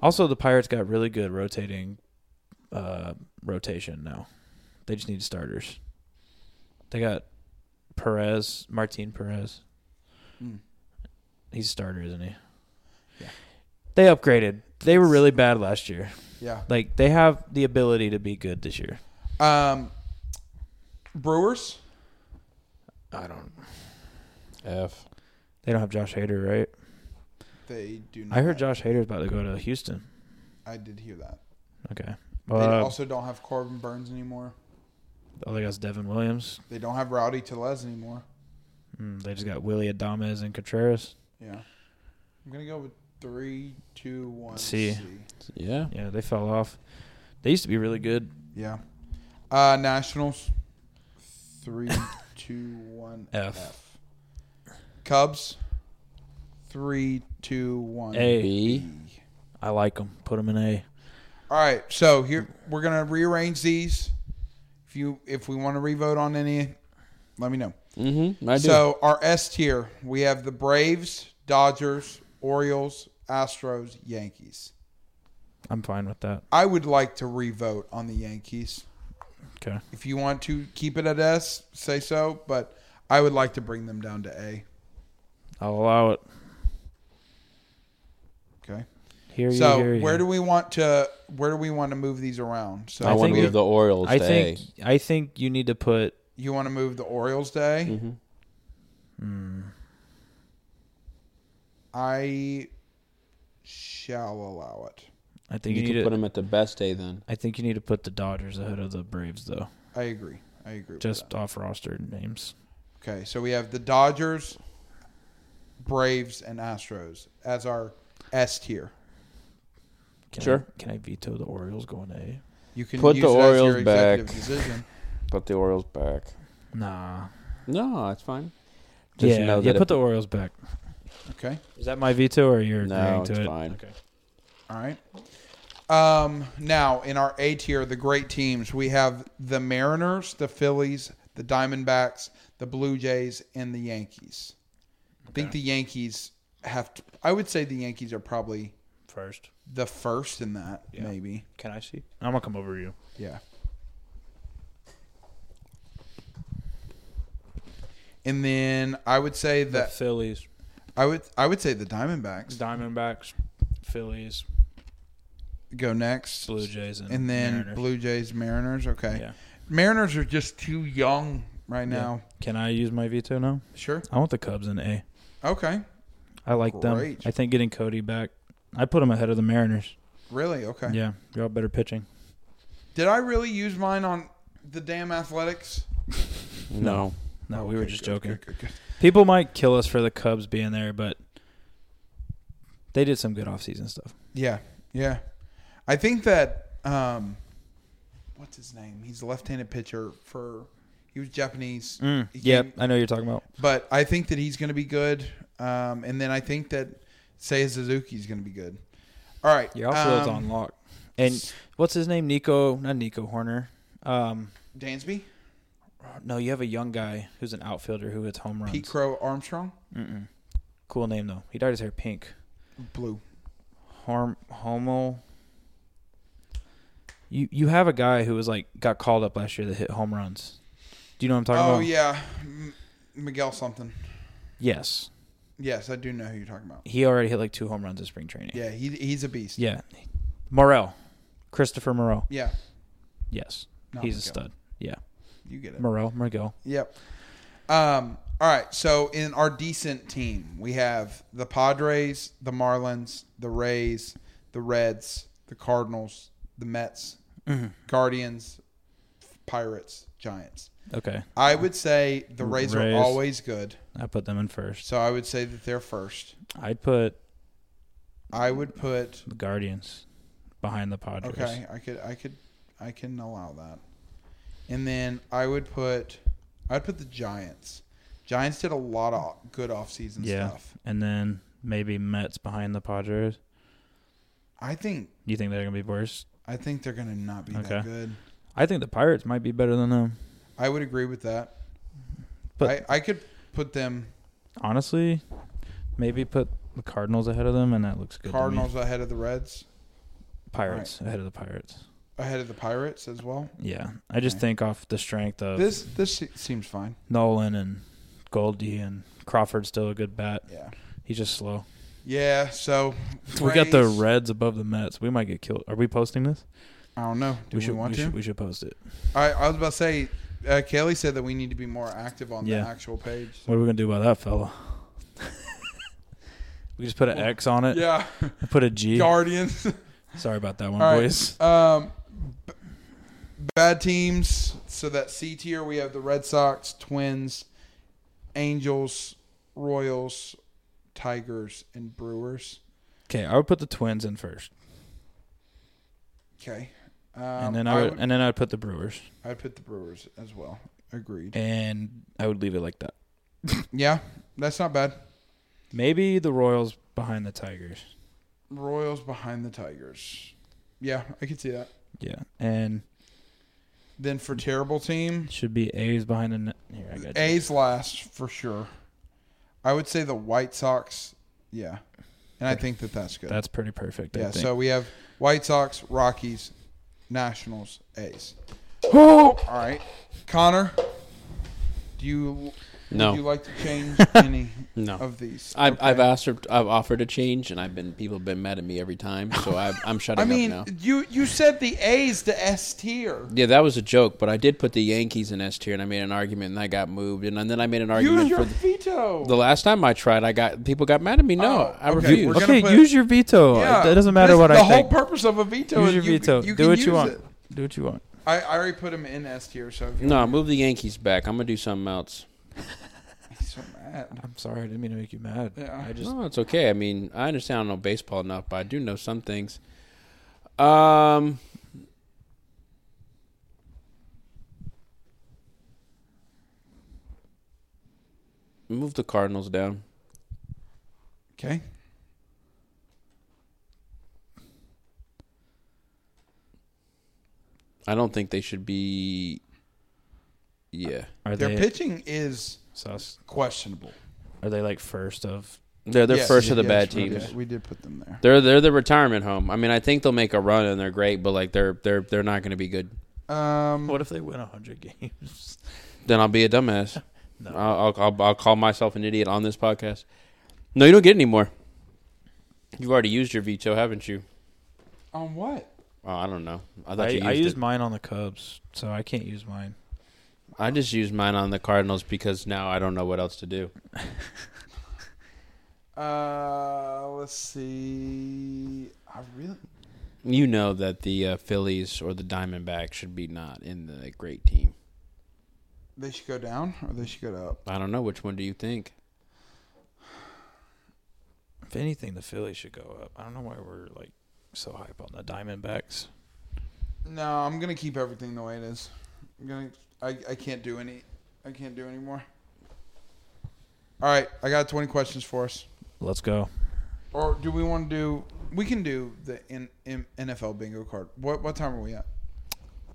Speaker 2: Also the Pirates got really good rotating uh rotation now. They just need starters. They got Perez, Martin Perez.
Speaker 1: Mm.
Speaker 2: He's a starter, isn't he?
Speaker 1: Yeah.
Speaker 2: They upgraded. They were really bad last year.
Speaker 1: Yeah.
Speaker 2: Like they have the ability to be good this year.
Speaker 1: Um. Brewers.
Speaker 2: I don't.
Speaker 3: F.
Speaker 2: They don't have Josh Hader, right?
Speaker 1: They do. not
Speaker 2: I heard
Speaker 1: have-
Speaker 2: Josh Hader's about to go to Houston.
Speaker 1: I did hear that.
Speaker 2: Okay.
Speaker 1: They
Speaker 2: Well,
Speaker 1: also don't have Corbin Burns anymore.
Speaker 2: all oh, they got is Devin Williams.
Speaker 1: They don't have Rowdy Tellez anymore.
Speaker 2: Mm, they just got Willie Adames and Contreras.
Speaker 1: Yeah. I'm gonna go with three, two, one.
Speaker 2: C.
Speaker 3: Yeah.
Speaker 2: Yeah, they fell off. They used to be really good.
Speaker 1: Yeah. Uh, Nationals. Three, two, one.
Speaker 2: F.
Speaker 1: Cubs. Three, two, one.
Speaker 2: A.
Speaker 3: B.
Speaker 2: I like them. Put them in A.
Speaker 1: All right. So here we're gonna rearrange these. If you if we want to revote on any, let me know.
Speaker 3: Mm-hmm. I do.
Speaker 1: So our S tier, we have the Braves, Dodgers, Orioles, Astros, Yankees.
Speaker 2: I'm fine with that.
Speaker 1: I would like to revote on the Yankees.
Speaker 2: Okay.
Speaker 1: If you want to keep it at S, say so, but I would like to bring them down to A.
Speaker 2: I'll allow it.
Speaker 1: Okay.
Speaker 2: Hear you,
Speaker 1: So
Speaker 2: hear you.
Speaker 1: where do we want to where do we want to move these around? So
Speaker 3: I, want
Speaker 2: think
Speaker 3: to
Speaker 1: we-
Speaker 3: move the Orioles.
Speaker 2: I
Speaker 3: to
Speaker 2: think
Speaker 3: A.
Speaker 2: I think you need to put
Speaker 1: you want to Hmm. move the Orioles day. I shall allow it.
Speaker 2: I think
Speaker 3: you,
Speaker 2: you,
Speaker 3: could
Speaker 2: need
Speaker 3: put
Speaker 2: to,
Speaker 3: them at the best day then.
Speaker 2: I think you need to put the Dodgers ahead of the Braves though.
Speaker 1: I agree. I agree. with
Speaker 2: Just off roster names.
Speaker 1: that. okay. So we have the Dodgers, Braves, and Astros as our S tier.
Speaker 2: Can
Speaker 3: Sure.
Speaker 2: I, can I veto the Orioles going to A?
Speaker 1: You can
Speaker 3: Put
Speaker 1: use
Speaker 3: the
Speaker 1: it as your
Speaker 3: Orioles back.
Speaker 1: executive decision.
Speaker 3: Put the Orioles back.
Speaker 2: Nah.
Speaker 3: No, that's fine. Just
Speaker 2: Yeah,
Speaker 3: know
Speaker 2: yeah.
Speaker 3: that
Speaker 2: Put
Speaker 3: it-
Speaker 2: the Orioles back.
Speaker 1: Okay.
Speaker 2: Is that my veto or you're agreeing
Speaker 3: No,
Speaker 2: to
Speaker 3: it's
Speaker 2: it?
Speaker 3: fine.
Speaker 2: Okay.
Speaker 1: All right. Um, now in our A tier, the great teams we have the Mariners, the Phillies, the Diamondbacks, the Blue Jays, and the Yankees. I think the Yankees have. To, I would say the Yankees are probably
Speaker 2: First,
Speaker 1: the first in that. Maybe.
Speaker 2: can I see? I'm gonna come over to you.
Speaker 1: Yeah. And then I would say
Speaker 2: The
Speaker 1: that
Speaker 2: Phillies,
Speaker 1: I would I would say the Diamondbacks
Speaker 2: Diamondbacks, Phillies,
Speaker 1: go next.
Speaker 2: Blue Jays, and,
Speaker 1: and then
Speaker 2: Mariners.
Speaker 1: Blue Jays, Mariners. Okay,
Speaker 2: Yeah.
Speaker 1: Mariners are just too young right now.
Speaker 2: Can I use my veto now?
Speaker 1: Sure.
Speaker 2: I want the Cubs in A.
Speaker 1: Okay.
Speaker 2: I like them.
Speaker 1: Great.
Speaker 2: I think getting Cody back, I put them ahead of the Mariners.
Speaker 1: Really? Okay.
Speaker 2: Yeah, you're all better pitching.
Speaker 1: Did I really use mine on the damn Athletics?
Speaker 3: No.
Speaker 2: No, we
Speaker 1: Oh, Okay,
Speaker 2: were just
Speaker 1: good,
Speaker 2: joking.
Speaker 1: good, good, good.
Speaker 2: People might kill us for the Cubs being there, but they did some good offseason stuff.
Speaker 1: Yeah. Yeah. I think that um, what's his name? He's a left-handed pitcher for. He was Japanese. He
Speaker 2: Mm, yep,
Speaker 1: came-
Speaker 2: I know you're talking about.
Speaker 1: But I think that he's going to be good. Um, and then I think that Seiya Suzuki is going to be good. All right.
Speaker 2: Your outfield's
Speaker 1: um,
Speaker 2: on lock. And what's his name? Nico, not Nico Horner. Um,
Speaker 1: Dansby,
Speaker 2: no, you have a young guy who's an outfielder who hits home runs.
Speaker 1: Pete Crow, Armstrong,
Speaker 2: Mm-mm. Cool name though. He dyed his hair pink.
Speaker 1: Blue.
Speaker 2: Harm Homo. You you have a guy who was like got called up last year that hit home runs. Do you know what I'm talking
Speaker 1: Oh
Speaker 2: about?
Speaker 1: yeah, M- Miguel something.
Speaker 2: Yes,
Speaker 1: Yes, I do know who you're talking about.
Speaker 2: he already hit like two home runs in spring training.
Speaker 1: Yeah, he he's a beast.
Speaker 2: yeah. Morel, Christopher Morel.
Speaker 1: Yeah,
Speaker 2: Yes,
Speaker 1: Not
Speaker 2: he's a
Speaker 1: Miguel.
Speaker 2: stud. Yeah,
Speaker 1: you get it.
Speaker 2: Morel, Morel.
Speaker 1: Yep. Um. All right. So in our decent team, we have the Padres, the Marlins, the Rays, the Reds, the Cardinals, the Mets,
Speaker 2: Mm-hmm.
Speaker 1: Guardians, Pirates, Giants.
Speaker 2: Okay,
Speaker 1: I would say the Rays,
Speaker 2: Rays.
Speaker 1: are always good,
Speaker 2: I put them in first.
Speaker 1: so I would say that they're first.
Speaker 2: I'd put
Speaker 1: I would put
Speaker 2: the Guardians behind the Padres.
Speaker 1: Okay, I could, I could, I can allow that. And then I would put, I'd put the Giants. Giants did a lot of good offseason
Speaker 2: Yeah,
Speaker 1: stuff.
Speaker 2: and then maybe Mets behind the Padres.
Speaker 1: I think,
Speaker 2: You think they're gonna be worse?
Speaker 1: I think they're gonna not be
Speaker 2: Okay.
Speaker 1: that good.
Speaker 2: I think the Pirates might be better than them.
Speaker 1: I would agree with that.
Speaker 2: But-
Speaker 1: I, I could put them
Speaker 2: honestly, maybe put the Cardinals ahead of them, and that looks good. to me.
Speaker 1: Cardinals ahead of the Reds,
Speaker 2: Pirates ahead of the Pirates.
Speaker 1: ahead of the Pirates as well.
Speaker 2: Yeah, I just
Speaker 1: Right.
Speaker 2: think off the strength of
Speaker 1: This this se- seems fine.
Speaker 2: Nolan and Goldie and Crawford's still a good bat.
Speaker 1: Yeah.
Speaker 2: He's just slow.
Speaker 1: Yeah. So
Speaker 2: We got the
Speaker 1: Rays-
Speaker 2: Reds above the Mets. We might get killed. Are we posting this?
Speaker 1: I don't know. Do we,
Speaker 2: should.
Speaker 1: want
Speaker 2: we
Speaker 1: to?
Speaker 2: should. We should post it.
Speaker 1: I, I was about to say, uh, Kaylee said that we need to be more active on
Speaker 2: Yeah.
Speaker 1: the actual page.
Speaker 2: What are we gonna do about that fella? we just put an X on it.
Speaker 1: Yeah,
Speaker 2: Put a G.
Speaker 1: Guardians.
Speaker 2: Sorry about that one,
Speaker 1: All right.
Speaker 2: boys.
Speaker 1: Um, b- bad teams. So that C tier, we have the Red Sox, Twins, Angels, Royals, Tigers, and Brewers.
Speaker 2: Okay, I would put the Twins in first,
Speaker 1: Okay. Um,
Speaker 2: and then I would,
Speaker 1: I
Speaker 2: and then I'd put the Brewers,
Speaker 1: I'd put the Brewers as well. Agreed.
Speaker 2: and I would leave it like that.
Speaker 1: Yeah, that's not bad.
Speaker 2: Maybe the Royals behind the Tigers.
Speaker 1: Royals behind the Tigers. Yeah, I could see that.
Speaker 2: Yeah, and
Speaker 1: Then for terrible team,
Speaker 2: should be A's behind the. Net. Here I got you.
Speaker 1: A's last for sure. I would say the White Sox. Yeah, and I think that that's good.
Speaker 2: That's pretty perfect.
Speaker 1: yeah.
Speaker 2: I think.
Speaker 1: So we have White Sox, Rockies, Nationals, A's. All right, Connor. Do you Would you
Speaker 3: No,
Speaker 1: like to change any
Speaker 3: No.
Speaker 1: of these?
Speaker 3: I've, I've
Speaker 1: Okay.
Speaker 3: asked, I've offered a change, and I've been people have been mad at me every time. So I've, I'm shutting
Speaker 1: I mean,
Speaker 3: up now.
Speaker 1: you you said the A's to S tier.
Speaker 3: Yeah, that was a joke, but I did put the Yankees in S tier, and I made an argument, and I got moved, and then I made an
Speaker 1: Use
Speaker 3: argument
Speaker 1: your
Speaker 3: for the,
Speaker 1: veto.
Speaker 3: the last time I tried. I got people got mad at me. No,
Speaker 1: Oh,
Speaker 3: I
Speaker 1: okay,
Speaker 3: refuse.
Speaker 1: we're gonna
Speaker 2: Okay,
Speaker 1: put-
Speaker 2: use your veto.
Speaker 1: Yeah,
Speaker 2: It doesn't matter
Speaker 1: this-
Speaker 2: what
Speaker 1: the
Speaker 2: I
Speaker 1: whole
Speaker 2: think.
Speaker 1: purpose of a veto
Speaker 2: use
Speaker 1: is
Speaker 2: your
Speaker 1: you,
Speaker 2: veto.
Speaker 1: you
Speaker 2: Do
Speaker 1: can
Speaker 2: what
Speaker 1: use
Speaker 2: you want.
Speaker 1: it.
Speaker 2: Do what you want.
Speaker 1: I, I already put him in S tier, so if you
Speaker 3: No, move the Yankees back. I'm gonna do something else.
Speaker 1: he's so mad.
Speaker 2: I'm sorry, I didn't mean to make you mad.
Speaker 1: Yeah.
Speaker 2: I just
Speaker 3: No, it's okay. I mean, I understand I don't know baseball enough, but I do know some things. Um, move the Cardinals down.
Speaker 1: Okay.
Speaker 3: I don't think they should be. Yeah,
Speaker 2: are
Speaker 1: Their
Speaker 2: they
Speaker 1: pitching is
Speaker 2: sus?
Speaker 1: questionable.
Speaker 2: Are they like first of?
Speaker 3: they're they're
Speaker 1: Yes,
Speaker 3: first of the
Speaker 1: yes,
Speaker 3: bad
Speaker 1: we
Speaker 3: teams.
Speaker 1: did- We did put them there.
Speaker 3: They're they're the retirement home. I mean, I think they'll make a run and they're great, but like they're they're they're not going to be good.
Speaker 1: Um,
Speaker 2: What if they win hundred games?
Speaker 3: Then I'll be a dumbass.
Speaker 2: No.
Speaker 3: I'll, I'll, I'll, I'll call myself an idiot on this podcast. No, you don't get any more. You've already used your veto, haven't you?
Speaker 1: on what?
Speaker 3: Oh, I don't know. I
Speaker 2: I,
Speaker 3: thought you used,
Speaker 2: I used
Speaker 3: it.
Speaker 2: mine on the Cubs, so I can't use mine.
Speaker 3: I just used mine on the Cardinals because now I don't know what else to do.
Speaker 1: Uh, let's see. I really.
Speaker 3: You know that the uh, Phillies or the Diamondbacks should be not in the great team.
Speaker 1: They should go down or they should go up.
Speaker 3: I don't know which one do you think.
Speaker 2: If anything, the Phillies should go up. I don't know why we're like so hype on the Diamondbacks.
Speaker 1: No, I'm gonna keep everything the way it is. I'm gonna. I, I can't do any. I can't do any more. All right, I got 20 questions for us.
Speaker 2: Let's go.
Speaker 1: Or do we want to do? We can do the N, N, NFL bingo card. What what time are we at?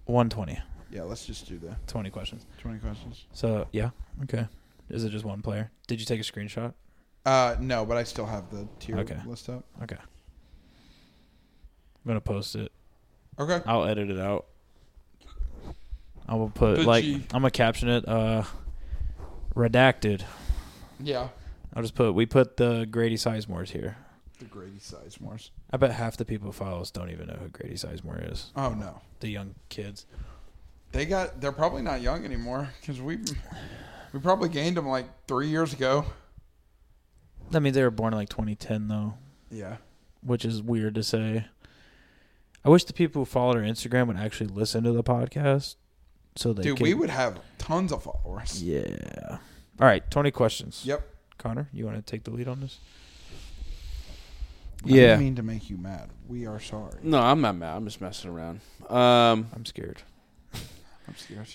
Speaker 2: 120.
Speaker 1: Yeah, let's just do the
Speaker 2: 20 questions.
Speaker 1: 20 questions.
Speaker 2: So yeah, okay. Is it just one player? Did you take a screenshot?
Speaker 1: Uh, no, but I still have the tier
Speaker 2: Okay.
Speaker 1: list up.
Speaker 2: Okay. I'm gonna post it.
Speaker 1: Okay.
Speaker 2: I'll edit it out. I will put
Speaker 1: The
Speaker 2: like i
Speaker 1: G.
Speaker 2: am I'm gonna caption it. Uh, redacted.
Speaker 1: Yeah.
Speaker 2: I'll just put we put the Grady Sizemore's here.
Speaker 1: The Grady Sizemore's.
Speaker 2: I bet half the people who follow us don't even know who Grady Sizemore is.
Speaker 1: Oh no,
Speaker 2: The young kids.
Speaker 1: they got. They're probably not young anymore because we we probably gained them like three years ago.
Speaker 2: That means they were born in like 2010 though,
Speaker 1: Yeah.
Speaker 2: which is weird to say. I wish the people who followed our Instagram would actually listen to the podcast, so they
Speaker 1: Dude,
Speaker 2: can-
Speaker 1: we would have tons of followers.
Speaker 2: Yeah. All right, 20 questions.
Speaker 1: Yep.
Speaker 2: Connor, you want to take the lead on this?
Speaker 1: I
Speaker 3: Yeah.
Speaker 1: didn't mean to make you mad. We are sorry.
Speaker 3: No, I'm not mad. I'm just messing around. Um,
Speaker 2: I'm scared.
Speaker 1: I'm scared.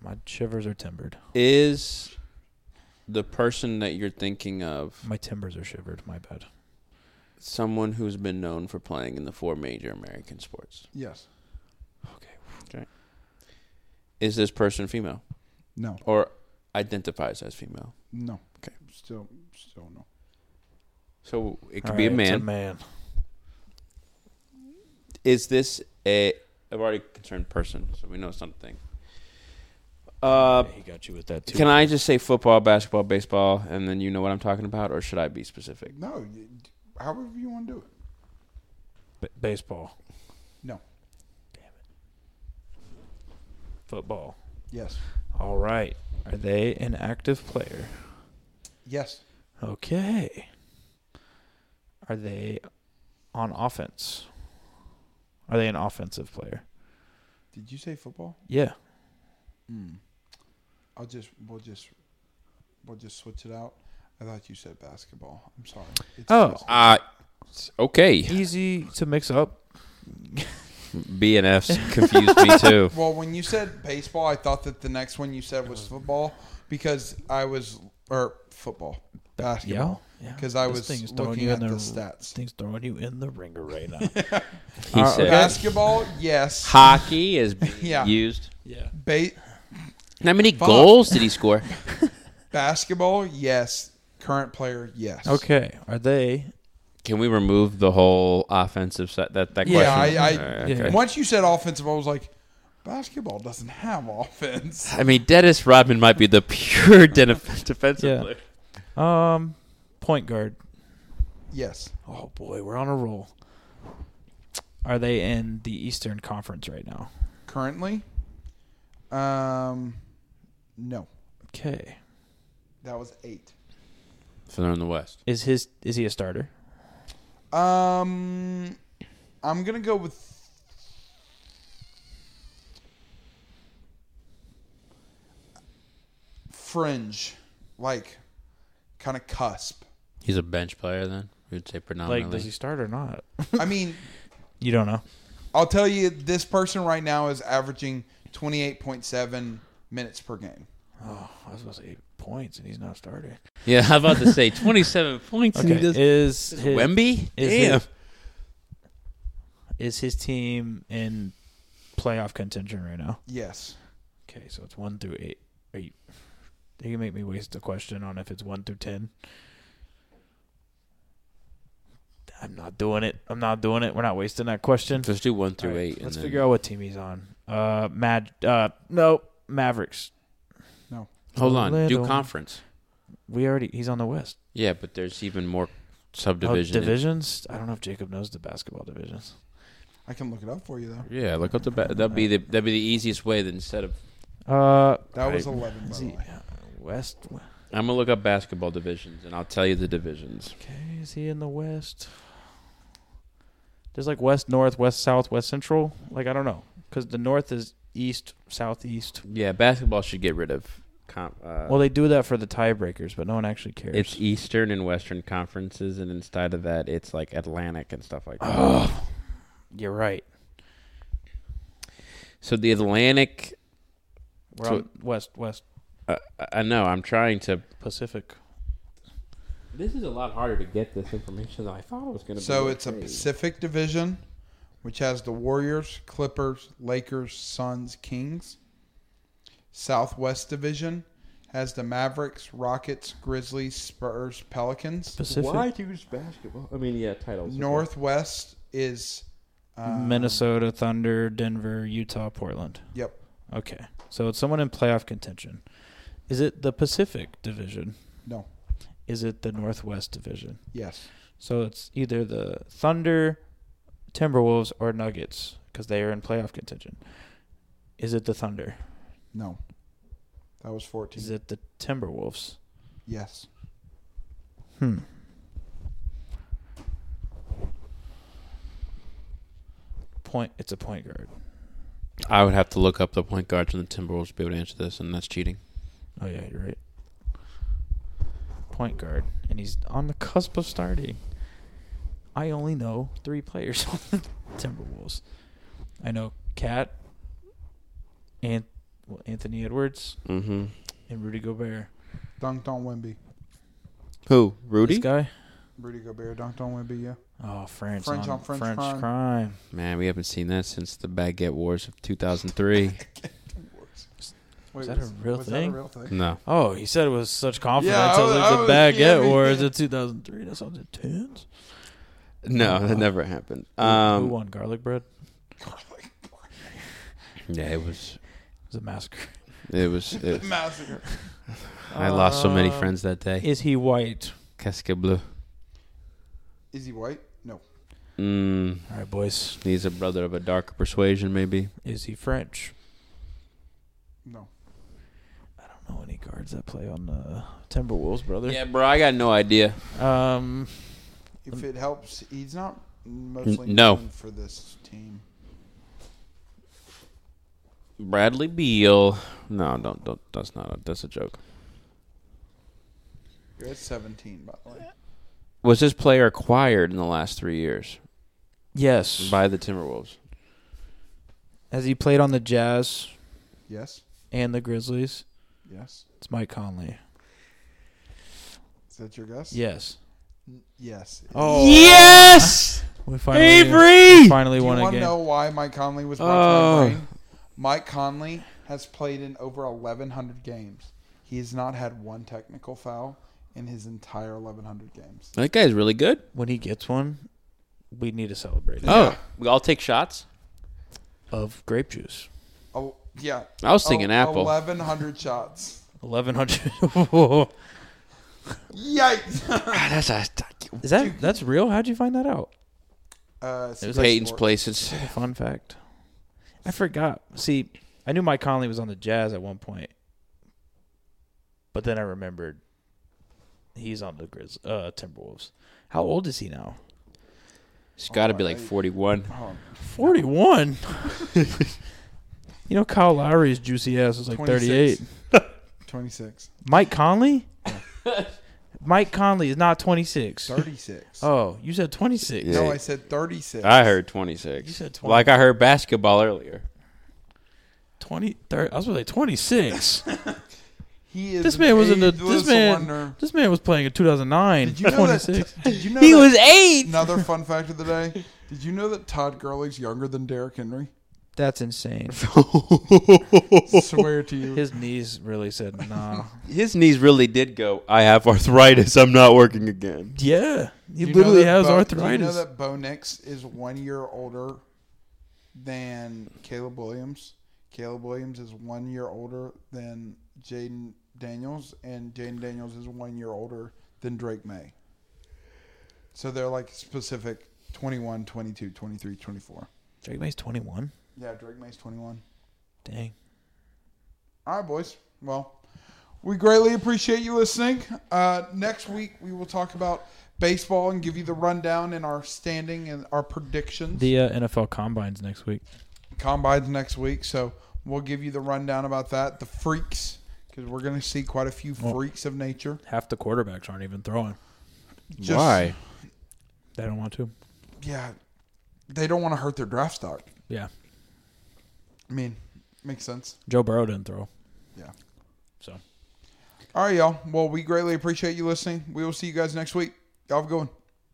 Speaker 2: My shivers are timbered.
Speaker 3: is the person that you're thinking of
Speaker 2: My timbers are shivered. My bad.
Speaker 3: someone who's been known for playing in the four major American sports.
Speaker 1: Yes.
Speaker 3: Is this person female
Speaker 1: No.
Speaker 3: or identifies as female?
Speaker 1: No.
Speaker 3: Okay.
Speaker 1: Still. Still no.
Speaker 3: So it could
Speaker 2: All
Speaker 3: be a
Speaker 2: right, it's
Speaker 3: man.
Speaker 2: man.
Speaker 3: Is this a? I've already concerned person, so we know something. Uh,
Speaker 2: Yeah, he got you with that too.
Speaker 3: can I just say football, basketball, baseball, and then you know what I'm talking about, or should I be specific?
Speaker 1: No. you- However you want to do it.
Speaker 2: B- baseball,
Speaker 1: No.
Speaker 2: football.
Speaker 1: Yes.
Speaker 2: All right. Are they an active player?
Speaker 1: Yes.
Speaker 2: Okay. Are they on offense? Are they an offensive player?
Speaker 1: Did you say football?
Speaker 2: Yeah.
Speaker 1: Mm. I'll just. We'll just. We'll just switch it out. I thought you said basketball. I'm sorry. It's
Speaker 2: Oh.
Speaker 1: just-
Speaker 3: Uh okay.
Speaker 2: Easy to mix up.
Speaker 3: B and F's confused me too.
Speaker 1: Well, when you said baseball, I thought that the next one you said was
Speaker 2: Uh,
Speaker 1: football because I was or football
Speaker 2: Yeah.
Speaker 1: basketball
Speaker 2: Yeah.
Speaker 1: because I
Speaker 2: This
Speaker 1: was
Speaker 2: thing's throwing
Speaker 1: looking
Speaker 2: you
Speaker 1: at
Speaker 2: in
Speaker 1: the,
Speaker 2: the-
Speaker 1: stats.
Speaker 2: Things throwing you in the ringer right now.
Speaker 3: He
Speaker 2: Uh,
Speaker 3: said
Speaker 2: okay.
Speaker 1: Basketball, yes.
Speaker 3: hockey is being
Speaker 1: Yeah.
Speaker 3: used.
Speaker 2: yeah.
Speaker 1: Ba-
Speaker 3: How many
Speaker 1: Fuck.
Speaker 3: goals did he score?
Speaker 1: basketball, yes. Current player, yes.
Speaker 2: Okay. Are they?
Speaker 3: Can we remove the whole offensive set? That that
Speaker 1: Yeah, I,
Speaker 3: question.
Speaker 1: I
Speaker 3: All right,
Speaker 2: yeah.
Speaker 3: okay.
Speaker 1: once you said offensive, I was like, Basketball doesn't have offense.
Speaker 3: I mean, Dennis Rodman might be the pure den- defensive
Speaker 2: Yeah.
Speaker 3: player.
Speaker 2: Um, point guard.
Speaker 1: Yes.
Speaker 2: Oh boy, we're on a roll. Are they in the Eastern Conference right now?
Speaker 1: Currently, um, no.
Speaker 2: Okay.
Speaker 1: That was eight.
Speaker 3: So they're in the West.
Speaker 2: Is his is he a starter?
Speaker 1: Um, I'm gonna go with. Fringe, like, kind of cusp.
Speaker 3: He's a bench player then. We would say
Speaker 2: Like,
Speaker 3: predominantly.
Speaker 2: does he start or not?
Speaker 1: I mean,
Speaker 2: You don't know.
Speaker 1: I'll tell you, this person right now is averaging 28.7 minutes per game.
Speaker 2: Oh, I was supposed to eight points, and he's not starting.
Speaker 3: yeah, I'm about to say 27 points. and
Speaker 2: Okay.
Speaker 3: he does-
Speaker 2: Is his,
Speaker 3: Wemby?
Speaker 2: is
Speaker 3: Damn.
Speaker 2: his- is his team in playoff contention right now?
Speaker 1: Yes.
Speaker 2: Okay, so it's one through eight. Eight. You can make me waste a question on if it's one through ten. I'm not doing it. I'm not doing it. We're not wasting that question.
Speaker 3: Let's do one through
Speaker 2: All right,
Speaker 3: eight.
Speaker 2: Let's
Speaker 3: and
Speaker 2: figure out what team he's on. Uh, Mad. Uh, no, Mavericks.
Speaker 3: Hold on.
Speaker 2: Little.
Speaker 3: Do conference.
Speaker 2: We already. He's on the West.
Speaker 3: Yeah, but there's even more
Speaker 2: Oh,
Speaker 3: subdivision.
Speaker 2: divisions. I don't know if Jacob knows the basketball divisions.
Speaker 1: I can look it up for you, though.
Speaker 3: Yeah, look up the ba- that'd be the that'd be the easiest way. That instead of
Speaker 2: Uh,
Speaker 1: That was
Speaker 2: I-
Speaker 1: 11, by
Speaker 2: is
Speaker 1: the
Speaker 2: he,
Speaker 1: way.
Speaker 2: uh, West.
Speaker 3: I'm gonna look up basketball divisions and I'll tell you the divisions.
Speaker 2: Okay, is he in the West? There's like West, North, West, South, West Central. Like I don't know, because the North is East, Southeast.
Speaker 3: Yeah, basketball should get rid of. Com- uh,
Speaker 2: Well, they do that for the tiebreakers, but no one actually cares.
Speaker 3: it's Eastern and Western conferences, and instead of that, it's like Atlantic and stuff like that.
Speaker 2: oh, you're right.
Speaker 3: So the Atlantic,
Speaker 2: We're
Speaker 3: So-
Speaker 2: on West, West
Speaker 3: uh, I- I know. I'm trying to.
Speaker 2: Pacific.
Speaker 3: This is a lot harder to get this information than I thought it was gonna
Speaker 1: So it's a Pacific Division, which has the Warriors, Clippers, Lakers, Suns, Kings. Southwest Division has the Mavericks, Rockets, Grizzlies, Spurs, Pelicans.
Speaker 2: Pacific.
Speaker 3: use basketball? I mean, yeah, titles.
Speaker 1: Northwest is. Uh,
Speaker 2: Minnesota, Thunder, Denver, Utah, Portland.
Speaker 1: Yep.
Speaker 2: Okay, so it's someone in playoff contention. Is it the Pacific Division?
Speaker 1: No.
Speaker 2: Is it the Northwest Division?
Speaker 1: Yes.
Speaker 2: So it's either the Thunder, Timberwolves, or Nuggets because they are in playoff contention. Is it the Thunder?
Speaker 1: No. That was 14.
Speaker 2: Is it the Timberwolves?
Speaker 1: yes.
Speaker 2: Hmm. Point. It's a point guard.
Speaker 3: I would have to look up the point guards from the Timberwolves to be able to answer this, and that's cheating.
Speaker 2: Oh yeah, you're right. Point guard, and he's on the cusp of starting. I only know three players on the Timberwolves. I know Cat, and well, Anthony Edwards,
Speaker 3: Mm-hmm.
Speaker 2: and Rudy Gobert.
Speaker 1: Dunked on Wimby.
Speaker 3: Who?
Speaker 2: This
Speaker 3: Rudy?
Speaker 2: guy.
Speaker 1: Rudy Gobert dunked on Wimby, yeah.
Speaker 2: Oh, French.
Speaker 1: French
Speaker 2: on,
Speaker 1: on French crime.
Speaker 2: crime.
Speaker 3: Man, we haven't seen that since the Baguette Wars of 2003.
Speaker 1: Wait,
Speaker 2: that a real
Speaker 1: was
Speaker 2: thing?
Speaker 1: That a real thing?
Speaker 3: no.
Speaker 2: Oh, he said it with such confidence.
Speaker 1: Yeah, I
Speaker 2: I was
Speaker 1: was-
Speaker 2: like
Speaker 1: I was
Speaker 2: the baguette
Speaker 1: jamming.
Speaker 2: wars in 2003. That sounds intense.
Speaker 3: No, that never happened.
Speaker 2: Who- Who
Speaker 3: Um,
Speaker 2: won garlic bread?
Speaker 1: Garlic bread.
Speaker 3: yeah, it was.
Speaker 2: It was a massacre.
Speaker 3: It was. It,
Speaker 1: Massacre.
Speaker 3: I lost so many
Speaker 2: Um,
Speaker 3: friends that day.
Speaker 2: Is he white?
Speaker 3: Casca Bleu.
Speaker 1: Is he white? No.
Speaker 3: Mm,
Speaker 2: All right, boys.
Speaker 3: he's a brother of a darker persuasion, maybe.
Speaker 2: Is he French?
Speaker 1: No.
Speaker 2: I don't know any guards that play on the Timberwolves, brother.
Speaker 3: Yeah, bro, I got no idea.
Speaker 2: Um,
Speaker 1: If it helps, he's not mostly
Speaker 3: N- no.
Speaker 1: known for this team.
Speaker 3: Bradley Beal. No, don't, don't. That's not. A, that's a joke.
Speaker 1: You're at 17, by the way.
Speaker 3: Was this player acquired in the last three years
Speaker 2: yes.
Speaker 3: by the Timberwolves?
Speaker 2: Has he played on the Jazz
Speaker 1: Yes.
Speaker 2: and the Grizzlies?
Speaker 1: Yes.
Speaker 2: It's Mike Conley.
Speaker 1: Is that your guess?
Speaker 2: Yes.
Speaker 1: N- Yes.
Speaker 2: Oh.
Speaker 3: Yes,
Speaker 2: We finally, we finally
Speaker 1: Do you
Speaker 2: won a
Speaker 1: want to
Speaker 2: game.
Speaker 1: know why Mike Conley was brought to
Speaker 3: Oh.
Speaker 1: my brain? Mike Conley has played in over 1,100 games. He has not had one technical foul in his entire 1,100 games.
Speaker 3: that guy's really good.
Speaker 2: When he gets one, we need to celebrate it.
Speaker 3: Oh, we all take shots.
Speaker 2: Of grape juice.
Speaker 1: A Oh, Yeah.
Speaker 3: I was thinking
Speaker 1: Oh,
Speaker 3: apple.
Speaker 1: Eleven hundred shots.
Speaker 2: Eleven hundred. Is
Speaker 1: Yikes.
Speaker 3: God, that's a
Speaker 2: that that's real? How'd you find that out?
Speaker 1: uh,
Speaker 3: it's
Speaker 1: Spaceport.
Speaker 3: Peyton's places.
Speaker 2: A fun fact. I forgot. See, I knew Mike Conley was on the Jazz at one point, but then I remembered he's on the Grizz uh, Timberwolves. How old is he now?
Speaker 3: It's got to be like forty-one.
Speaker 1: Oh,
Speaker 2: Forty-one. you know, Kyle Lowry's juicy ass was like
Speaker 1: 26.
Speaker 2: thirty-eight.
Speaker 1: 26.
Speaker 2: Mike Conley. Mike Conley is not twenty-six.
Speaker 1: 36.
Speaker 2: Oh, you said twenty-six.
Speaker 1: No, I said 36.
Speaker 3: I heard twenty-six.
Speaker 2: You said 20.
Speaker 3: Like I heard basketball earlier.
Speaker 2: 20, 30, I was really twenty six.
Speaker 1: He is
Speaker 2: this man was in the. This
Speaker 1: ageless
Speaker 2: man.
Speaker 1: wonder.
Speaker 2: This man was playing in two thousand nine.
Speaker 1: Did you know
Speaker 2: Twenty six.
Speaker 1: that? Did you know
Speaker 3: He
Speaker 1: that-
Speaker 3: was eight.
Speaker 1: Another fun fact of the day. Did you know that Todd Gurley's younger than Derrick Henry?
Speaker 2: That's insane.
Speaker 1: Swear to you.
Speaker 2: His knees really said nah.
Speaker 3: His knees really did go. I have arthritis. I'm not working again.
Speaker 2: yeah, he
Speaker 1: Do you know
Speaker 2: literally
Speaker 1: that
Speaker 2: has
Speaker 1: Bo-
Speaker 2: arthritis.
Speaker 1: Do you know that Bo Nix is one year older than Caleb Williams? Caleb Williams is one year older than Jaden Daniels, and Jaden Daniels is one year older than Drake May. So they're like specific 21, 22, 23, 24.
Speaker 2: Drake May's twenty one.
Speaker 1: Yeah, Drake May's 21.
Speaker 2: Dang.
Speaker 1: All right, boys. Well, we greatly appreciate you listening. Uh, next week, we will talk about baseball and give you the rundown and our standing and our predictions.
Speaker 2: The uh, NFL combines next week.
Speaker 1: Combine's next week, so we'll give you the rundown about that. The freaks, because we're going to see quite a few freaks of nature.
Speaker 2: Half the quarterbacks aren't even throwing.
Speaker 1: Just-
Speaker 3: Why?
Speaker 2: They don't want to.
Speaker 1: Yeah, they don't want to hurt their draft stock.
Speaker 2: Yeah,
Speaker 1: I mean, makes sense.
Speaker 2: Joe Burrow didn't throw.
Speaker 1: Yeah.
Speaker 2: So.
Speaker 1: All right, y'all. Well, we greatly appreciate you listening. We will see you guys next week. Y'all have a good one.